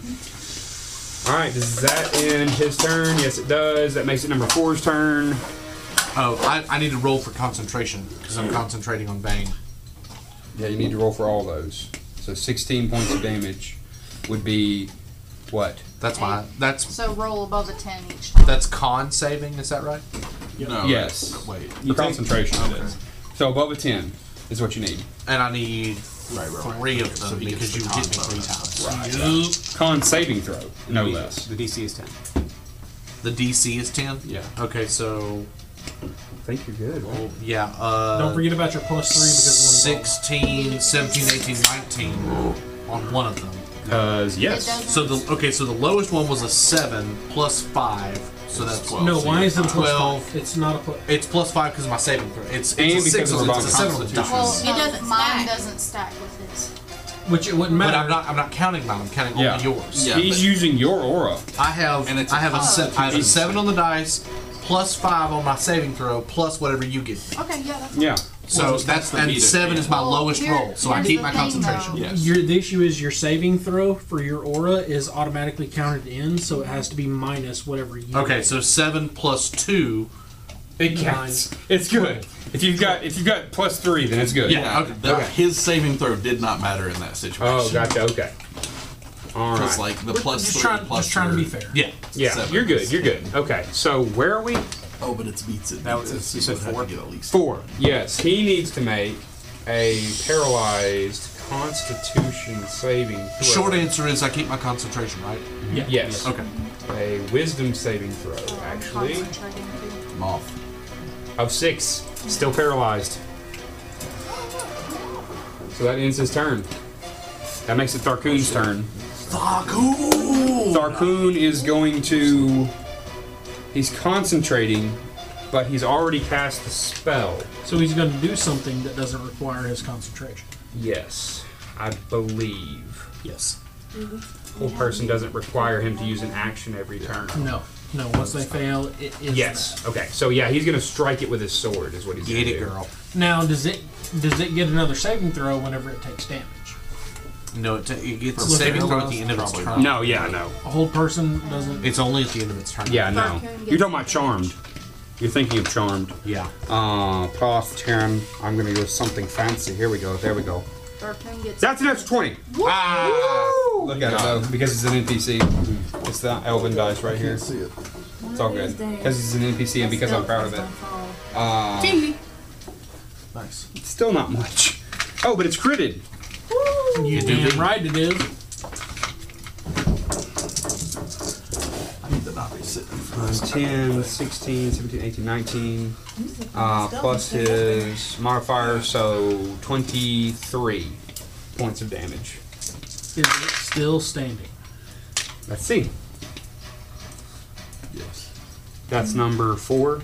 S2: All right, does that end his turn? Yes, it does. That makes it number four's turn.
S4: Oh, I, I need to roll for concentration because I'm concentrating on Bane.
S5: Yeah, you need to roll for all those. So 16 points of damage would be what?
S4: That's my. That's
S7: So roll above a 10 each.
S4: that's con saving. Is that right?
S8: No.
S5: yes.
S8: Wait.
S5: For concentration, it is. So above a 10 is what you need.
S4: And I need
S8: Right, right, right.
S4: three of
S8: So
S4: them
S8: he
S4: because
S8: gets the
S4: you
S8: con
S4: hit me three
S8: bonus.
S4: times.
S5: Con saving throw, no less.
S12: The DC is 10.
S4: The DC is ten.
S8: Yeah.
S4: Okay, so
S2: I think you're good. right?
S4: well, yeah. Uh,
S3: Don't forget about your plus 3 because one
S4: 16, 17, 18, 19 on one of them.
S2: Because yes,
S4: So the okay, so the lowest one was a seven plus five, so that's twelve.
S3: No,
S4: So
S3: why
S4: you're
S3: is it plus
S4: twelve?
S3: 5? It's not a plus.
S4: It's plus five because of my saving throw. It's, it's
S2: And
S4: a
S2: because
S4: six,
S2: of
S4: on-
S2: the
S4: it's a seven on the
S2: constitution.
S4: die.
S7: Well,
S6: It doesn't
S7: mine
S6: stack.
S7: doesn't stack with his.
S3: Which it wouldn't
S4: But
S3: matter.
S4: I'm not. I'm not counting mine. I'm counting
S2: Yeah.
S4: only yours.
S8: Yeah,
S2: he's
S8: but-
S2: using your aura.
S4: I have.
S8: And it's
S4: I have a,
S8: a
S4: se- I have a
S8: constitution
S4: seven on the dice, plus five on my saving throw, plus whatever you get.
S7: Okay, yeah, that's
S2: Yeah,
S4: So that's
S8: just that's the
S4: and
S8: beat it,
S4: seven
S8: yeah.
S4: is my
S7: Well,
S4: lowest
S7: here-
S4: roll, so I
S7: here's
S4: keep
S7: Oh, the
S4: my
S7: thing,
S4: concentration.
S7: though.
S8: Yes.
S3: Your, the issue is your saving throw for your aura is automatically counted in, so it has to be minus whatever you.
S4: Okay, so seven plus two.
S2: it counts. It's good. If you've got if you've got plus three, then it's good.
S4: Yeah,
S8: Yeah,
S4: okay,
S8: that-
S4: okay.
S8: his saving throw did not matter in that situation.
S2: Oh, gotcha. Okay. All
S8: Because,
S2: right.
S8: like, the
S3: We're
S8: plus
S3: just
S8: three,
S3: trying,
S8: plus
S3: just trying to be
S8: your-
S3: fair.
S4: Yeah.
S2: yeah,
S8: seven.
S2: you're good. You're good. Okay, so where are we?
S8: Oh, but it's beats it. That
S12: was-
S8: it's,
S12: you said four?
S8: Get at least
S2: Four. Yes, he needs to make a paralyzed Constitution saving throw.
S4: Short answer is I keep my concentration, right?
S3: Yeah.
S2: Yes.
S4: Okay.
S2: A Wisdom saving throw, actually,
S7: Concentrating too.
S8: Moth.
S2: of six. Still paralyzed. So that ends his turn. That makes it Tharkoon's turn.
S4: Thaku.
S2: Tharkoon is going to. He's concentrating, but he's already cast the spell.
S3: So he's going to do something that doesn't require his concentration.
S2: Yes, I believe.
S3: Yes.
S2: Whole person doesn't require him to use an action every turn.
S3: No. No. Once they fail, it is.
S2: Yes. Okay. So yeah, he's gonna strike it with his sword. Is what he's
S4: Get
S2: gonna
S4: it,
S2: do.
S4: girl.
S3: that. Now, does it does it get another saving throw whenever it takes damage?
S4: No, it, ta- it gets a
S3: Look,
S4: saving throw at
S3: paralyzed?
S4: the end of its
S3: Probably
S4: turn.
S2: No, yeah, no.
S3: A whole person doesn't.
S4: It's only at the end of its turn.
S2: Yeah, no. You're talking about charmed. You're thinking of charmed.
S4: Yeah.
S2: Uh, plus ten. I'm gonna go something fancy. Here we go. There we go.
S7: Darkman gets.
S2: That's an extra twenty. Ah! Look at it though, because it's an NPC. It's the Elvin dice right here.
S8: see it.
S2: It's all good because he's an NPC and because I'm proud of it. Uh,
S8: Nice.
S2: still not much. Oh, but it's critted.
S3: You
S2: do
S3: damn
S2: be.
S3: right it is.
S8: I need to not be sitting.
S2: 10, 16, 17, 18, 19. Uh, plus his modifier, so 23 points of damage.
S3: Is it still standing?
S2: Let's see. Yes. That's number 4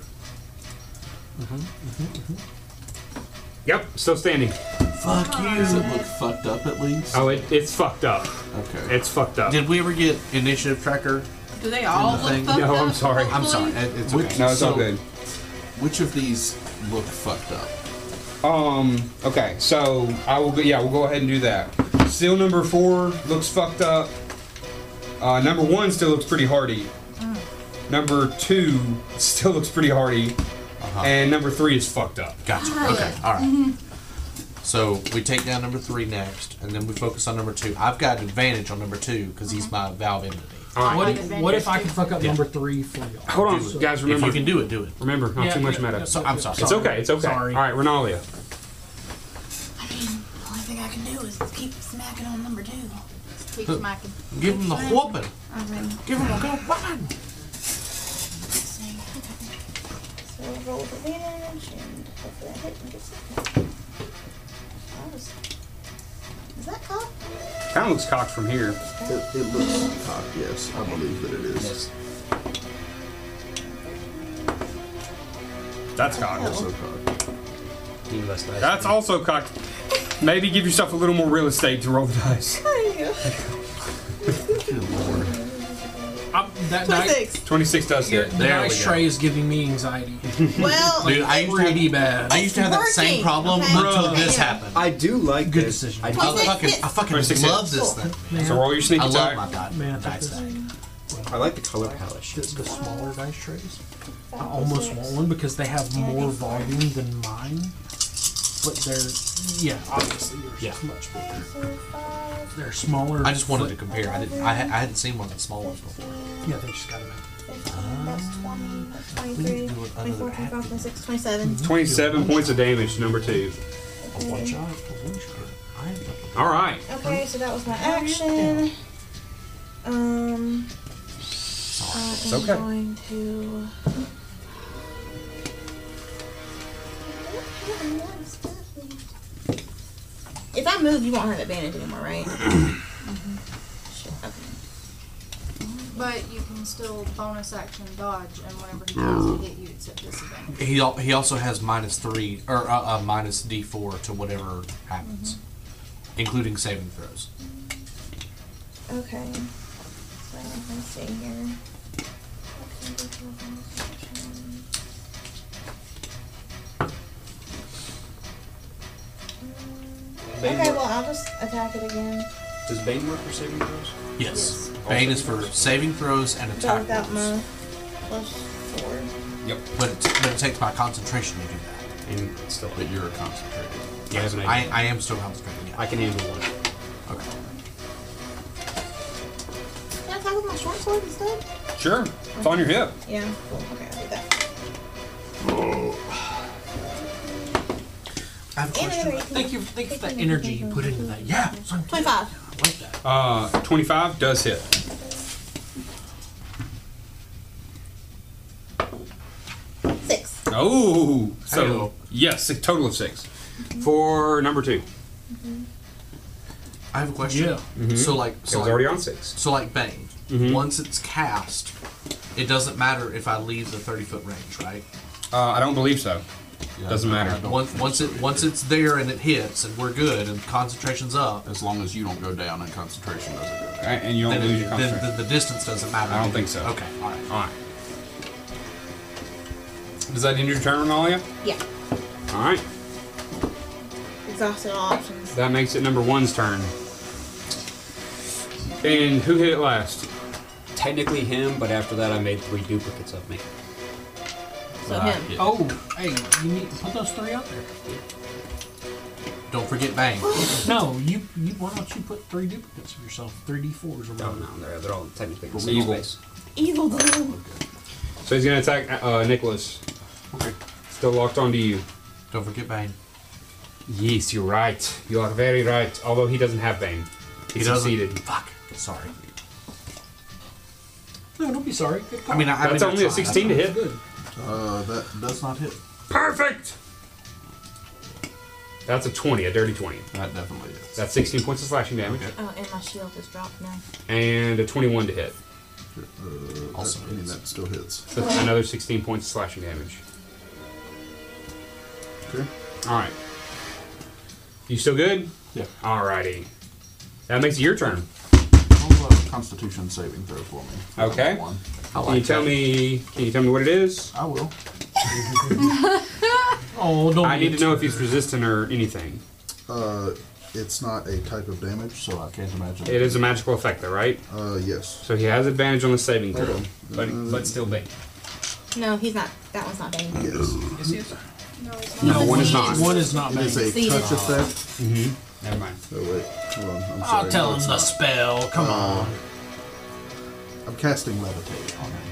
S2: Yep, still standing.
S8: Fuck you. Does it look fucked up at least?
S2: Oh, it, it's fucked up.
S8: Okay.
S2: It's fucked up.
S4: Did we ever get initiative tracker?
S6: Do they all look fucked
S2: No,
S6: up?
S2: I'm sorry.
S4: I'm sorry. It- it's okay.
S2: No, it's all good.
S8: Which of these look fucked up?
S2: Um. Okay. So I will. Go, yeah, we'll go ahead and do that. Seal number four looks fucked up. Uh, number one still looks pretty hardy.
S4: Mm.
S2: Number two still looks pretty hardy. And number three is fucked up.
S4: Gotcha. Okay. All right. So we take down number three next, and then we focus on number two. I've got advantage on number two because he's my valve entity.
S3: What, if, what if I can fuck up
S4: Yeah.
S3: number three for y'all?
S2: Hold on,
S3: So-
S2: guys. Remember,
S4: if you can do it, do it.
S2: Remember, not
S3: Yeah,
S2: too much
S3: yeah,
S2: meta.
S3: yeah,
S4: so- I'm sorry.
S2: It's okay. It's okay.
S3: Sorry.
S2: All right, Renalia.
S6: I mean, the only thing I can do is keep smacking on number two.
S7: Keep smacking.
S4: Give him the whooping.
S7: I mean,
S4: Give him a good one.
S6: So roll with advantage and hopefully I hit and get something. That was- Is that cocked?
S2: Kind of looks cocked from here.
S8: It, it looks like cock, yes. I believe that it is.
S2: That's cocked.
S8: Also cock.
S2: That's also cocked. Maybe give yourself a little more real estate to roll the dice.
S3: I'm- that night,
S6: 26.
S2: Twenty-six does hit.
S3: the dice tray is giving me anxiety.
S6: Well,
S4: Dude, I used to have, E
S3: Pretty bad.
S4: I used to have that same
S6: Working,
S4: problem
S6: okay.
S4: until
S6: Bruh.
S4: this happened.
S12: I do like
S3: Good
S12: this.
S3: decision.
S12: I do,
S4: I
S6: Twenty-six
S4: fucking, I fucking
S2: hits.
S4: love this thing.
S3: Man,
S2: So roll your sneak
S4: I love
S2: attack.
S4: my di-
S3: Man,
S4: dice
S3: this-
S4: stack.
S12: I like the color palette.
S3: the, the smaller dice trays. I almost want one because they have more volume than mine. But they're yeah, obviously yours
S4: Yeah.
S3: is much bigger. They're smaller.
S4: I just wanted to compare. I didn't. I, ha- I hadn't seen one that small ones before.
S3: Yeah, they just got them.
S6: That's 20, that's 23, 24, 25, 26, 27.
S2: Twenty-seven points of damage. Number two.
S4: One
S6: Okay.
S4: shot. One shot. I am
S2: All right.
S6: Okay, so that was my action. Um, I am
S2: okay.
S6: going to. If I move, you won't have advantage anymore, right? Mm-hmm. Shit, okay.
S7: But you can still bonus action dodge, and whenever he tries to hit you, it's at disadvantage.
S4: He al- he also has minus three or uh, uh, minus D four to whatever happens, including saving throws.
S6: Okay. So let's see here. Okay, well, I'll just attack it again.
S12: does Bane work for saving throws?
S4: Yes, Bane is for saving throws and
S6: So
S4: attack
S6: without
S4: rolls,
S6: my plus four.
S2: Yep.
S4: but it, but it takes my concentration to do that.
S12: And still,
S8: But you're concentrated.
S12: I have an idea.
S4: I, I am still concentrating. Yeah.
S12: I can handle one.
S4: Okay.
S6: Can I attack with my short sword instead?
S2: Sure. It's on your hip.
S6: Yeah. Cool. Okay, I'll do that.
S3: I have a
S6: And
S3: question.
S6: another
S3: Thank you, thank you for that energy you put into that.
S4: Ah,
S3: Yeah, son, I
S6: Twenty-five.
S3: like that.
S2: Uh, twenty-five does hit.
S6: Six.
S2: Oh. So yes, a total of six for number two.
S4: I have a question.
S3: Yeah.
S4: So like
S2: Mm-hmm. It
S4: so
S2: was
S4: like,
S2: already on Mm-hmm. six.
S4: so like Bane. Once it's cast, it doesn't matter if I leave the thirty foot range, right?
S2: Uh, I don't believe so. Doesn't matter.
S4: Once once it once it's there and it hits and we're good and concentration's up,
S8: As long as you don't go down and concentration doesn't go down.
S2: Right, and you don't
S4: then,
S2: lose
S4: it,
S2: your
S4: then,
S2: concentration.
S4: then the distance doesn't matter.
S2: I don't think so.
S4: Okay, all right.
S2: All right. Does that end your turn, Renalia?
S6: Yeah.
S2: All right.
S6: Exhausted all options.
S2: That makes it number one's turn. And who hit it last?
S12: Technically him, but after that I made three duplicates of me.
S6: So
S12: Uh,
S6: him.
S12: yeah.
S3: Oh, hey, you need put those three up there.
S4: Don't forget bang.
S3: No, you, you. Why don't you put three duplicates of yourself? Three D fours or
S12: Oh, No,
S3: whatever.
S12: no, they're, they're all technically
S2: But
S12: the
S2: we
S12: same
S2: will-
S12: space.
S6: Evil glue.
S2: So he's gonna attack uh, Nicholas.
S4: Okay.
S2: Still locked onto you.
S4: Don't forget Bane.
S2: Yes, you're right. You are very right. Although he doesn't have Bane. He,
S4: He doesn't.
S2: succeeded.
S4: Fuck. Sorry.
S3: No, don't be sorry. Good call.
S4: I mean, I, I
S2: That's
S4: mean,
S2: only a
S4: fine.
S2: 16 to hit.
S8: Uh, that does not hit.
S2: Perfect! That's a 20, a dirty 20.
S8: That definitely is.
S2: That's 16 points of slashing damage.
S6: Oh, and my shield has dropped now.
S2: And a 21 to hit.
S8: Uh, also, that, I mean, that still hits.
S2: So that's another 16 points of slashing damage.
S8: Okay.
S2: Alright. You still good?
S8: Yeah.
S2: Alrighty. That makes it your turn.
S8: Roll a uh, Constitution saving throw for me.
S2: Okay.
S8: Number One.
S2: Can you tell me can you tell me what it is?
S8: I will.
S3: oh, don't.
S2: I
S3: be
S2: need to know if he's resistant or anything.
S8: Uh, it's not a type of damage, so I can't imagine.
S2: It is a magical effect though, right?
S8: Uh, yes.
S2: So he has advantage on the saving
S8: Hold
S2: throw.
S8: on.
S2: But, but still bait.
S6: No, he's not. That one's not Bane.
S8: Yes.
S2: No, one is not.
S3: One is not
S8: It
S3: bad.
S8: is a
S6: Succeeded.
S8: touch effect.
S2: Mm-hmm. Never mind.
S8: Oh wait, hold on. I'm sorry.
S3: I'll tell
S8: No,
S3: him
S8: it's
S3: the
S8: not.
S3: spell.
S4: Uh,
S3: Come on.
S8: I'm casting levitate on him.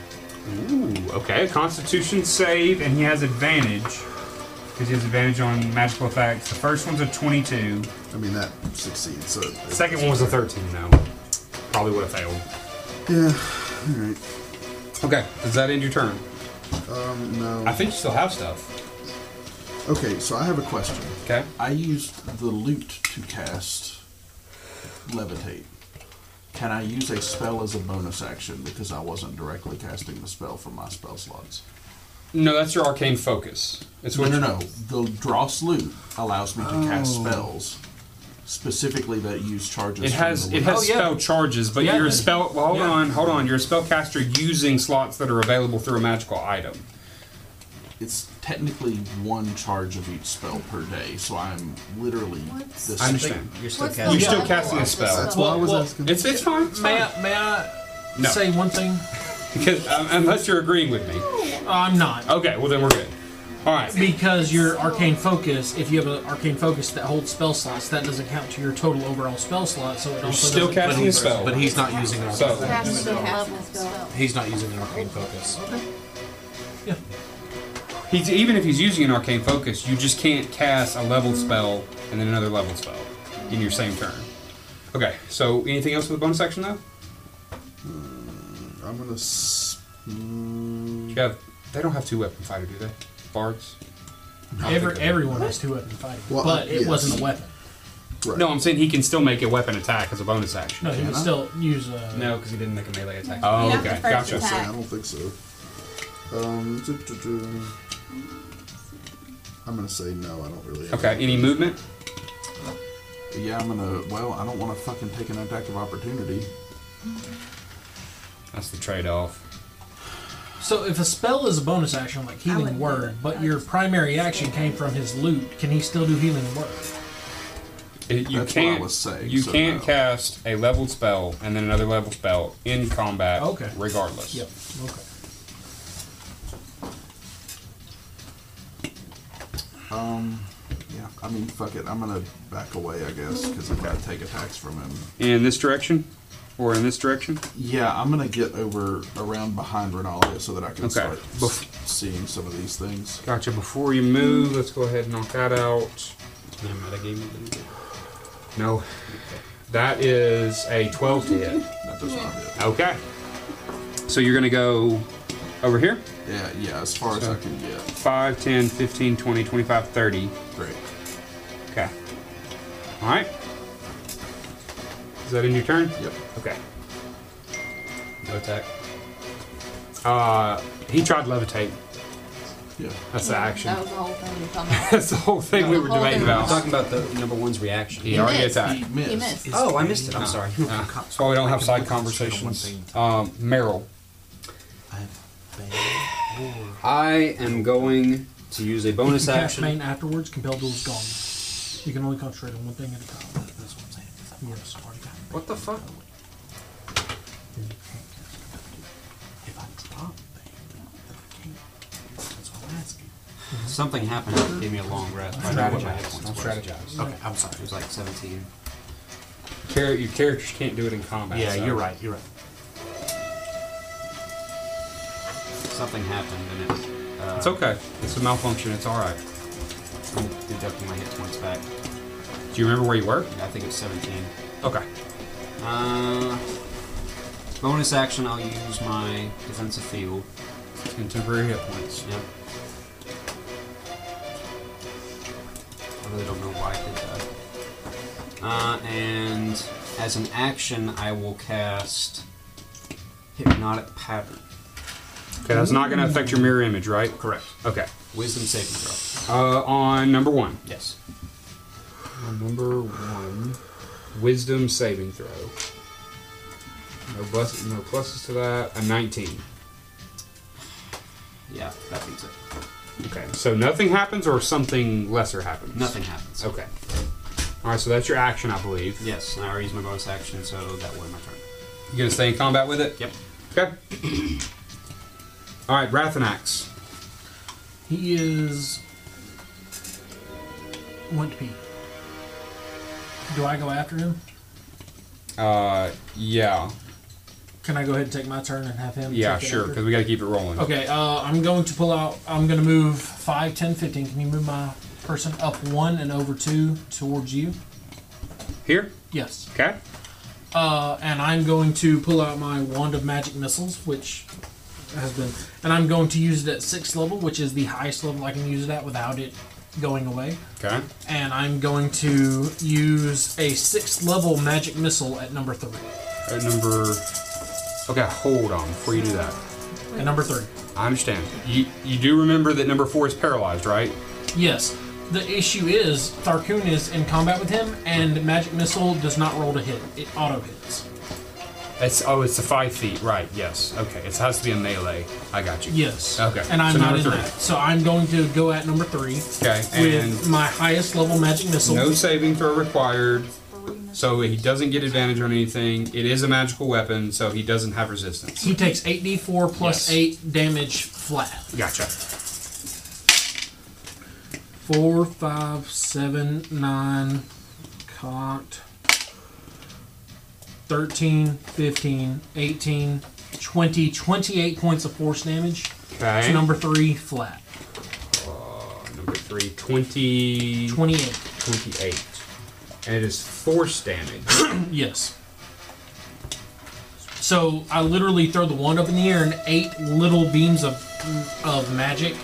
S2: Ooh, okay. Constitution save, and he has advantage because he has advantage on magical effects. The first one's a 22.
S8: I mean that succeeds. So
S2: The second one was a 13, though. Probably would have failed.
S8: Yeah. All right.
S2: Okay. Does that end your turn?
S8: Um, no.
S2: I think you still have stuff.
S8: Okay, so I have a question.
S2: Okay.
S8: I used the loot to cast levitate. Can I use a spell as a bonus action because I wasn't directly casting the spell from my spell slots?
S2: No, that's your arcane focus. It's
S8: No,
S2: what
S8: no,
S2: you-
S8: no. The Dross loot allows me to cast spells specifically that use charges.
S2: It
S8: from
S2: has
S8: the
S2: it
S8: loot.
S2: has
S3: Oh, yeah.
S2: spell charges, but
S3: Yeah.
S2: you're a spell. Well, hold
S3: Yeah.
S2: on, hold on. You're a spellcaster using slots that are available through a magical item.
S8: It's technically one charge of each spell per day, so I'm literally
S7: What's-
S8: this.
S2: I understand.
S12: You're still
S7: What's the
S2: You're
S12: casting.
S2: still
S7: level
S2: casting a
S7: of the
S2: spell.
S8: That's why I was
S3: Well,
S8: asking.
S2: It's it's fine. It's
S3: May
S2: fine.
S3: I, may I
S2: No.
S3: say one thing?
S2: Because um, unless you're agreeing with me.
S3: I'm not.
S2: Okay, well then we're good. All right.
S3: Because your arcane focus, if you have an arcane focus that holds spell slots, that doesn't count to your total overall spell slot, so it
S2: You're
S3: also
S2: still
S3: doesn't-
S2: casting a spell.
S4: But he's not using an arcane
S2: So
S4: He's not using an arcane focus.
S3: Yeah.
S2: he's even if he's using an arcane focus, you just can't cast a level spell and then another level spell in your same turn. Okay. So anything else with the bonus action though?
S8: I'm gonna. S- mm,
S2: You have they don't have two weapon fighter, do they? Bards.
S3: Every, everyone has two weapon fighting,
S8: Well,
S3: but it
S8: yes.
S3: wasn't a weapon.
S8: right.
S2: No, I'm saying he can still make a weapon attack as a bonus action.
S3: No, you can
S8: I?
S3: still use a.
S12: No, because he didn't make a melee attack.
S2: Oh,
S6: You have
S2: okay.
S6: the first
S2: Gotcha.
S6: attack.
S8: I don't think so. Um, duh, duh, duh. I'm gonna say no. I don't really. have
S2: Okay. Any movement?
S8: Yeah, I'm gonna. Well, I don't want to fucking take an attack of opportunity.
S2: That's the trade-off.
S3: So if a spell is a bonus action like healing
S6: wouldn't do
S3: word,
S6: it.
S3: but your primary action came from his loot, can he still do healing word?
S2: It- you
S8: That's what I
S2: can't.
S8: was saying,
S2: you
S8: so
S2: can't
S8: no.
S2: cast a leveled spell and then another level spell in combat.
S3: Okay.
S2: Regardless.
S3: Yep. Okay.
S8: Um, yeah. I mean, fuck it. I'm gonna back away, I guess, because I gotta take attacks from him.
S2: In this direction, or in this direction.
S8: Yeah, I'm gonna get over around behind Renalia so that I can
S2: Okay.
S8: start s-
S2: Bef-
S8: seeing some of these things.
S2: Gotcha. Before you move, let's go ahead and knock that out.
S12: No, metagame, he didn't.
S2: No. That is a 12 to hit.
S8: That does not hit.
S2: Okay. So you're going to go over here.
S8: Yeah, yeah. As far as
S2: So-
S8: I can get.
S2: 5, 10, 15, 20, 25, 30.
S8: Great.
S2: Okay. All right. Is that in your turn?
S8: Yep.
S2: Okay.
S12: No attack.
S2: Uh, he tried levitate.
S8: Yeah.
S2: That's the action.
S21: That was the whole thing we talking about.
S2: That's the whole thing we
S21: the
S2: were
S21: whole
S2: debating
S21: thing.
S12: I'm
S2: about.
S12: talking about the number one's reaction.
S2: He already
S21: missed.
S2: attacked.
S8: missed.
S21: He missed.
S12: Oh, I missed it. I'm sorry.
S2: That's why we don't have side conversations. Um, Meryl.
S12: I am going to use a bonus
S3: you can cast main
S12: action.
S3: afterwards, compel duel's gone. You can only concentrate on one thing at a time. That's what I'm saying. Yes, already got it.
S12: What the fuck?
S4: If I drop things, then I can't. That's what I'm asking.
S12: Something happened that gave me a long rest. but I don't know what my hit points were.
S4: Strategize. Okay, I'm sorry.
S12: It was like 17.
S2: Char- your characters can't do it in combat.
S4: Yeah,
S2: so-
S4: you're right. You're right.
S12: Something happened and it. Uh,
S2: It's okay. It's a malfunction. It's all right.
S12: I'm deducting my hit points back.
S2: Do you remember where you were?
S12: I think it's 17.
S2: Okay.
S12: Uh, bonus action, I'll use my defensive field.
S2: Contemporary hit points.
S12: Yep. I really don't know why I did that. Uh, and as an action, I will cast Hypnotic Pattern.
S2: Okay, that's not going to affect your mirror image, right?
S12: Correct.
S2: Okay.
S12: Wisdom saving throw.
S2: Uh, on number one.
S12: Yes.
S2: On number one, wisdom saving throw. No plus, no pluses to that. A 19.
S12: Yeah, that beats it.
S2: Okay, so nothing happens or something lesser happens?
S12: Nothing happens.
S2: Okay. Alright, so that's your action, I believe.
S12: Yes, and I already used my bonus action, so that was my turn.
S2: You gonna stay in combat with it?
S12: Yep.
S2: Okay. Alright, Rathanax.
S3: He is one to pee. Do I go after him?
S2: Uh, yeah.
S3: Can I go ahead and take my turn and have him?
S2: Yeah,
S3: take it
S2: sure,
S3: after?
S2: because we gotta keep it rolling.
S3: Okay, uh, I'm going to pull out. I'm going to move 5, 10, 15. Can you move my person up one and over two towards you?
S2: Here?
S3: Yes.
S2: Okay.
S3: Uh, and I'm going to pull out my Wand of Magic Missiles, which has been. And I'm going to use it at 6th level, which is the highest level I can use it at without it going away.
S2: Okay.
S3: And I'm going to use a 6th level Magic Missile at number 3.
S2: At number. Okay, hold on before you do that.
S3: At number 3.
S2: I understand. You you do remember that number four is paralyzed, right?
S3: Yes. The issue is Tharkoon is in combat with him, and Magic Missile does not roll to hit. It auto hits.
S2: It's oh, it's the five feet, right? Yes. Okay, it has to be a melee. I got you.
S3: Yes.
S2: Okay.
S3: And I'm
S2: so
S3: not
S2: number
S3: in
S2: three.
S3: that. So I'm going to go at number three.
S2: Okay,
S3: With
S2: and-
S3: my highest level Magic Missile.
S2: No saving throw required. So he doesn't get advantage on anything. It is a magical weapon, so he doesn't have resistance.
S3: He takes 8d4 plus
S2: Yes.
S3: 8 damage flat.
S2: Gotcha.
S3: Four, five, seven, nine, cocked. 13, 15, 18, 20, 28 points of force damage.
S2: Okay.
S3: To number three, flat.
S2: Number three, 20...
S3: 28.
S2: 28. And it is force damage.
S3: yes. So I literally throw the wand up in the air, and eight little beams of of magic.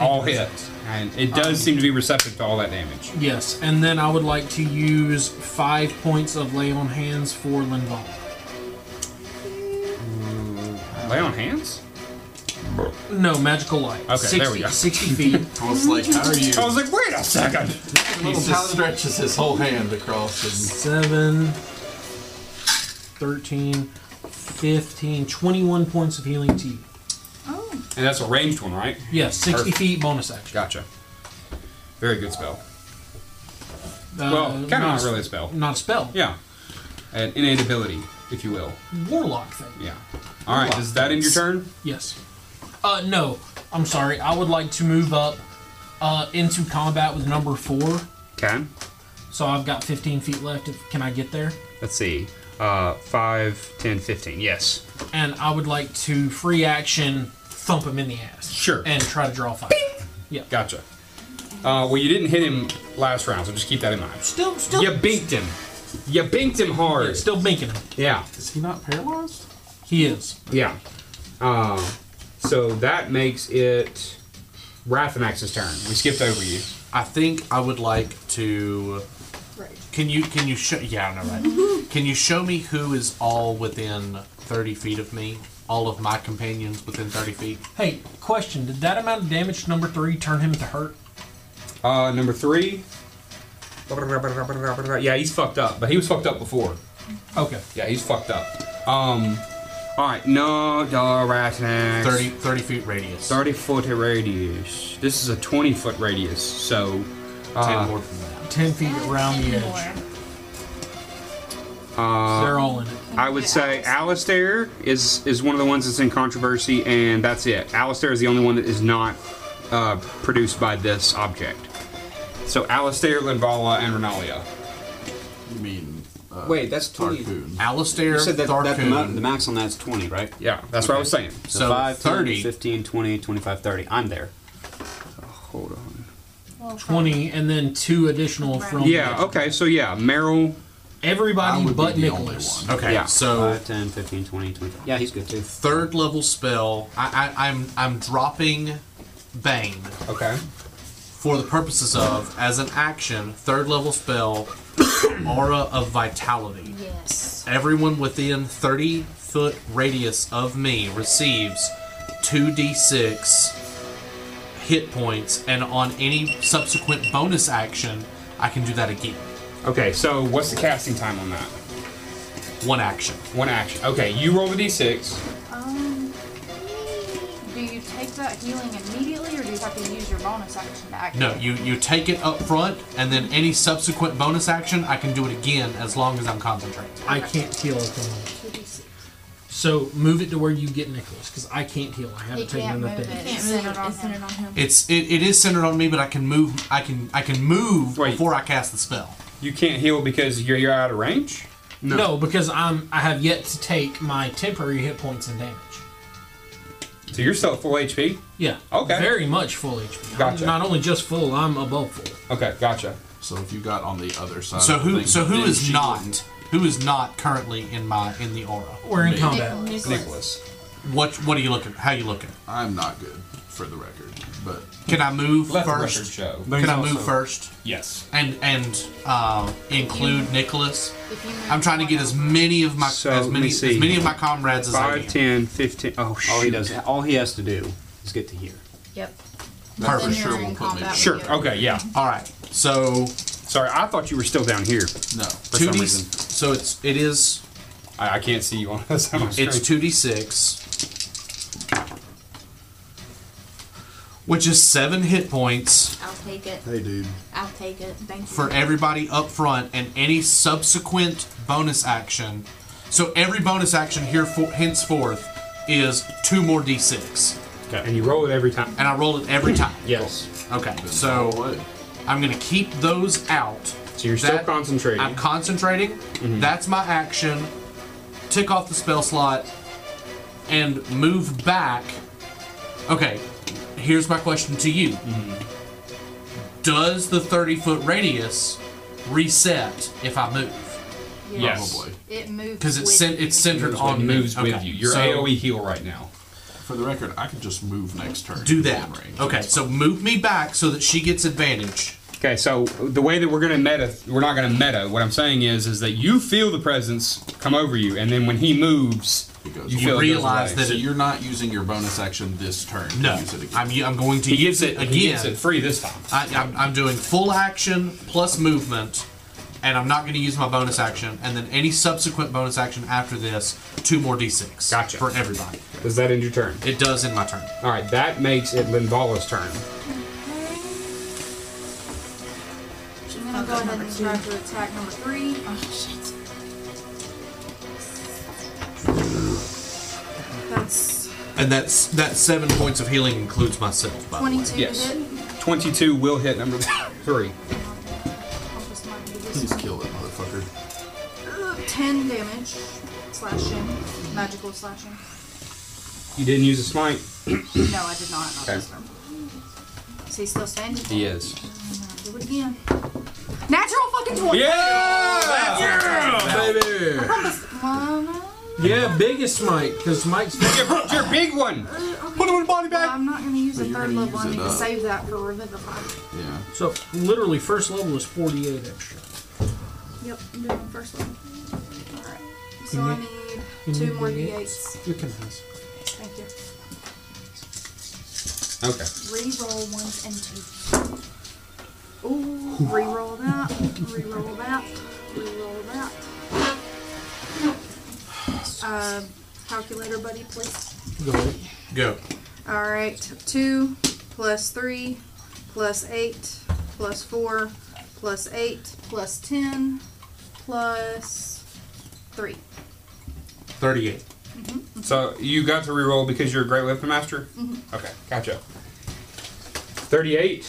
S2: all hits. And it does seem to be receptive to all that damage.
S3: Yes, and then I would like to use five points of lay on hands for Linval.
S2: Lay on hands?
S3: No magical light.
S2: Okay,
S3: 60,
S2: there we go.
S3: Sixty feet.
S8: I was like, how are you?
S2: I was like, wait a second.
S8: He just stretches his whole hand across and
S3: Seven, 13, 15, 21 points of healing to you.
S2: And that's a ranged one, right?
S3: Yes, 60
S2: Perfect.
S3: feet bonus action.
S2: Gotcha. Very good spell.
S3: Uh,
S2: well, kind of
S3: not
S2: not
S3: a-
S2: really a spell.
S3: Not a spell.
S2: Yeah. An innate ability, if you will.
S3: Warlock thing.
S2: Yeah. All right, does that end your turn?
S3: Yes. Uh, no. I'm sorry. I would like to move up uh, into combat with number four.
S2: Okay.
S3: So I've got 15 feet left. If, can I get there?
S2: Let's see. Uh, 5, 10, 15. Yes.
S3: And I would like to free action thump him in the ass.
S2: Sure.
S3: And try to draw fire. Yeah.
S2: Gotcha. Uh, well, you didn't hit him last round, so just keep that in mind.
S3: Still, still.
S2: You binked him. You binked him hard. Yeah.
S3: Still making him.
S8: is he not paralyzed?
S3: He is.
S2: Yeah. Uh, so that makes it Rathanax's turn. We skipped over you.
S4: I think I would like to. Can you can you show? Yeah, I know, right? can you show me who is all within thirty feet of me? All of my companions within thirty feet.
S3: Hey, question. Did that amount of damage to number three turn him to hurt?
S2: Uh, number three. Yeah, he's fucked up, but he was fucked up before.
S3: Okay.
S2: Yeah, he's fucked up. Um, all right, no, no, Rathanax.
S4: 30, 30 feet radius.
S2: 30 foot radius. This is a 20 foot radius, so.
S4: Ten
S2: Uh,
S4: more than that.
S3: Ten feet around the edge.
S2: uh,
S3: They're all in it.
S2: I would say Alistair is is one of the ones that's in controversy, and that's it. Alistair is the only one that is not uh, produced by this object. So Alistair, Linvala, and Renalia.
S8: You mean? Uh,
S12: Wait, that's 20.
S4: Alistair,
S12: You said that, that the, ma-
S4: Tharkoon.
S12: the max on that's 20, right?
S2: Yeah, that's what I was saying.
S12: So,
S4: So
S12: 5, 10,
S4: 30.
S12: 15, 20, 25, 30. I'm there.
S2: Hold on.
S3: Twenty, and then two additional from.
S2: Yeah. Okay. So yeah, Meryl.
S3: Everybody but Nicholas.
S4: Okay,
S2: Yeah.
S4: so
S12: 5, 10, 15, 20, 25. Yeah, he's good too.
S4: third level spell. I, I, I'm I'm dropping Bane
S2: Okay.
S4: for the purposes of as an action. Third level spell, Aura of Vitality.
S7: Yes.
S4: Everyone within 30 foot radius of me receives 2d6 hit points, and on any subsequent bonus action, I can do that again.
S2: Okay. So what's the casting time on that?
S4: One action.
S2: One action. Okay. You roll the d6.
S7: Um, do you take that healing immediately, or do you have to use your bonus action to activate?
S4: No, you, you take it up front, and then any subsequent bonus action, I can do it again as long as I'm concentrating.
S3: I can't heal at the moment. So move it to where you get Nicholas, because I can't heal. I
S7: He
S3: haven't taken
S7: can't move
S3: enough
S7: it.
S3: damage.
S7: It's centered on him.
S4: It's it, it is centered on me, but I can move. I can I can move
S2: Wait.
S4: before I cast the spell.
S2: You can't heal because you're, you're out of range.
S3: No. because I'm I have yet to take my temporary hit points and damage.
S2: So you're still at full HP.
S3: Yeah.
S2: Okay.
S3: Very much full HP. I'm
S2: Gotcha.
S3: not only just full, I'm above full.
S2: Okay. Gotcha.
S8: So if you got on the other side.
S4: So
S8: of the
S4: who
S8: thing,
S4: so who
S8: then
S4: is
S8: she
S4: not
S8: wouldn't-
S4: who is not currently in my in the aura?
S3: We're in
S8: Me.
S3: combat.
S2: Nicholas.
S4: What what are you looking? How you looking?
S8: I'm not good for the record, but
S4: Can I move
S2: Let the record
S4: first?
S2: show.
S4: Can I move first
S2: Yes.
S4: and and uh, include Nicholas?
S7: If you move
S4: I'm trying to get as many of my
S2: So,
S4: as
S2: let
S4: many
S2: me see.
S4: as many of my comrades as I
S2: 5,
S4: can.
S2: 10, 15. Oh, shoot.
S12: All he does, all he has to do is get to here.
S7: Yep.
S8: that's for
S7: Then you're
S8: sure
S7: in
S8: will put me.
S7: combat.
S2: Sure. Okay. Yeah.
S4: All right. So
S2: Sorry, I thought you were still down here.
S8: No.
S4: two
S2: some
S4: d.
S2: reason.
S4: So it's it is
S2: I, I can't see you on this.
S4: It's 2d6, which is 7 hit points
S6: I'll take it.
S8: Hey, dude.
S6: I'll take it. Thank you.
S4: for everybody up front and any subsequent bonus action. So every bonus action here for, henceforth is 2 more d6.
S2: and you roll it every time.
S4: And I roll it every time.
S2: Yes.
S4: Okay,
S8: No
S4: so
S8: way.
S4: I'm going to keep those out.
S2: So you're still
S4: That-
S2: concentrating. Mm-hmm.
S4: I'm concentrating. That's my action. Tick off the spell slot and move back. Okay, here's my question to you
S2: Mm-hmm.
S4: Does the 30 foot radius reset if I move?
S2: Yes.
S8: Probably.
S7: It moves.
S4: Because it's,
S7: with
S4: cen-
S7: you.
S4: it's centered
S2: Yours
S4: on me.
S2: moves with
S4: Okay,
S2: you. Your E
S4: so
S2: AoE heal right now.
S8: For the record, I could just move next turn.
S4: Do
S8: within
S4: that.
S8: range.
S4: Okay, so move me back so that she gets advantage.
S2: Okay, so the way that we're gonna meta, we're not gonna meta. What I'm saying is, is that you feel the presence come over you, and then when he moves,
S8: It goes
S2: you
S8: away.
S2: feel it goes
S4: realize
S2: away.
S4: that
S8: So
S4: it-
S8: you're not using your bonus action this turn. to
S4: No,
S8: Use it again.
S4: I'm, I'm going to
S2: he
S4: use
S2: gives
S4: it
S2: it
S4: again.
S2: He gives it free this time.
S4: I, I'm, I'm doing full action plus movement, and I'm not going to use my bonus action, and then any subsequent bonus action after this, two more d6.
S2: Gotcha.
S4: For everybody.
S2: Does that end your turn?
S4: It does in my turn.
S2: All right, that makes it Linvala's turn.
S7: I'm gonna go ahead and try to attack number three.
S6: Oh, shit.
S7: That's
S4: And that's that seven points of healing includes myself, by the way.
S7: twenty-two
S2: Yes.
S7: to hit.
S2: Twenty-two will hit number three.
S7: Hope this might be this
S8: Please
S7: one.
S8: kill that motherfucker.
S7: Uh, Ten damage, slashing, magical slashing.
S2: You didn't use a smite.
S7: No, I did not. Not this
S2: Okay.
S7: time. Is he still standing?
S2: He is.
S7: Do it again. Natural fucking twenty.
S2: Yeah, yeah, baby.
S7: Mama.
S15: Yeah, biggest smite, because Mike's.
S2: Your, your big one.
S7: Okay.
S2: him in body
S7: Well, I'm not gonna use a
S8: you're
S7: third
S8: gonna
S7: level.
S8: use
S7: I need
S8: it uh,
S7: to
S8: up.
S7: save that for revivify.
S8: Yeah.
S15: So, literally, first level is 48 extra.
S7: Yep, I'm doing first level. All right. So I need two more d8s.
S15: You can pass.
S7: Thank you.
S2: Okay.
S7: Reroll ones and twos. Ooh, reroll that, reroll that, reroll that. Uh, calculator buddy, please.
S15: Go ahead.
S4: Go.
S7: Alright, two plus three plus eight plus four plus eight plus ten plus three.
S2: 38. So you got to reroll because you're a great weapon master?
S7: Mhm.
S2: Okay, gotcha. 38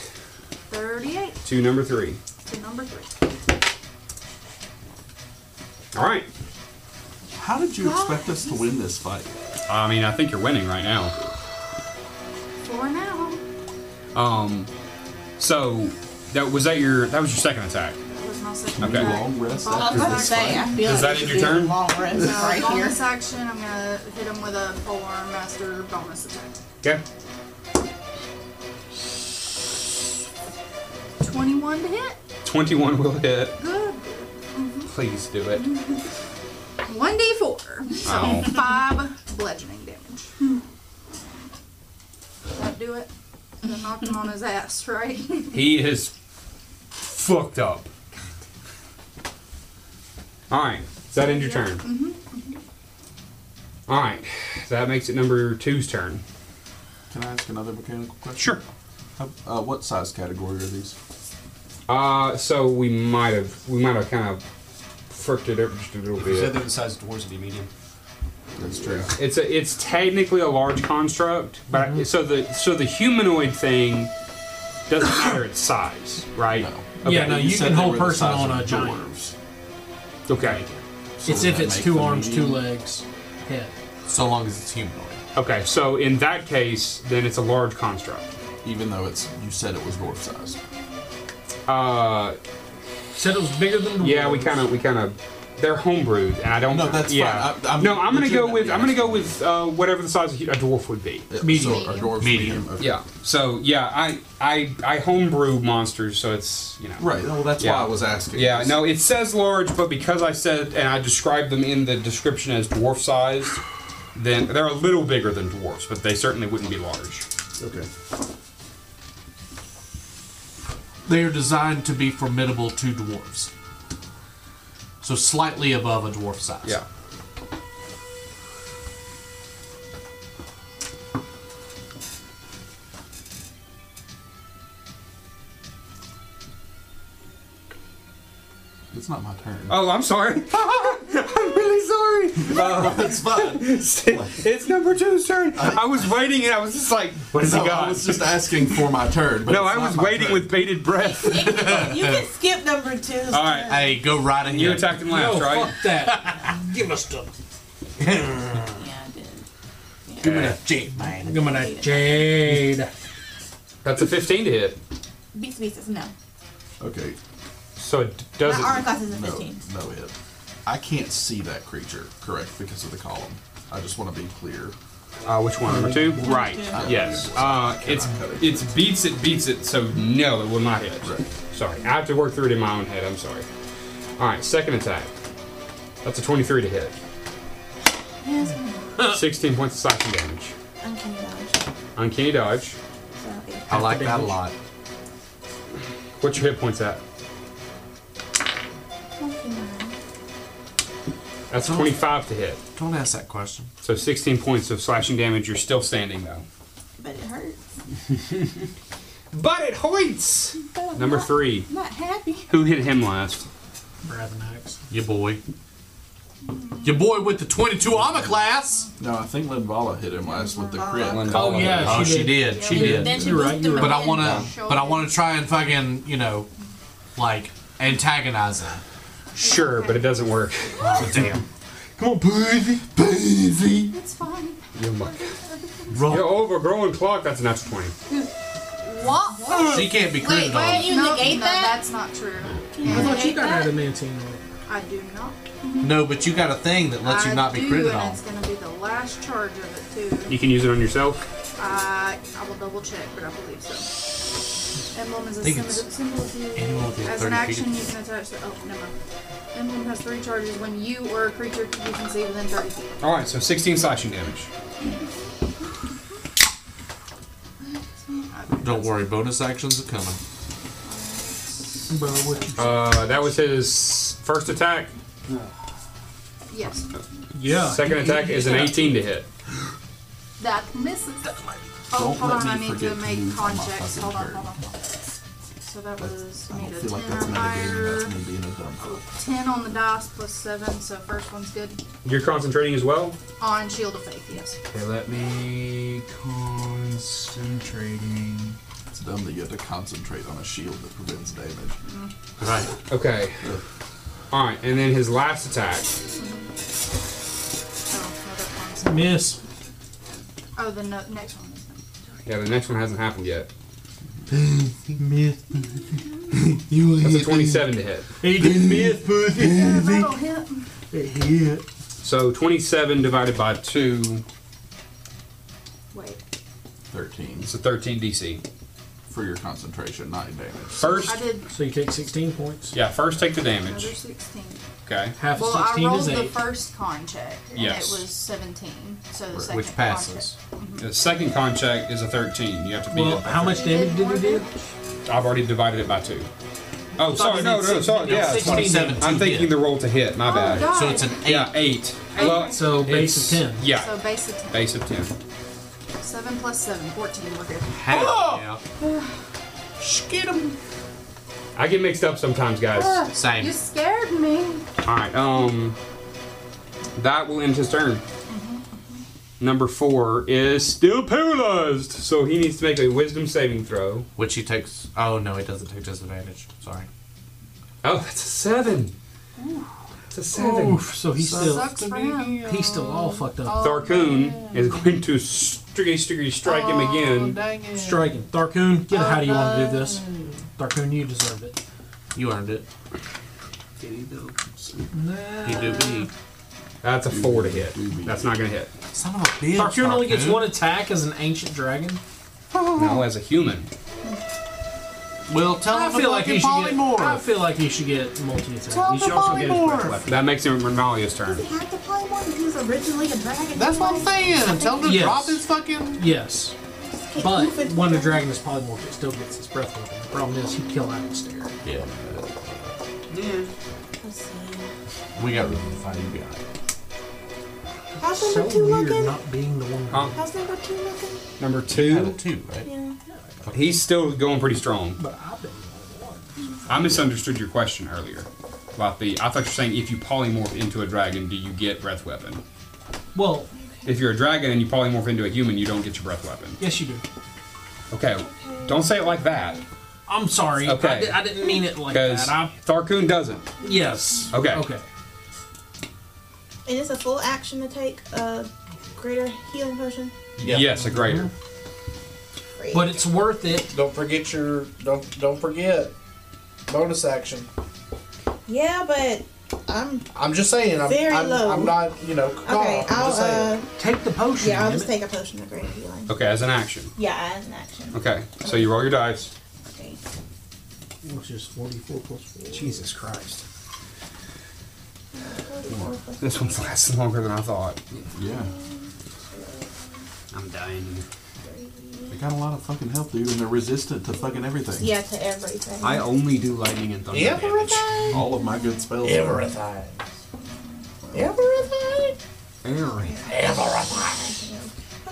S7: 38
S2: to number 3.
S7: to number 3.
S2: All right.
S8: How did you expect us to win this fight?
S2: I mean, I think you're winning right now.
S7: For now.
S2: Um, so that was that your that was your second attack.
S7: That was my second
S2: Okay.
S7: attack.
S2: Long rest
S7: Well, I was
S2: after
S7: about to
S2: this
S7: say,
S2: fight.
S7: I feel
S2: Does
S7: like
S2: that
S7: it
S2: end
S7: should
S2: your
S7: be a
S2: turn?
S7: long rest
S2: No,
S7: right here.
S17: bonus
S7: action. I'm gonna hit him with a forearm master bonus attack.
S2: Okay.
S7: 21 to hit.
S2: 21 will hit.
S7: Good.
S2: Please do it.
S7: 1d4. So
S2: Ow.
S7: 5 bludgeoning damage. That do it. I knocked him on his ass, right?
S2: He is fucked up. All right. Does that end your turn?
S7: hmm
S2: All right. That makes it number two's turn.
S8: Can I ask another mechanical question?
S2: Sure.
S8: Uh, what size category are these?
S2: Uh, so we might have we might have kind of fricked it up just a little
S12: You said
S2: bit.
S12: they're the size of dwarves would be medium.
S8: That's true.
S2: It's a, it's technically a large construct, but so the so the humanoid thing doesn't matter its size, right?
S3: yeah, no, you, can hold person on a giant.
S2: Okay.
S3: it's if it's two arms, two legs, head.
S2: So long as it's humanoid. Okay, so in that case, then it's a large construct.
S8: Even though it's you said it was dwarf size.
S2: Uh,
S3: said it was bigger than.
S2: Yeah, we kind of we kind of they're homebrewed, and I don't.
S8: No, that's
S2: yeah.
S8: fine. I- I'm-
S2: no, I'm gonna go
S8: legitimate,
S2: with I'm gonna
S8: yes.
S2: go with uh, whatever the size of a dwarf would be.
S8: Yeah, so a dwarf's medium, okay.
S2: Yeah. So yeah, I I I homebrew monsters, so it's you know.
S8: Right, well, that's why I was asking.
S2: Yeah. No, it says large, but because I said and I described them in the description as dwarf sized, then they're a little bigger than dwarfs, but they certainly wouldn't be large.
S8: Okay.
S4: They are designed to be formidable to dwarves. So slightly above a dwarf size.
S2: Yeah.
S8: It's not my turn.
S2: Oh, I'm sorry. I'm really sorry. Uh,
S8: it's fine.
S2: it's number two's turn. I was waiting and I was just like, "Oh, what has
S8: no,
S2: he got?
S8: I was just asking for my turn. But
S2: no,
S8: it's
S2: I
S8: not
S2: was
S8: my
S2: waiting
S8: turn.
S2: with bated breath.
S6: You can skip number two.
S2: All right.
S4: Hey, go right ahead.
S2: You attacked him last,
S3: No,
S2: right?
S3: fuck that. Give us the.
S4: Give me that jade, man.
S3: Give me that jade.
S2: That's a 15 to hit.
S6: Beats beats is no.
S8: Okay.
S2: So it
S6: does My it- armor class is a
S8: no,
S6: 15.
S8: No hit. I can't see that creature, correct, because of the column. I just want to be clear.
S2: Uh, which one? Number two?
S8: Number
S2: Right.
S8: two. Yeah.
S2: Yes. Uh, it's it's beats it beats it. So no, it will not hit. Sorry, I have to work through it in my own head. I'm sorry. All right, second attack. That's a 23 to hit.
S6: Yes,
S2: 16 points of slashing damage.
S6: uncanny dodge.
S2: Uncanny dodge.
S6: So eight.
S4: I like that a lot.
S2: What's your hit points at?
S6: Uncanny dodge.
S2: That's 25 to hit.
S4: Don't ask that question.
S2: So 16 points of slashing damage. You're still standing though.
S6: But it hurts.
S2: But it hoits.
S6: But I'm
S2: Number
S6: not-
S2: three.
S6: I'm Not happy.
S2: Who hit him last?
S4: Your boy. Your boy with the 22 armor class.
S8: No, I think Linvala hit him last with the crit.
S4: Oh, yeah, Oh, she she did. did. She Yeah, did. then she You're right,
S8: you're
S4: But I want to. But I want to try and fucking you know, like antagonize him.
S2: Sure, but it doesn't work. Damn.
S4: Oh, Come on, pussy, pussy.
S7: It's fine.
S2: You're, my, you're overgrowing clock. That's a natural 20.
S7: What?
S2: She can't be
S7: Wait,
S2: cleared
S7: wait,
S2: on.
S7: you
S6: No,
S7: negate
S6: no,
S7: that? that's not true.
S3: I thought you got adamantine.
S7: I do not.
S4: No, but you got a thing that lets
S7: I
S4: you not be
S7: do,
S4: critted
S7: and
S4: on.
S7: It's going to be the last charge of it, too.
S2: You can use it on yourself.
S7: I I will double check, but I believe so. Emblem is
S2: I
S7: a
S2: think
S7: symbol,
S2: it's
S7: symbol of you.
S2: anyone within
S7: As an
S2: 30
S7: action,
S2: feet.
S7: you can attach the. Oh, never. mind. Emblem has three charges when you or a creature you can see within 30 feet.
S2: All right, so 16 slashing damage.
S4: Don't worry, bonus actions are coming.
S2: Uh, that was his first attack.
S7: Yes.
S2: Yeah. Second attack is an 18 to hit.
S7: That misses. Oh,
S2: Don't
S7: hold
S2: let
S7: on,
S2: me
S7: I need to
S2: forget to
S7: make
S2: move
S7: con
S2: on my
S7: checks.
S2: fucking
S7: Hold on,
S2: turn.
S7: hold on.
S17: So that was
S8: I
S17: you
S8: don't
S17: need a
S8: feel
S17: ten
S8: like
S17: or
S8: that's metagaming. That's
S17: higher.
S8: me being a dumb fuck.
S17: Ten on the dice plus seven, so first one's good.
S2: You're concentrating as well?
S17: On Shield of Faith, yes.
S7: Oh,
S12: Okay, let me concentrating.
S8: It's dumb that you have to concentrate on a shield that prevents damage.
S2: Right. Okay. Alright, and then his last attack.
S3: Miss.
S17: Oh, the no- next one. is-
S2: Yeah, the next one hasn't happened yet.
S3: Myth.
S2: That's a 27 to hit.
S3: He did myth,
S17: Yeah, that'll hit.
S2: So 27 divided by 2,
S17: Wait.
S8: 13.
S2: it's a 13 DC.
S8: For your concentration, not your damage.
S2: First,
S17: I did
S3: So you take 16 points.
S2: yeah, first take the
S17: another
S2: damage.
S17: sixteen.
S2: Okay.
S3: Half of
S17: Well,
S3: 16
S17: I rolled
S3: is
S17: the
S3: 8.
S17: first con check, and
S2: Yes.
S17: it was seventeen. So the
S2: Right.
S17: second
S2: Which passes.
S17: Con check. Mhm.
S2: The second con check is a 13. You have to beat
S3: Well,
S2: it.
S3: how much damage did you do?
S2: I've already divided it by 2. Oh,
S3: Thought
S2: sorry,
S3: you
S2: no,
S3: did
S2: no,
S3: six-
S2: sorry.
S3: no,
S2: Yeah,
S3: sixteen damage.
S2: I'm thinking the roll to hit, my bad.
S17: Oh God. So it's an
S2: Yeah, 8. Well,
S3: So base of
S2: it's-
S3: 10.
S2: Yeah,
S17: So base of ten.
S2: base of 10.
S17: Seven plus seven, 14 We're good.
S2: Hell
S4: Oh!
S17: Skid him.
S2: I get mixed up sometimes,
S3: Ah.
S2: guys.
S17: You scared me.
S2: All right. Um, that will end his turn.
S3: Mm-hmm.
S2: Number four is still paralyzed, so he needs to make a Wisdom saving throw.
S4: Which he takes. Oh, no, he doesn't take disadvantage. Sorry.
S2: Oh, that's a seven. It's a seven.
S3: Oof, so he's still
S17: Sucks for him.
S3: he's still all fucked
S6: Oh,
S3: up.
S2: Tharkoon is going to sticky, sticky strike him again.
S3: Striking. Tharkoon, get a how do you want to do this? Tharkoon, you deserve it.
S4: You earned it. He do be.
S2: That's a four to hit. That's not going to hit.
S4: Son of a bitch.
S3: Tharkoon only gets
S4: Tharkoon.
S3: one attack as an ancient dragon.
S2: No, as a human.
S4: Well, tell him
S3: I feel
S4: to
S3: like
S4: fucking
S3: he should get.
S4: polymorph.
S3: I feel like he should get multi attack.
S17: Tell
S3: He should
S17: the
S3: also get his breath
S17: polymorph.
S3: weapon.
S2: That makes him Renalia's turn.
S6: He had to play one because he was originally a dragon.
S4: That's what I'm saying. Tell him to
S3: Yes.
S4: drop his fucking.
S3: Yes,
S6: Can't
S3: but
S6: move it.
S3: when the dragon is polymorphed, it still gets its breath weapon. The problem is he kill out and stare.
S4: Yeah.
S6: Let's see.
S4: We got rid of the fight. You got it.
S6: How's
S3: So
S6: number two
S3: weird
S6: looking?
S3: not being the one.
S2: Huh?
S6: How's number two looking?
S2: Number
S4: Title
S2: two,
S4: two, right?
S6: Yeah.
S2: he's still going pretty strong.
S3: But I've been
S2: I misunderstood your question earlier about the. I thought you were saying if you polymorph into a dragon, do you get breath weapon?
S3: well.
S2: If you're a dragon and you polymorph into a human, you don't get your breath weapon.
S3: Yes, you do.
S2: Okay, don't say it like that
S3: I'm sorry.
S2: Okay.
S3: I, di- I didn't mean it like
S2: because
S3: that. I,
S2: Tharkoon doesn't.
S3: yes.
S2: Okay.
S3: Okay.
S6: And it's a full action to take a greater healing potion.
S16: Yeah.
S2: Yes, a greater.
S6: Great.
S3: But it's worth it.
S16: Don't forget your don't don't forget bonus action.
S6: yeah, but I'm
S16: I'm just saying. I'm
S6: Very
S16: I'm,
S6: low.
S16: I'm not you know. Call.
S4: Oh,
S6: okay.
S16: I'm
S6: I'll
S16: just saying.
S6: uh,
S3: Take the potion.
S6: yeah, I'll
S3: damn
S6: just
S3: it.
S6: take a potion of greater healing.
S2: Okay, as an action.
S6: Yeah, as an action.
S2: Okay, so you roll your dice.
S6: Okay.
S3: Which is 44 plus 4.
S2: Jesus Christ. This one's lasting longer than I thought.
S8: Yeah.
S12: I'm dying.
S8: They got a lot of fucking health, dude, and they're resistant to fucking everything.
S6: Yeah, to everything.
S12: I only do lightning and thunder damage.
S6: everything.
S8: All of my good spells. are-
S16: Everything. Everything. Everything.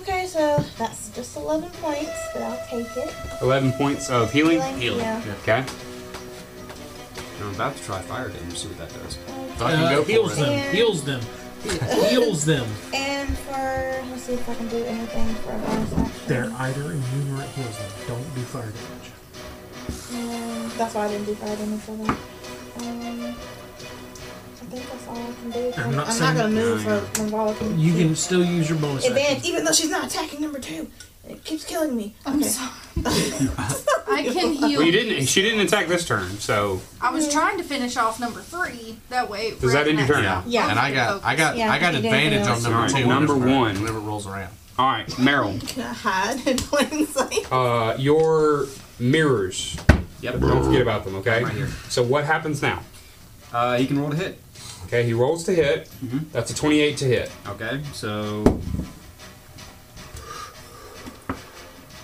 S6: Okay, so that's just 11 points, but I'll take it.
S2: 11 points of healing.
S4: Healing,
S6: Yeah.
S2: Okay.
S12: I'm about to try fire damage. See what that does.
S4: Fucking
S3: Uh,
S4: go
S3: heals
S4: for it.
S3: them.
S6: And-
S3: Heals them. heals them.
S6: And for let's see if I can do anything for a bonus action.
S3: They're either immune or it heals them. Don't do fire damage.
S6: Um, that's why I didn't do fire damage for them. Um, I think that's all I can do.
S3: I'm
S6: I'm
S3: not
S6: I'm
S3: saying-
S6: not gonna move for Mongolia. Can
S3: You can still use your bonus
S6: advance,
S3: action.
S6: even though she's not attacking number two. It keeps killing me.
S17: I'm
S6: okay.
S17: sorry. I can
S2: Well, you
S17: heal.
S2: didn't. She didn't attack this turn, so
S17: I was trying to finish off number three. That way. it
S2: Does that end your
S17: recognizes
S2: turn?
S17: how
S6: Yeah.
S4: And I got, I got,
S6: Yeah,
S4: I got
S6: you did
S4: advantage on
S6: it.
S4: number
S2: Alright,
S4: two.
S2: number
S4: whenever-
S2: one.
S4: Whenever it rolls around.
S2: all right, Meryl.
S6: Can I hide in plain sight?
S3: Oh.
S2: Uh, your mirrors.
S12: Yep.
S2: Don't forget about them, okay?
S12: Right here.
S2: So what happens now?
S12: Uh, he can roll to hit.
S2: Okay, he rolls to hit. That's a 28 to hit.
S12: Okay, so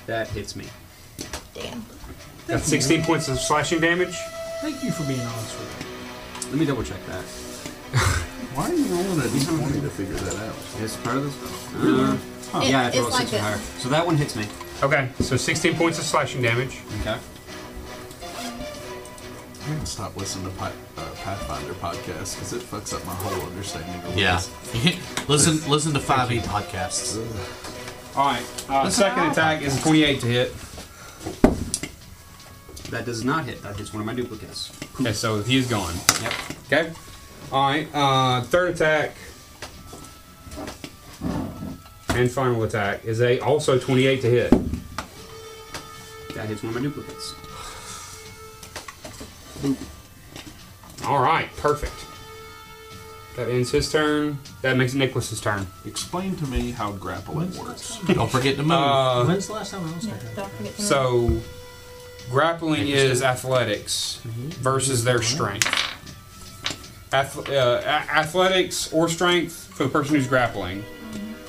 S12: that hits me.
S6: Damn.
S2: That's 16 points of slashing damage.
S3: Thank you for being honest with me.
S12: Let me double check that.
S8: Why are you rolling a d20 to figure that out? Mm-hmm.
S12: It's part of this. Uh,
S17: It-
S12: yeah, I have to
S17: it's
S12: roll
S17: like
S12: six or
S17: a-
S12: higher. So that one hits me.
S2: Okay, so 16 points of slashing damage.
S12: Okay.
S8: I need to stop listening to Pi- uh, Pathfinder podcast because it fucks up my whole understanding. Of
S4: Yeah.
S8: this.
S4: listen listen to 5e podcasts.
S2: Alright, uh, second attack is a 28 to hit.
S12: That does not hit. That hits one of my duplicates.
S2: Okay, so he's gone.
S12: Yep.
S2: Okay. Alright, uh, third attack and final attack is a also 28 to hit.
S12: That hits one of my duplicates.
S2: All right, perfect. That ends his turn. That makes Nicholas's turn.
S8: Explain to me how grappling works.
S4: Don't forget to move.
S2: Uh,
S3: When's the last time I was there?
S6: Don't forget to move.
S2: So, grappling is athletics versus their strength. Ath- uh, a- athletics or strength for the person who's grappling,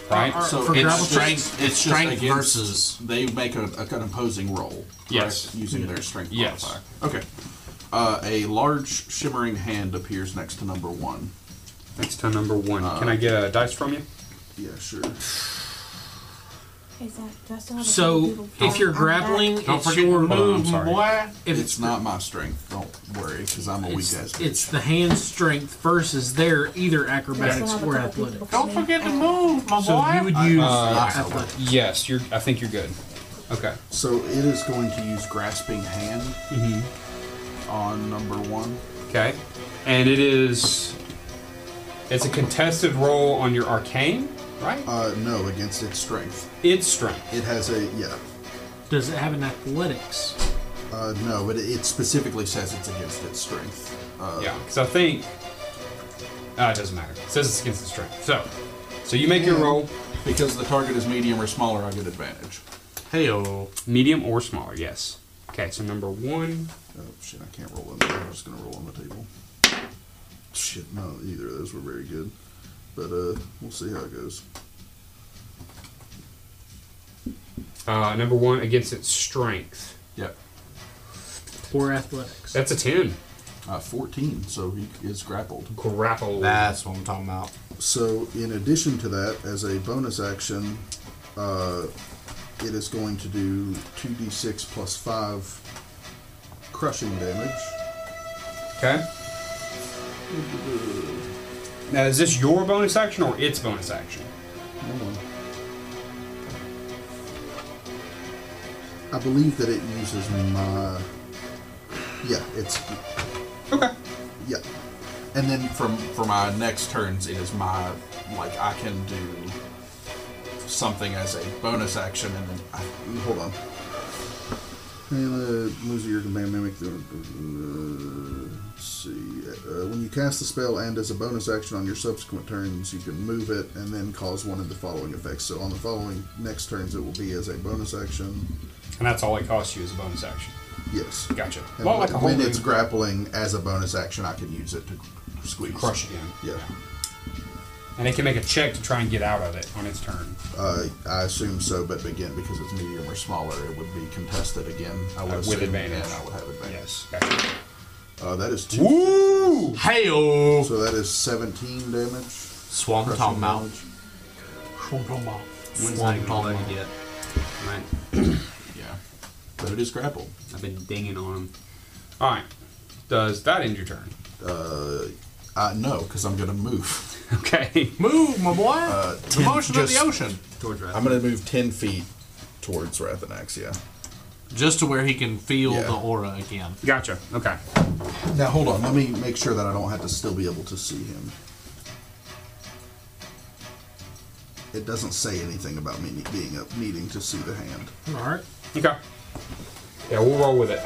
S2: right?
S3: uh,
S8: So it's strength. It's strength versus. They make a, a, an opposing roll. correct?
S2: Yes.
S8: Using their strength
S2: Yes.
S8: modifier. Okay. Uh, a large shimmering hand appears next to number one.
S2: Next to number one. Can I get a dice from you?
S8: Yeah, sure.
S6: Hey, Zach, do I still have a couple
S3: So
S6: people
S3: if you're
S6: from- I'm back?
S3: grappling,
S4: Don't
S3: it's
S4: forget
S3: your
S4: to move,
S3: move,
S4: sorry.
S3: boy. If
S8: It's, not my strength. Don't worry, because I'm a weak ass.
S3: it's, it's the hand strength versus their either acrobatics
S6: have a
S3: or
S6: couple people
S3: athletics.
S6: Don't forget
S3: to move, my So you would use
S2: Uh,
S3: athletics.
S2: yes, you're. I think you're good. Okay.
S8: So it is going to use grasping hand on number one.
S2: Okay. And it is. It's a contested roll on your arcane, right?
S8: Uh, no, against its strength.
S2: It's strength.
S8: It has a yeah.
S3: Does it have an athletics?
S8: Uh, no, but it, it specifically says it's against its strength. Uh,
S2: Yeah, because I think uh, it doesn't matter. It says it's against the strength. So, so you make your roll,
S8: Because the target is medium or smaller, I get advantage.
S4: Heyo.
S2: medium or smaller. Yes. Okay, so number one.
S8: Oh shit! I can't roll in there. I'm just gonna roll on the table. Shit! No, either of those were very good, but uh, we'll see how it goes.
S2: Uh, number one against its strength.
S8: Yep.
S3: Or athletics?
S2: That's a ten.
S8: Uh, 14, so he is grappled.
S2: Grapple.
S4: That's what I'm talking about.
S8: So, in addition to that, as a bonus action, uh, it is going to do 2d6 plus 5 crushing damage.
S2: Okay. Now, is this your bonus action or its bonus action?
S8: Hold on. I believe that it uses my. Yeah, it's.
S2: Okay.
S8: Yeah. And then from for my next turns, it is my like I can do something as a bonus action, and then I, hold on. Hey, uh, lose your command mimic. The, uh, let's see. Uh, when you cast the spell and as a bonus action on your subsequent turns, you can move it and then cause one of the following effects. So on the following next turns, it will be as a bonus action.
S2: And that's all it costs you is a bonus action.
S8: Yes.
S2: Gotcha.
S8: And
S2: Well, like a whole
S8: when it's grappling as a bonus action, I can use it to squeeze.
S2: crush again,
S8: Yeah.
S2: and it can make a check to try and get out of it on its turn.
S8: Uh, I assume so, but again, because it's medium or smaller, it would be contested again. I would
S2: Uh, with
S8: assume,
S2: advantage.
S8: And I would have advantage.
S2: Yes. Gotcha.
S8: Uh, that is two.
S2: Woo!
S4: Heyo.
S8: So that is 17 damage.
S4: Swamp
S8: Crushing
S4: talking about.
S8: damage.
S4: Swan
S12: One's not even
S4: bomb.
S12: bloody yet. Right.
S8: Yeah. But it is grappled.
S12: I've been dinging on him.
S2: All right. Does that end your turn?
S8: Uh, uh, no, because I'm going to move.
S2: Okay.
S4: Move, my boy.
S8: Uh,
S4: the motion of the
S8: just-
S4: ocean.
S12: Towards Rath.
S8: I'm going to move 10 feet towards Rathanax, yeah.
S4: Just to where he can feel
S8: Yeah.
S4: the aura again.
S2: Gotcha. Okay.
S8: Now, hold on. Let me make sure that I don't have to still be able to see him. It doesn't say anything about me ne- being up, needing to see the hand.
S3: Alright.
S2: Okay. Yeah, we'll roll with it.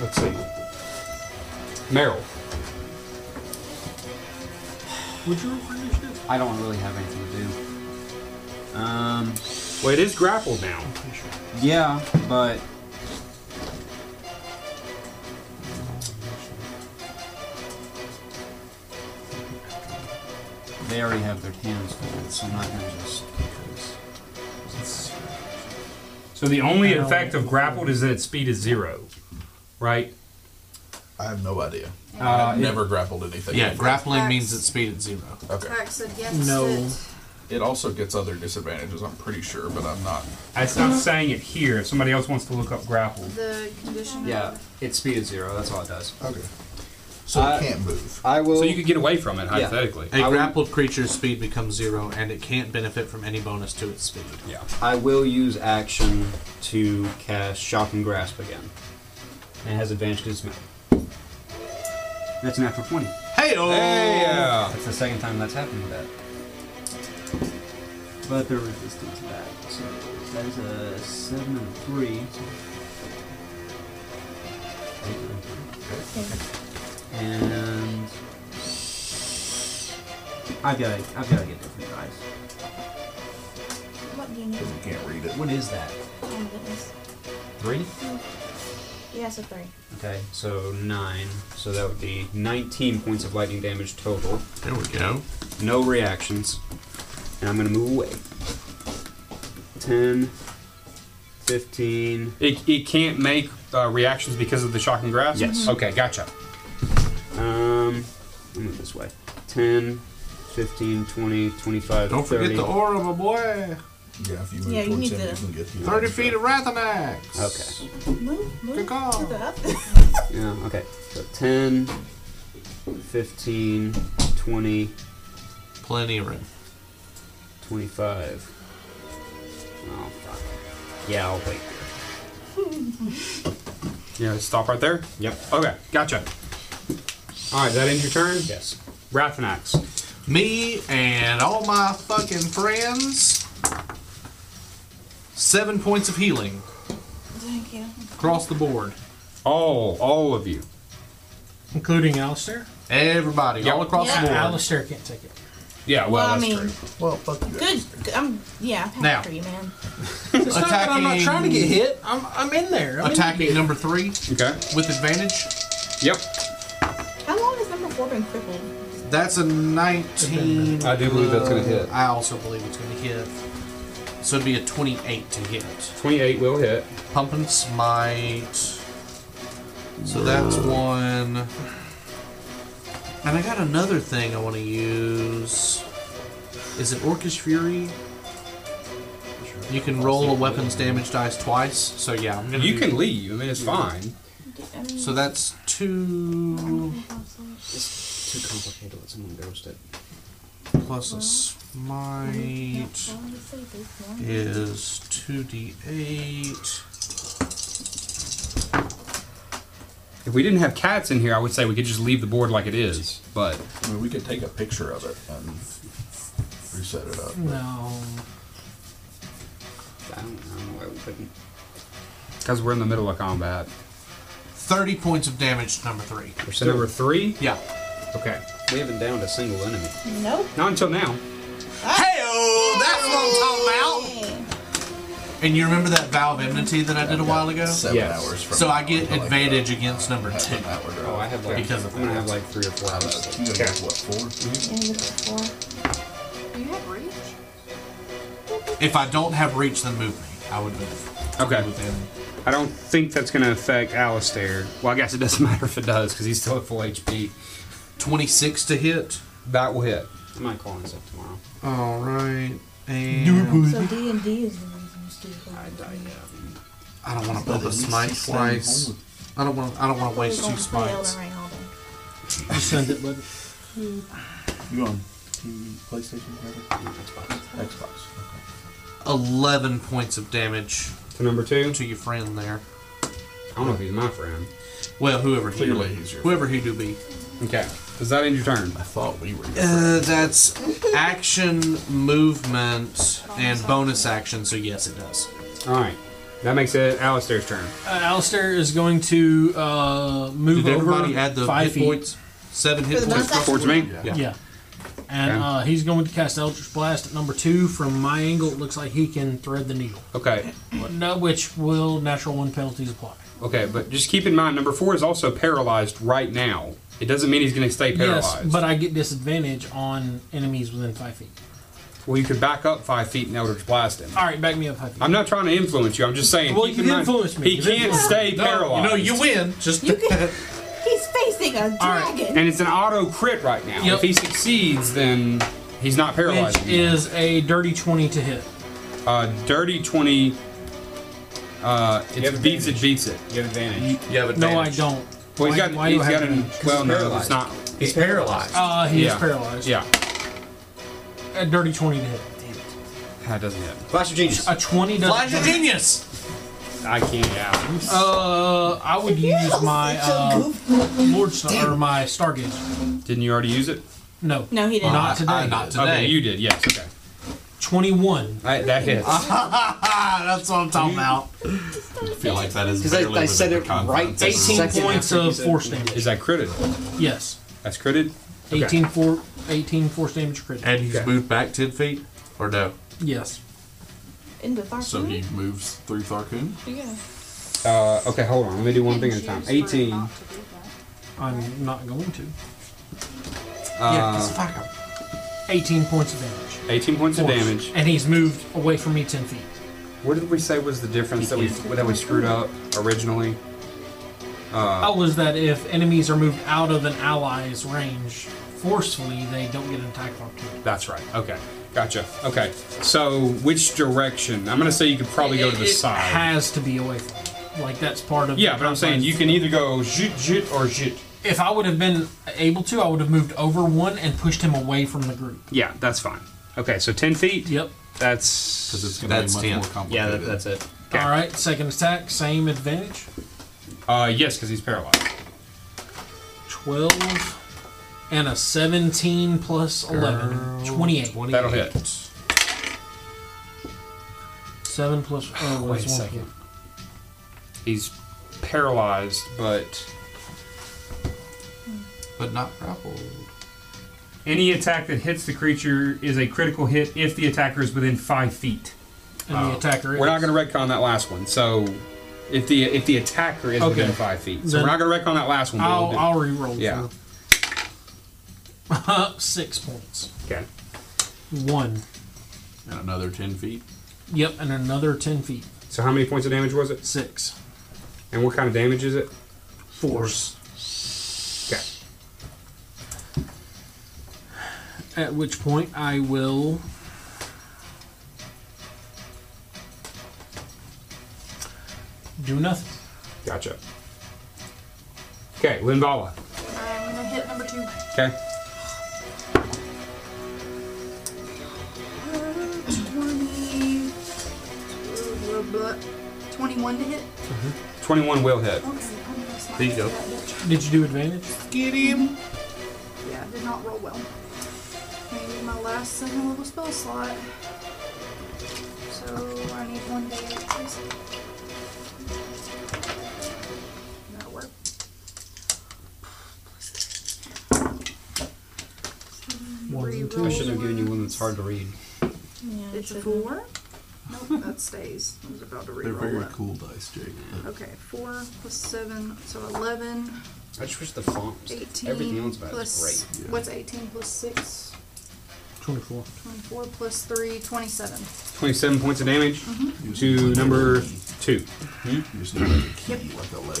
S2: Let's see. Meryl.
S3: Would you roll for initiative?
S12: I don't really have anything to do. Um.
S2: Well, it is grappled now.
S12: Yeah, but they already have their hands full, so I'm not gonna just.
S2: So the only effect of grappled is that its speed is zero, right?
S8: I have no idea.
S12: Uh,
S8: I've
S12: it-
S8: never grappled anything.
S4: Yeah, grappling
S7: That's-
S4: means it's speed at zero.
S8: Okay.
S7: Tax against
S3: No.
S7: it.
S8: It also gets other disadvantages, I'm pretty sure, but I'm not.
S2: It's not saying it here. If somebody else wants to look up grappled,
S7: The condition.
S12: Yeah, its speed is zero. That's all it does.
S8: Okay. So
S4: I-
S12: Uh,
S8: it can't move.
S12: I will.
S2: So you could get away from it, hypothetically.
S4: A grappled creature's speed becomes zero, and it can't benefit from any bonus to its speed.
S2: Yeah.
S12: I will use action to cast Shock and Grasp again. And it has advantage because it's melee. That's an after 20.
S4: Hey!
S2: Hey-oh!
S12: That's the second time that's happened with that. But they're resistant to that. So that is a 7 and a 3. And I've got to, I've got to get different dice.
S6: What do you need?
S8: Can't read it.
S12: What is that?
S6: Oh, my goodness.
S12: Three.
S6: Yeah, so three.
S12: Okay, so nine. So that would be 19 points of lightning damage total.
S4: There we go.
S12: No reactions. And I'm going to move away. 10, 15.
S2: It, it can't make uh, reactions because of the shock and grasp?
S12: Yes. Mhm.
S2: Okay, gotcha.
S12: Um, I'll move this way. 10, 15, 20, 25,
S4: Don't
S12: 30.
S4: forget the aura, my boy.
S8: Yeah, if you
S6: move Yeah, you towards need him, to- you can
S8: get
S4: Thirty feet of Rathanax.
S12: Okay.
S6: Move, move.
S4: Good call.
S6: Look it up.
S12: Yeah, okay. So 10, 15, 20,
S4: Plenty of room.
S12: 25. Oh, fuck. Yeah, I'll wait.
S2: Yeah, stop right there?
S12: Yep.
S2: Okay, gotcha.
S12: Alright, that ends your turn? Yes. Rathanax.
S4: Me and all my fucking friends. Seven points of healing
S6: Thank you.
S4: across the board.
S2: All, all of you.
S15: Including Alistair?
S4: Everybody, all across
S6: Yeah.
S4: the board.
S15: Alistair can't take it.
S2: Yeah, well,
S6: Well, I
S2: that's
S6: mean-
S2: true.
S8: Well, fuck you.
S6: Good. good- I'm, yeah, I'm happy
S4: Now.
S6: for you, man.
S15: It's not that I'm not
S4: Attacking-
S15: trying to get hit. I'm, I'm in there. I'm in
S4: Attacking number three
S2: Okay.
S4: with advantage.
S2: Yep.
S6: How long has number four been crippled?
S4: That's a 19.
S2: I do believe that's gonna hit.
S4: I also believe it's going to hit. So it'd be a 28 to hit.
S2: 28 will hit.
S4: Pumping Smite. So that's one. And I got another thing I want to use. Is it Orcish Fury? You can roll a weapon's damage dice twice. So yeah, I'm gonna.
S2: You
S4: do-
S2: can leave. I mean, it's fine.
S6: I mean,
S4: So that's two
S12: It's too complicated. Let someone ghost it.
S4: plus a smite. is 2d8.
S2: If we didn't have cats in here, I would say we could just leave the board like it is. But
S8: I mean, we could take a picture of it and reset it up.
S15: there. No.
S12: I don't, I don't know why we couldn't.
S2: because we're in the middle of combat.
S4: 30 points of damage to number 3.
S2: We're still number three.
S4: Yeah.
S2: Okay.
S12: We haven't downed a single enemy.
S6: Nope.
S2: Not until now.
S4: Hey, that's what I'm talking
S6: Hey.
S4: about. And you remember that vow of enmity that I did a while ago?
S8: Seven
S2: Yes.
S8: hours from
S4: So I
S8: now
S4: get
S8: until
S4: advantage against number
S8: have
S4: 2.
S8: an hour drive.
S12: Oh, I have like
S4: Because of
S12: I'm gonna
S4: that.
S12: have like three or four.
S8: I
S12: hours.
S8: don't know. You got what four?
S6: Yeah, you got four.
S7: Do you have reach?
S4: If I don't have reach, then move me. I would move.
S2: Okay.
S4: Within.
S2: I don't think that's going to affect Alistair. Well, I guess it doesn't matter if it does because he's still at full HP.
S4: 26 to hit.
S2: That will hit.
S12: I might call in sick tomorrow.
S4: All right. And
S6: So D and D is the reason you stupid.
S12: I die. Yeah.
S4: I don't want to pump a smite
S8: stay
S4: twice. I don't want. I don't want to waste two smites.
S15: You send it, but
S8: You on TV, PlayStation, whatever? Xbox. Okay.
S4: Eleven points of damage
S2: To number two.
S4: to your friend there.
S2: I don't know if he's my friend.
S4: Well, whoever he,
S8: Clearly he's your
S4: whoever he do be.
S2: Okay. Does that end your turn?
S8: I thought we were.
S4: Uh, that's action, movement, and bonus action. So yes, it does.
S2: All right. That makes it Alistair's turn.
S15: uh, Alistair is going to uh, move
S4: Did everybody
S15: over
S4: add the
S15: five
S4: hit
S15: feet.
S4: points? Seven hit
S6: For the
S4: points.
S6: bonus
S2: Towards me.
S8: Yeah.
S4: Yeah.
S15: Yeah. And
S2: Okay.
S15: uh, he's going to cast Eldritch Blast at number two. From my angle, it looks like he can thread the needle.
S2: Okay.
S15: No, which will natural one penalties apply.
S2: Okay, but just keep in mind, number four is also paralyzed right now. It doesn't mean he's going to stay paralyzed.
S15: Yes, but I get disadvantage on enemies within five feet.
S2: well, you could back up five feet and Eldritch blast him.
S15: All right, back me up five feet.
S2: I'm not trying to influence you. I'm just saying.
S15: Well,
S2: keep
S15: you
S2: in mind,
S15: influenced me.
S2: He
S15: You
S2: can't
S15: influenced
S2: stay
S4: You
S2: paralyzed.
S4: know, you win. Just
S6: You can. He's facing a dragon.
S15: right.
S2: and it's an auto crit right now.
S15: Yep.
S2: If he succeeds, then he's not
S15: which
S2: paralyzed. anymore.
S15: is a dirty twenty to hit.
S2: uh, dirty twenty. Uh, it beats it. Beats it.
S12: You have advantage.
S4: you have
S15: No, I
S4: advantage.
S15: don't.
S2: Well, he's
S3: Why-
S2: got,
S3: why do
S2: he's
S3: I have
S2: got
S3: to-
S2: an,
S3: 'cause
S2: well,
S3: he's
S2: no,
S3: paralyzed.
S2: it's not.
S3: He's paralyzed. Ah, he is
S2: Yeah.
S3: paralyzed.
S2: Yeah.
S3: A dirty 20 to hit. Damn it.
S2: That doesn't hit.
S3: Flash of genius. A 20 does
S2: Flash of
S3: genius!
S2: I can't, yeah.
S3: Uh, I would use my uh, Lord Star, or my Stargazer.
S2: Didn't you already use it?
S3: No.
S6: No,
S2: Uh,
S6: he didn't.
S3: Uh, Not today.
S2: Okay, you did, yes, okay. Uh-huh.
S3: 21.
S2: I, that hits.
S3: That's what I'm talking about.
S4: I feel like that is
S3: 'Cause I-
S4: barely
S3: I said
S4: within
S3: it
S4: the confines
S3: right
S4: of
S3: 18
S4: the-
S3: points of force damage.
S2: Is that critted?
S3: Yes.
S2: That's critted?
S3: 18, for, 18 force damage crit.
S4: And he's moved back 10 feet? Or no?
S3: Yes.
S6: Into Tharkoon?
S4: So he moves through Tharkoon?
S6: Yeah.
S2: Uh, okay, hold on. Let me do one thing at a time. 18. Uh,
S3: I'm not going to. yeah,
S2: yeah,
S3: because fuck him. 18 points of damage.
S2: 18 points of
S3: Force.
S2: damage.
S3: And he's moved away from me 10 feet.
S2: What did we say was the difference that we that we screwed up originally? Uh,
S3: How was that if enemies are moved out of an ally's range forcefully, they don't get an attack of opportunity?
S2: That's right. Okay. Gotcha. Okay. So which direction? I'm gonna say you could probably go to the
S3: It- it
S2: side.
S3: has to be away from me. Like, that's part of
S2: yeah, but I'm saying you can either go zhit zhit or zhit.
S3: If I would have been able to, I would have moved over one and pushed him away from the group.
S2: Yeah, that's fine. Okay, so 10 feet.
S3: Yep.
S2: That's because it's
S16: gonna be That's much 10. more complicated. Yeah, that- that's
S2: it.
S3: All right, second attack, same advantage.
S2: Uh, yes, because he's paralyzed.
S3: 12 and a 17 plus 11. 28.
S2: That'll hit.
S3: 7 plus. Oh,
S2: Wait
S3: it's
S2: a
S3: one
S2: second.
S3: point.
S2: He's paralyzed, but
S4: But not grappled.
S15: Any attack that hits the creature is a critical hit if the attacker is within five feet.
S3: And the attacker
S2: Oh. we're not going to retcon that last one. So if the if the attacker is
S3: Okay.
S2: within five feet, so
S3: Then-
S2: we're not going to retcon that last one. but we'll
S3: I'll,
S2: do-
S3: I'll reroll.
S2: yeah.
S3: for- Six points.
S2: Okay.
S3: One.
S4: And another 10 feet.
S3: Yep, and another 10 feet.
S2: So how many points of damage was it?
S3: Six.
S2: And what kind of damage is it?
S3: Force.
S2: Okay.
S3: At which point I will. Do nothing.
S2: Gotcha. Okay, Linvala.
S7: I'm gonna hit number two.
S2: Okay.
S7: 20. blah, blah, blah. 21 to hit.
S2: Twenty-one will hit.
S7: Okay, I'm gonna slide
S2: There you go.
S7: that bitch.
S3: Did you do advantage?
S7: Get him! Yeah, I did not roll well. Maybe my last second level spell slot. So I need one day of choice. That'll work.
S12: I shouldn't have given you one that's hard to read.
S7: it's a four. Nope, that stays. I was about to reroll
S8: They're very
S7: it.
S8: cool dice, Jake.
S7: Okay, four plus seven, so eleven.
S12: I just wish the font was
S7: Eighteen
S12: everything else about it is
S7: plus
S12: great.
S7: what's eighteen plus six?
S3: 24.
S7: Twenty-four plus three, twenty-seven.
S2: Twenty-seven points of damage
S7: Mhm.
S2: to number two.
S7: Yep.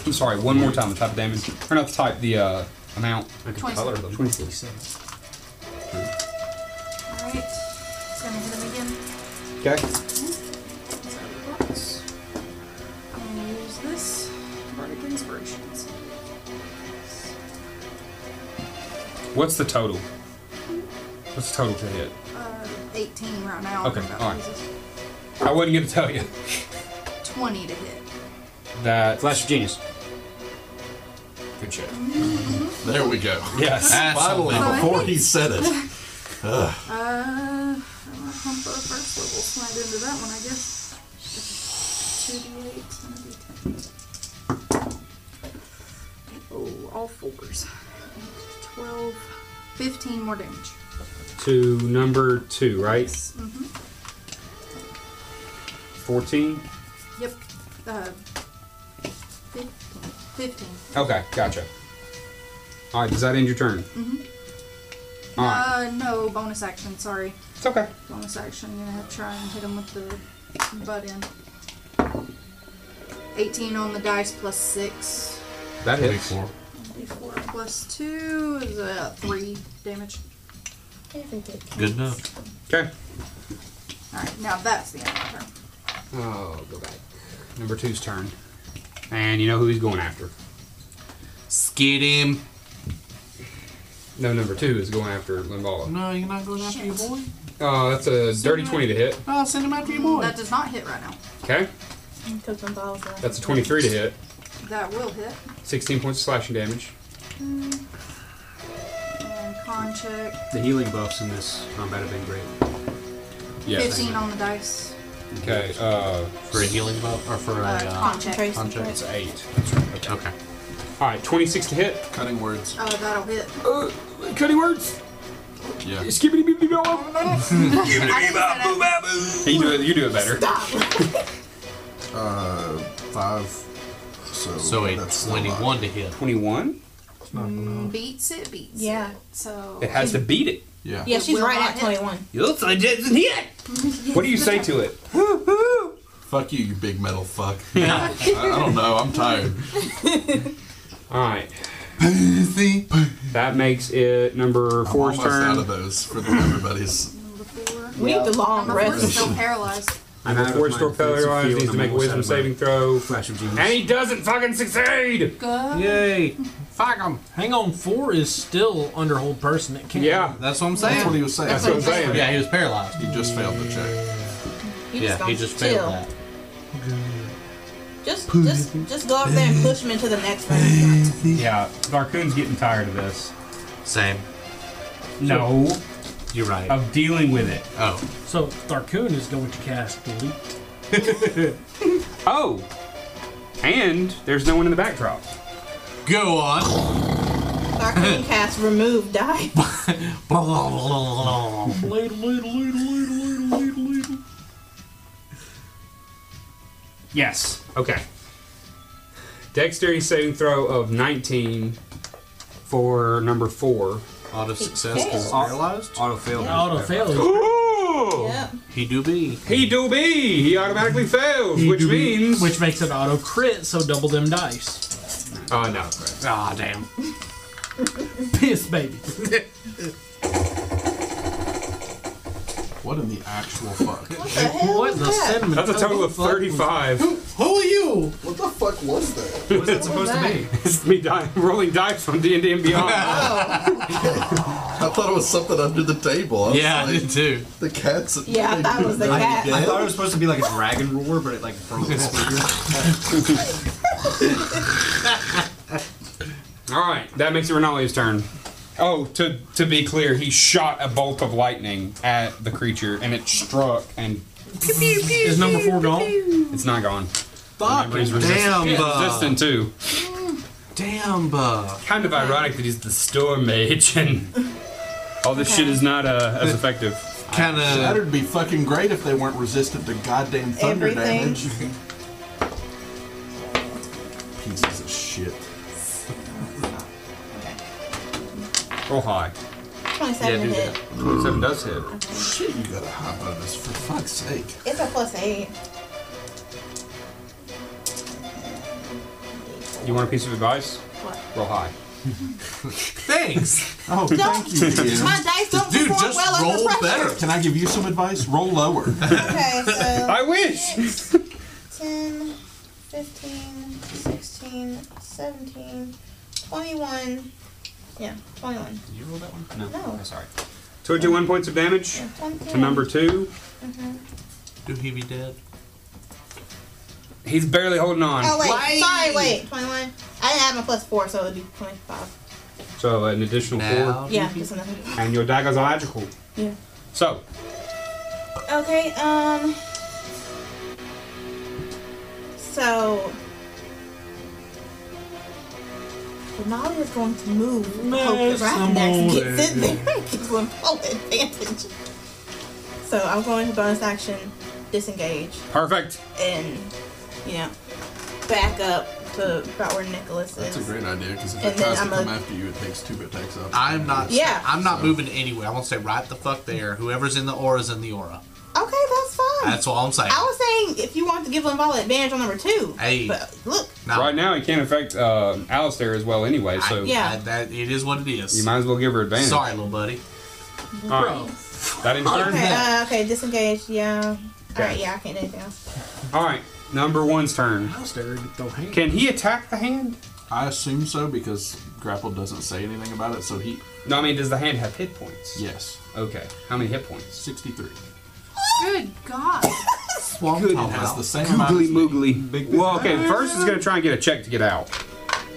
S2: I'm sorry. One more time. The type of damage, or not the type, the uh, amount. I
S7: can color them.
S2: Twenty-seven.
S7: Alright. It's gonna hit him again.
S2: Okay.
S7: That's out of the box. I'm gonna use this. Bardic inspirations.
S2: What's the total? What's the total to hit?
S7: Uh eighteen right now.
S2: Okay,
S7: About
S2: alright.
S7: to use
S2: I wasn't gonna tell you
S7: this. Twenty to hit.
S2: that. Flash of genius. Good shit.
S4: There we go.
S2: Yes.
S4: Finally,
S7: Asshole.
S4: before he said it. Ugh.
S7: Uh, I'm gonna hump a first level slide into that one, I guess. Two D eight and a D ten. Oh, all fours. Eight, Twelve, fifteen more damage.
S2: To number two, right?
S7: Mm-hmm.
S2: 14?
S7: Yep. Uh, fifteen. Fifteen.
S2: Okay, gotcha. Alright, does that end your turn?
S7: Mm-hmm.
S2: Alright.
S7: Uh, no bonus action. Sorry.
S2: It's okay.
S7: Bonus action. Gonna have to try and hit him with the butt end. Eighteen on the dice plus six.
S2: That hits.
S7: D4 plus 2 is uh, 3 damage.
S4: Good enough.
S2: Okay.
S7: Alright, now that's the end of my turn.
S2: Oh, go back. Number two's turn. And you know who he's going after.
S4: Get him.
S2: No, number two is going after Limbala.
S4: No, you're not going after your boy.
S2: Uh, that's a dirty 20 to hit.
S4: Oh, send him
S6: Mm,
S4: after your boy.
S17: That does not hit right now.
S2: Okay.
S6: Because my balls are-
S2: That's a 23 to hit.
S17: That will hit.
S2: 16 points of slashing damage.
S17: Mm. And con check.
S12: The healing buffs in this combat have been great.
S2: Yeah.
S17: 15 on the dice.
S2: Okay. Uh,
S4: for a healing buff or for a
S17: Uh, con check.
S4: con check?
S17: It's
S2: eight. Okay. All right, 26 to hit.
S8: Cutting words.
S17: Oh, that'll hit.
S2: Uh, cutting words.
S8: Yeah.
S2: Skibbity boo boo You do it. You do it better.
S8: Uh, five. So,
S4: So a
S8: that's still alive.
S4: 21 to hit.
S2: 21?
S17: Mm, beats it, beats
S6: Yeah.
S17: it. So.
S2: It has to beat it.
S8: Yeah.
S6: Yeah, she's
S17: Will
S6: right
S17: not
S6: at
S17: hit.
S6: 21.
S2: Looks like it doesn't hit. What do you say to it?
S8: Fuck you, you big metal fuck. I, I don't know. I'm tired.
S2: All right. That makes it number four's
S8: I'm almost
S2: turn.
S8: out of those for the- everybody's.
S6: We need the long
S17: Number four is
S6: rest.
S17: still paralyzed.
S2: I'm out
S12: Four
S2: of store paralyzed. Needs to make a wisdom saving throw.
S12: Flash of
S2: And he doesn't fucking succeed.
S17: Good.
S4: Yay. Fuck him.
S3: Hang on, four is still under hold person. It can't.
S2: Yeah.
S4: That's what I'm saying.
S8: That's what he was saying.
S2: That's what I'm saying.
S4: Yeah, he was paralyzed.
S8: He just failed the check.
S6: You
S4: yeah, he
S6: gonna
S4: just
S6: chill.
S4: failed that.
S6: Just, just, just go up there and push him into the next round.
S15: Yeah, Darkoon's getting tired of this.
S4: Same.
S15: No,
S4: You're right.
S15: of dealing with it.
S4: oh.
S3: So Darkoon is going to cast Leap.
S2: Oh, and there's no one in the backdrop.
S4: Go on.
S6: Darkwing cast remove die.
S3: Ladle, ladle, ladle, ladle, ladle, ladle, ladle.
S2: Yes. Okay. Dexterity saving throw of 19 for number four.
S4: Auto success
S6: failed.
S4: is paralyzed.
S12: Auto fail.
S3: Auto failure.
S2: Ooh!
S6: Yep.
S4: He do be.
S2: He do be. He automatically fails, which means
S3: Which makes an auto crit, so double them dice.
S2: Oh no.
S12: Ah, damn.
S3: Piss, baby.
S8: What in the actual fuck?
S6: What the hell
S3: What
S6: was
S3: the
S6: that?
S3: cinnamon?
S2: That's a total of 35.
S8: Who are you? What the fuck was that?
S15: What's that supposed to be?
S2: It's me die, rolling dice on D&D and Beyond.
S8: I thought it was something under the table. I was
S4: Yeah, I
S8: like,
S4: did too.
S8: the cat's.
S6: Yeah, I thought it was the cat.
S12: I thought it was supposed to be like a dragon roar, but it like broke its finger.
S2: All right, that makes it Renali's turn. Oh, to to be clear, he shot a bolt of lightning at the creature, and it struck, and
S3: Is number four gone?
S2: it's not gone.
S4: Fuck.
S2: He's resist-
S4: Damn,
S2: he's
S4: buh.
S2: resistant too.
S4: Damn, buh.
S2: Kind of ironic that he's the storm mage, and all this shit is not uh, as effective.
S4: Kind of.
S8: That'd be fucking great if they weren't resistant to goddamn thunder
S6: Everything.
S8: damage. Pieces of shit.
S2: Roll high.
S6: 27
S4: do
S6: hit.
S2: Seven does hit.
S8: Shit, you got a high bonus for fuck's sake.
S6: It's a plus 8.
S2: You want a piece of advice?
S6: What?
S2: Roll high.
S4: Thanks.
S8: Oh, thank you, Ian.
S6: My dice don't
S8: Dude,
S6: perform
S8: just
S6: well under
S8: roll
S6: pressure.
S8: better. Can I give you some advice? Roll lower.
S6: Okay, so
S2: I wish.
S6: 10, 15, 16, 17, 21. Yeah, 21.
S12: Did you roll that one? No.
S6: No.
S12: Okay, sorry.
S2: 21 points of damage
S6: Yeah, 21.
S2: to number two.
S4: Do he be dead?
S2: He's barely holding
S6: Oh,
S2: on.
S6: wait. Sorry, wait. 21. I didn't add my plus 4, so it would be 25.
S2: So uh, an additional four.
S4: Now.
S6: Yeah, just another.
S2: And your dagger's are magical.
S6: Yeah.
S2: So,
S6: Okay, um. So. Renali is going to move. and Hope the Rapidax gets in there and gives them full advantage. So I'm going to bonus action, disengage,
S2: perfect.
S6: and, you know, back up to about where Nicholas is.
S8: That's a great idea because if
S6: And
S8: it
S6: then
S8: tries to
S6: I'm
S8: come
S6: a-
S8: after you, it takes two attacks up.
S4: I'm not.
S6: Yeah.
S4: I'm not moving anywhere. I'm gonna stay right the fuck there. Whoever's in the aura's in the aura.
S6: Okay, that's fine.
S4: That's all I'm saying.
S6: I was saying if you want to give them all advantage on number two.
S4: Hey.
S6: But look,
S4: No,
S2: Right now, he can't affect uh, Alistair as well anyway,
S4: Ah. I-
S2: so
S6: Yeah.
S4: I- that it is what it is.
S2: you might as well give her advantage.
S4: Sorry, little buddy.
S2: All right. That in turn.
S6: okay, uh, okay, disengage, yeah. Alright, yeah, I can't do anything else.
S2: All right, number one's turn.
S3: Alistair, though, hang
S2: Can he attack the hand?
S4: I assume so because grapple doesn't say anything about it. So he.
S2: No, I mean, does the hand have hit points?
S4: Yes.
S2: Okay. How many hit points?
S4: 63.
S7: Good God.
S4: Swamp
S2: Good.
S4: Top has the same amount
S2: Googly
S4: as me.
S2: moogly. well, okay. First, it's going to try and get a check to get out.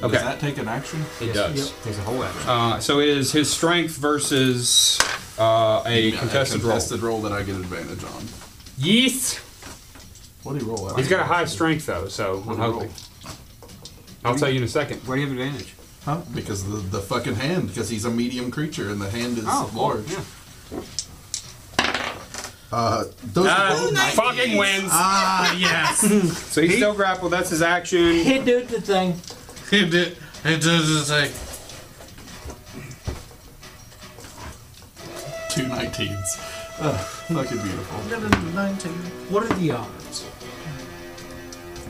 S2: Okay. Does
S4: that take an action?
S2: It
S4: Yes.
S2: does.
S4: Yep. Takes a whole action.
S2: Uh, so it is his strength versus uh, a
S4: Yeah,
S2: contested,
S4: contested roll. that I get advantage on.
S2: Yes.
S4: What do you roll?
S2: He's got a high strength though, so I'm
S4: What'd he roll?
S2: hoping. I'll tell you in a second.
S12: Why do you have advantage?
S4: Huh? Because the, the fucking hand. Because he's a medium creature and the hand is
S12: Oh, cool,
S4: large.
S12: yeah.
S8: Uh, those
S2: Ah,
S8: are both nice.
S2: fucking wins.
S8: Ah, yes.
S2: so he's still grappled. That's his action.
S3: He did the thing.
S16: He did. He does the thing.
S4: Two 19s. Ugh, fucking beautiful.
S3: What are the odds?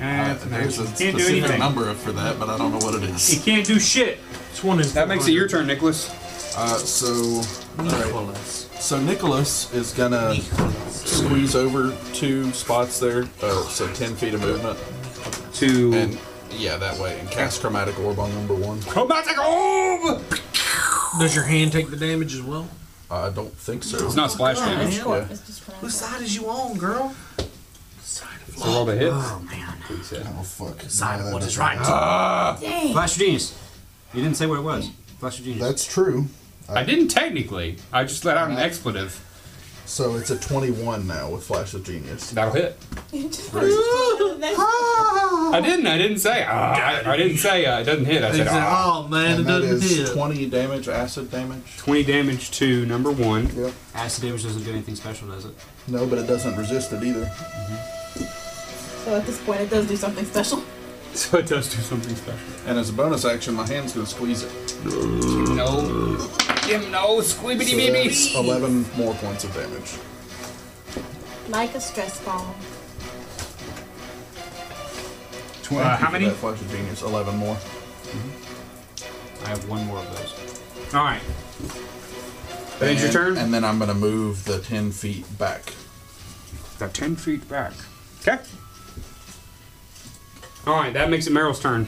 S4: Uh, there's a
S15: Can't do
S4: specific
S15: anything.
S4: number for that, but I don't know what it
S15: He
S4: is.
S15: can't do shit.
S3: It's one is
S2: That makes it your turn, Nicholas.
S4: Uh, so, Nicholas. So Nicholas is gonna squeeze over two spots there. Oh, so ten feet of movement.
S2: Two.
S4: And yeah, that way, and cast chromatic orb on number one.
S2: Chromatic orb.
S3: Does your hand take the damage as well?
S4: I don't think so.
S2: It's not
S6: Oh,
S2: splash damage.
S4: Yeah.
S16: Whose side is you on, girl?
S2: So roll the hit.
S8: Oh fuck.
S16: Side
S8: Yeah,
S16: of what is
S8: that's-
S16: right.
S6: Dang.
S12: Flash of genius. You didn't say what it was. Flash of genius.
S8: That's true.
S2: I didn't technically. I just let out an expletive.
S8: So it's a 21 now with Flash of Genius.
S2: That'll hit.
S6: That's-
S2: I didn't. I didn't say. ah, I, I didn't say. Uh, it doesn't hit. I said. ah.
S16: oh man,
S8: And
S16: it
S8: that
S16: doesn't
S8: is
S16: hit.
S4: 20 damage, acid damage.
S2: Twenty damage to number one.
S8: Yep.
S12: Acid damage doesn't do anything special, does it?
S8: No, but it doesn't resist it either.
S6: so at this point, it does do something special.
S2: So it does do something special.
S4: And as a bonus action, my hand's gonna squeeze it.
S2: No. Jim, no. Squibbity
S8: So that's 11 more points of damage.
S6: Like a stress ball.
S8: 20
S15: Uh, how
S8: for
S15: many?
S8: That Flash of Genius, 11 more.
S12: I have one more of those.
S15: All right.
S2: That ends your turn?
S4: And then I'm gonna move the 10 feet back.
S2: Got ten feet back. Okay. All right. That makes it Meryl's turn.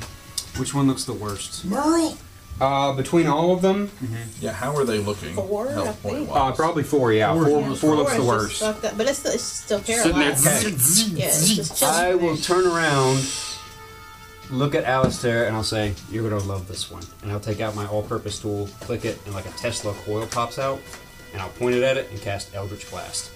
S12: Which one looks the worst?
S6: Merle.
S2: Uh, between all of them,
S4: Yeah, how are they looking?
S6: Four, I
S4: health point
S6: think.
S2: uh,
S4: wise.
S2: probably four. Yeah, four. Four, looks the worst.
S6: But it's still, it's still
S2: Sitting there.
S6: paralyzed. Yeah, it's just chilling.
S12: I will turn around, look at Alistair, and I'll say, You're gonna love this one. And I'll take out my all purpose tool, click it, and like a Tesla coil pops out, and I'll point it at it and cast Eldritch Blast.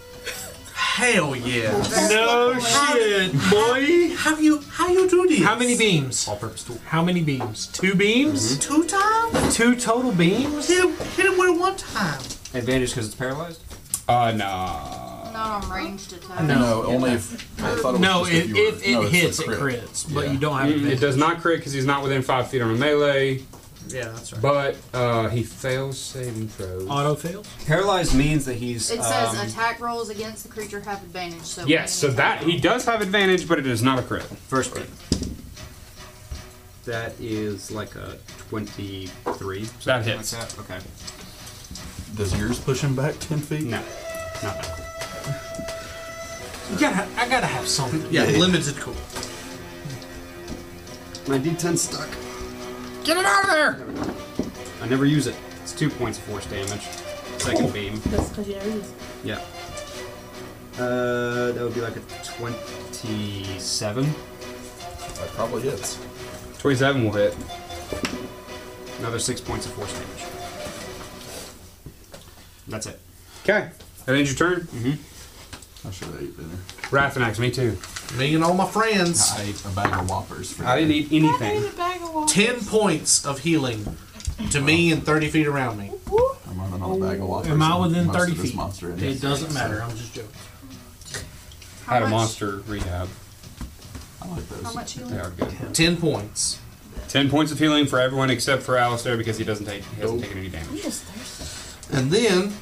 S16: Hell yeah.
S3: Oh,
S15: No shit, boy.
S16: How you how you do this?
S3: How many beams?
S12: All purpose tool.
S3: How many beams? Two beams?
S16: Two times?
S3: Two total beams?
S16: Hit him, hit him with it one time.
S12: Advantage because it's paralyzed?
S2: Uh, nah.
S7: Not on ranged attack.
S3: No.
S4: No, Oh, only if. I thought it was
S3: No,
S4: just if
S3: it,
S4: you were-
S3: if it
S4: no, it's the
S3: hits, it
S4: crit.
S3: crits, but
S4: Yeah.
S3: you don't have
S2: Mm, It
S3: advantage.
S2: does not crit because he's not within five feet on a melee,
S16: Yeah, that's right.
S2: but uh, he fails saving throws.
S3: Auto fails?
S12: Paralyzed means that he's.
S7: It says
S12: um,
S7: attack rolls against the creature have advantage. So
S2: Yes, so
S7: any
S2: that he does have advantage, but it is not a crit.
S12: First one. That is like a 23. something
S2: That hits.
S12: Like that? Okay.
S4: Does yours push him back 10 feet?
S12: No. Not that.
S3: You gotta, I gotta have something.
S16: Yeah, limited cool.
S12: My D10 stuck.
S2: Get it out of there!
S12: I never use it. It's two points of force damage. Second beam.
S6: That's because you never use
S12: Yeah. Uh, that would be like a 27.
S4: That probably hits.
S2: 27 will hit.
S12: Another six points of force damage. That's it. Mm-hmm.
S2: Okay. That ends your turn.
S4: I should have ate dinner.
S2: Rathanax, me too.
S16: Me and all my friends.
S4: I ate a bag of whoppers for
S2: I didn't eat anything.
S6: it. Bag of water.
S16: Ten points of healing to me and thirty feet around me.
S4: I'm running on a bag of whoppers.
S3: Am I
S4: and
S3: within
S4: most
S3: 30
S4: of this
S3: feet?
S4: Monster in
S3: It
S4: it.
S3: doesn't matter, I'm just joking.
S7: How
S2: Had a
S7: much-
S2: monster rehab.
S4: I like
S7: How
S4: those.
S7: much
S2: They
S7: healing?
S2: are good.
S16: Ten points.
S2: 10 points of healing for everyone except for Alistair because he doesn't take he hasn't
S4: Nope.
S2: taken any
S6: I'm
S2: damage.
S6: just thirsty.
S16: And then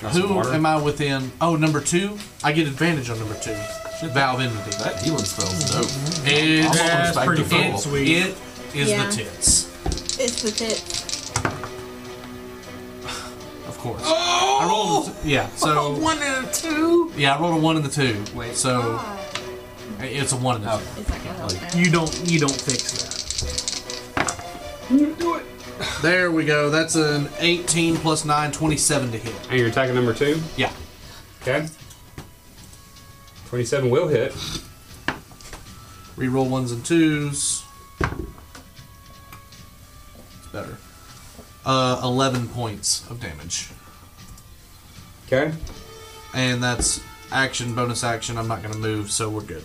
S2: Got some
S16: who
S2: water.
S16: am I within? Oh, number two. I get advantage on number two. Valve entity.
S4: That healing spell's dope.
S16: It-
S4: almost
S16: that's
S4: back
S16: pretty
S4: to
S16: full.
S4: full.
S16: Sweet. It is
S6: Yeah.
S16: the tits.
S6: It's with it.
S16: Of course. I rolled. A t- yeah. So Oh! one and a two. Yeah, I rolled a one and a two. Wait. So it's a one and a two.
S6: It's like a health
S16: Like,
S6: now.
S3: You don't, you don't fix that.
S2: I'm gonna do it.
S4: There we go. That's an 18 plus 9, 27 to hit.
S2: And you're attacking number two?
S4: Yeah.
S2: Okay. 27 will hit.
S4: Reroll ones and twos. It's better. Uh, 11 points of damage.
S2: Okay.
S4: And that's action, bonus action. I'm not going to move, so we're good.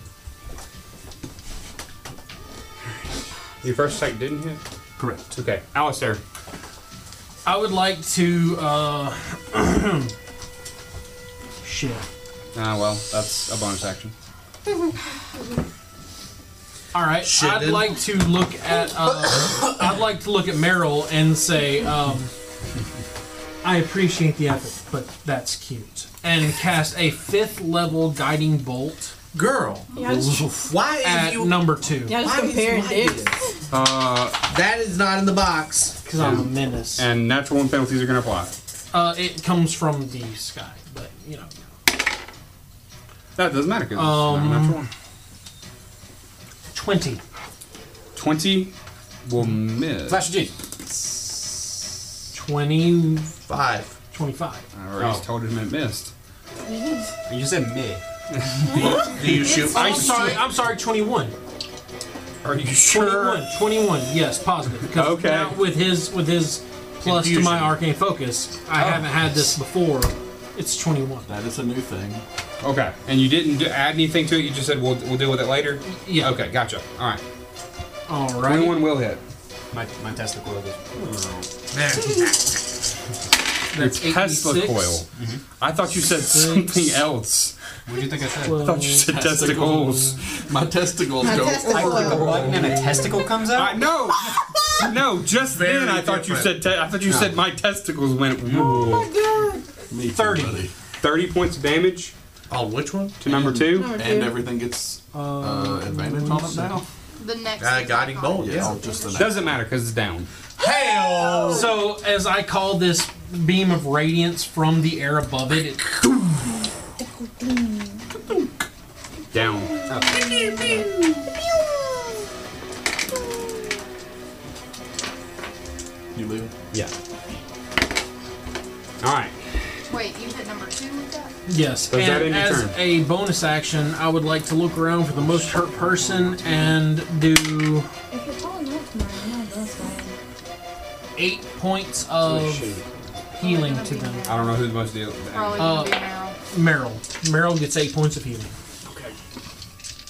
S2: Your first attack didn't hit?
S4: Correct.
S2: Okay. Alistair.
S3: I would like to. Uh, shit.
S5: Ah, well, that's a bonus action.
S3: All right. I'd
S5: Shitted.
S3: like to look at. Uh, I'd like to look at Meryl and say, um, "I appreciate the effort, but that's cute." And cast a fifth level guiding bolt.
S4: Girl,
S6: Yeah, I just-
S4: why
S3: at number two?
S6: Y'all just comparing dicks.
S2: Uh,
S4: that is not in the box.
S3: Because I'm a menace.
S2: And natural one penalties are going to apply.
S3: Uh, it comes from the sky, but you know.
S2: That doesn't matter because
S3: Um,
S2: it's not a natural one.
S3: 20.
S2: 20 will miss.
S3: Flash
S2: G.
S3: 25. 25.
S2: I already
S3: Oh.
S2: told him it missed.
S12: You said me.
S2: Do you shoot
S3: I'm
S2: ice?
S3: sorry, I'm sorry, 21.
S2: Are you sure?
S3: 21, 21 yes, positive. Because
S2: Okay.
S3: now with his with his plus to my
S2: Infusion.
S3: arcane focus, I
S2: Oh.
S3: haven't had this before. It's 21.
S2: That is a new thing. Okay, and you didn't do, add anything to it. You just said we'll, we'll deal with it later.
S3: Yeah.
S2: Okay, gotcha. All right.
S3: All right.
S2: Twenty-one will hit.
S12: My, my testicle goes.
S3: That's
S2: Your Tesla
S3: 86.
S2: coil.
S12: Mhm.
S2: I thought you said
S3: Six.
S2: something else.
S12: What do you think I said?
S2: I thought you said
S12: Testicles.
S2: testicles.
S16: My testicles
S12: My go- testicles. I click a button and a testicle comes out?
S2: I, no, no. Just then I thought you said.
S16: different.
S2: Te- I thought you
S16: No.
S2: said my testicles went. Oh
S16: Me too,
S2: Thirty.
S16: buddy.
S2: Thirty points of damage.
S4: On which one? To
S2: number two.
S16: And And everything gets uh, advantage on it now.
S7: The next.
S4: guiding bolt.
S16: Yeah, just the next.
S2: Doesn't matter because it's down.
S4: Hail!
S3: So as I call this beam of radiance from the air above it, it
S2: Down.
S16: You leave.
S2: Yeah. All right.
S7: Wait, you hit number two with that?
S3: Yes,
S2: So is that
S3: and
S2: in your
S3: as
S2: turn?
S3: a bonus action, I would like to look around for the most hurt person and do
S6: If you're tall enough, man, I know that's fine.
S3: eight points of healing to them.
S2: I don't know who the most deal.
S7: Probably
S3: Uh,
S7: gonna be now.
S3: Meryl. Meryl gets eight points of healing.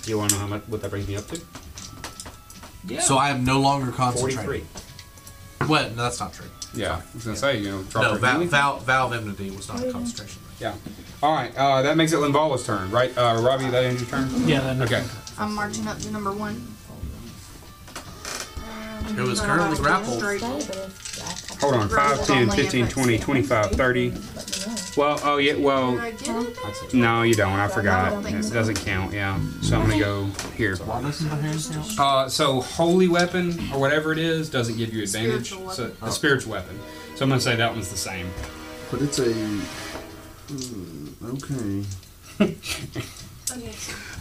S2: Do you want to know how much what that brings me up to?
S3: Yeah.
S4: So I am no longer concentrating. What? No, that's not true.
S2: Yeah, I was gonna say you know. Drop
S4: no,
S2: her
S4: val-
S2: healing.
S4: val- valve enmity was not a concentration.
S2: Yeah. All right. Uh, that makes it Linvala's turn, right? Uh, Robbie, that ends your turn.
S3: Yeah. That
S2: okay.
S7: I'm marching up to number one.
S2: It was
S7: But I
S2: currently
S7: like to
S2: grappled.
S7: straight-
S2: Hold on. 5, 10, 15, 20, 25, 30. Well, oh, yeah, well.
S7: Did I get it?
S2: No, you don't. I forgot.
S7: think
S2: It
S7: so.
S2: doesn't count, yeah. So I'm going to go here. Uh, so, holy weapon or whatever it is doesn't give you advantage.
S7: Spiritual
S2: So,
S7: weapon.
S2: a spiritual weapon. So I'm going to say that one's the same.
S8: But it's a. Hmm, okay.
S7: Okay.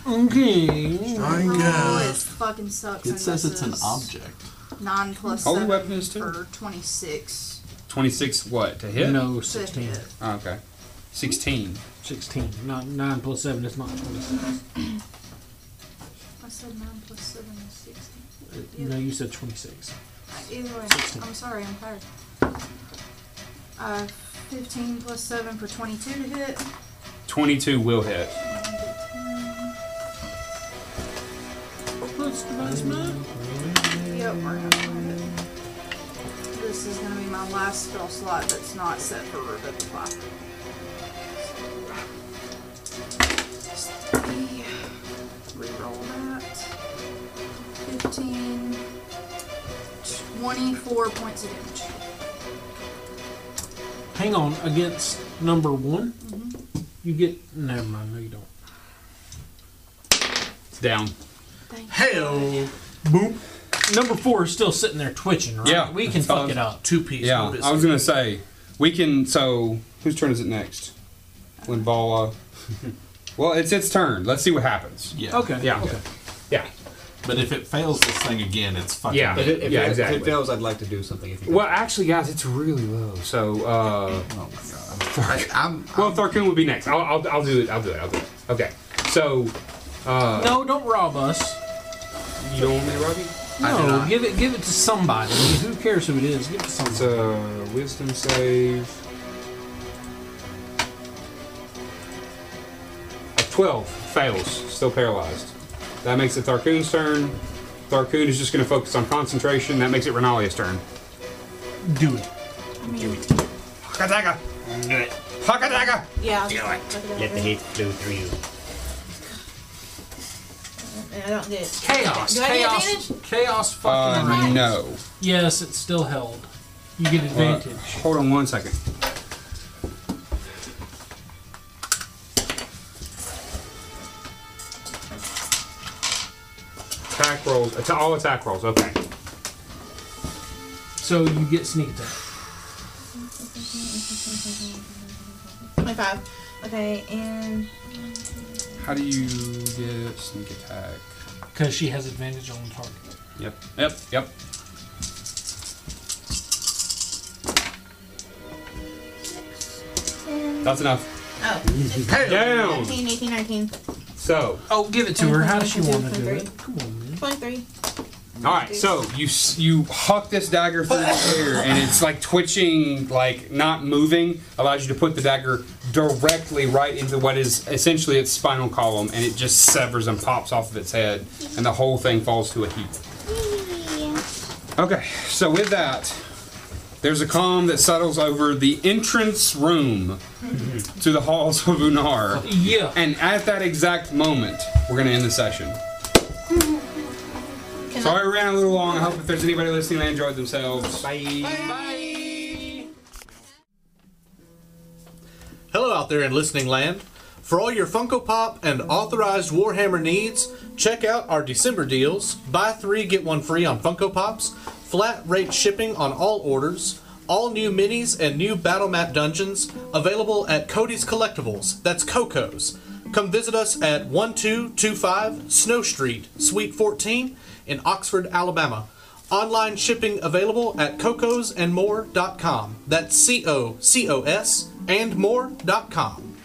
S3: Okay.
S7: Roll is fucking sucks.
S16: It
S7: and
S16: says it's an
S7: misses.
S16: object.
S7: Nine plus
S2: Holy
S7: seven
S2: weapon is two.
S7: for twenty-six.
S2: 26 what? To hit?
S3: No,
S7: to
S3: sixteen.
S7: hit.
S2: Oh, okay. 16.
S3: Sixteen. Nine, nine plus seven is not twenty-six.
S7: I said nine plus seven is sixteen.
S3: No, you said twenty-six.
S7: Either way, I'm sorry, I'm tired. Uh, fifteen plus seven for twenty-two to hit.
S2: 22 will hit.
S7: Yep, we're gonna hit. This is gonna be my last spell slot that's not set for revivify. Reroll that. 15, 24 points of damage.
S3: Hang on. Against number one,
S2: Mm-hmm.
S3: you get. Never mind. No, you don't.
S2: It's down.
S4: Hail!
S3: Boom. Number four is still sitting there twitching, right?
S2: Yeah,
S3: We can
S2: that's what I
S3: fuck
S2: was-
S3: it up.
S4: Two piece.
S2: Yeah,
S4: no
S2: I was
S4: biscuit.
S2: gonna say we can. So whose turn is it next? Linvala. well, it's its turn. Let's see what happens.
S16: Yeah.
S3: Okay.
S2: Yeah.
S3: Okay.
S2: Yeah.
S4: But if it fails this thing again, it's fucking.
S22: Yeah.
S4: dead.
S22: If it- if Yeah, it- if it exactly.
S12: If it fails, I'd like to do something. If you
S22: Well, actually, guys, it's really low. So, uh, oh
S4: my god, I'm,
S22: well, Tharkoon would be next. I'll, I'll, I'll do it. I'll do it. I'll do it. Okay. So, uh,
S3: no, don't rob us.
S22: You don't want me to rob you?
S3: No, give it give it to somebody. Who cares who it is? Give it to somebody.
S22: It's a wisdom save. A 12 fails, still paralyzed. That makes it Tharkoon's turn. Tharkoon is just going to focus on concentration. That makes it Renalia's turn.
S3: Do it.
S22: Do it. Hakataka!
S23: Do it.
S22: Hakataka!
S6: Yeah.
S23: Do it. Let the heat flow through you.
S6: And I don't get it.
S3: Chaos.
S6: Do I get
S3: chaos.
S6: advantage?
S3: Chaos. Fucking
S6: Uh,
S3: right.
S2: no.
S3: Yes, it's still held. You get advantage.
S2: Uh, hold on one second.
S22: Attack rolls. Atta- all attack rolls. Okay.
S3: So you get sneak attack.
S6: Twenty-five. Okay, and
S2: How do you get sneak attack?
S3: Because she has advantage on the target.
S2: Yep. Yep. Yep.
S22: That's enough.
S6: oh,
S22: Down.
S6: 19, 18, 19.
S22: So.
S3: Oh, give it
S6: to her. How
S3: does she want to do it?
S6: 23.
S2: All right, so you s- you huck this dagger through the air, and it's like twitching, like not moving, allows you to put the dagger directly right into what is essentially its spinal column, and it just severs and pops off of its head, and the whole thing falls to a heap. Okay, so with that, there's a calm that settles over the entrance room to the halls of Unar.
S3: Yeah.
S2: And at that exact moment, we're gonna end the session. Sorry, we ran a little long. I hope if there's anybody listening, they enjoyed themselves. Bye.
S4: Hello out there in listening land. For all your Funko Pop and authorized Warhammer needs, check out our December deals. Buy three, get one free on Funko Pops, flat rate shipping on all orders, all new minis and new battle map dungeons available at Cody's Collectibles. That's Coco's. Come visit us at 1225 Snow Street, Suite 14 in Oxford, Alabama. Online shipping available at cocosandmore.com. That's C O C O S and more.com.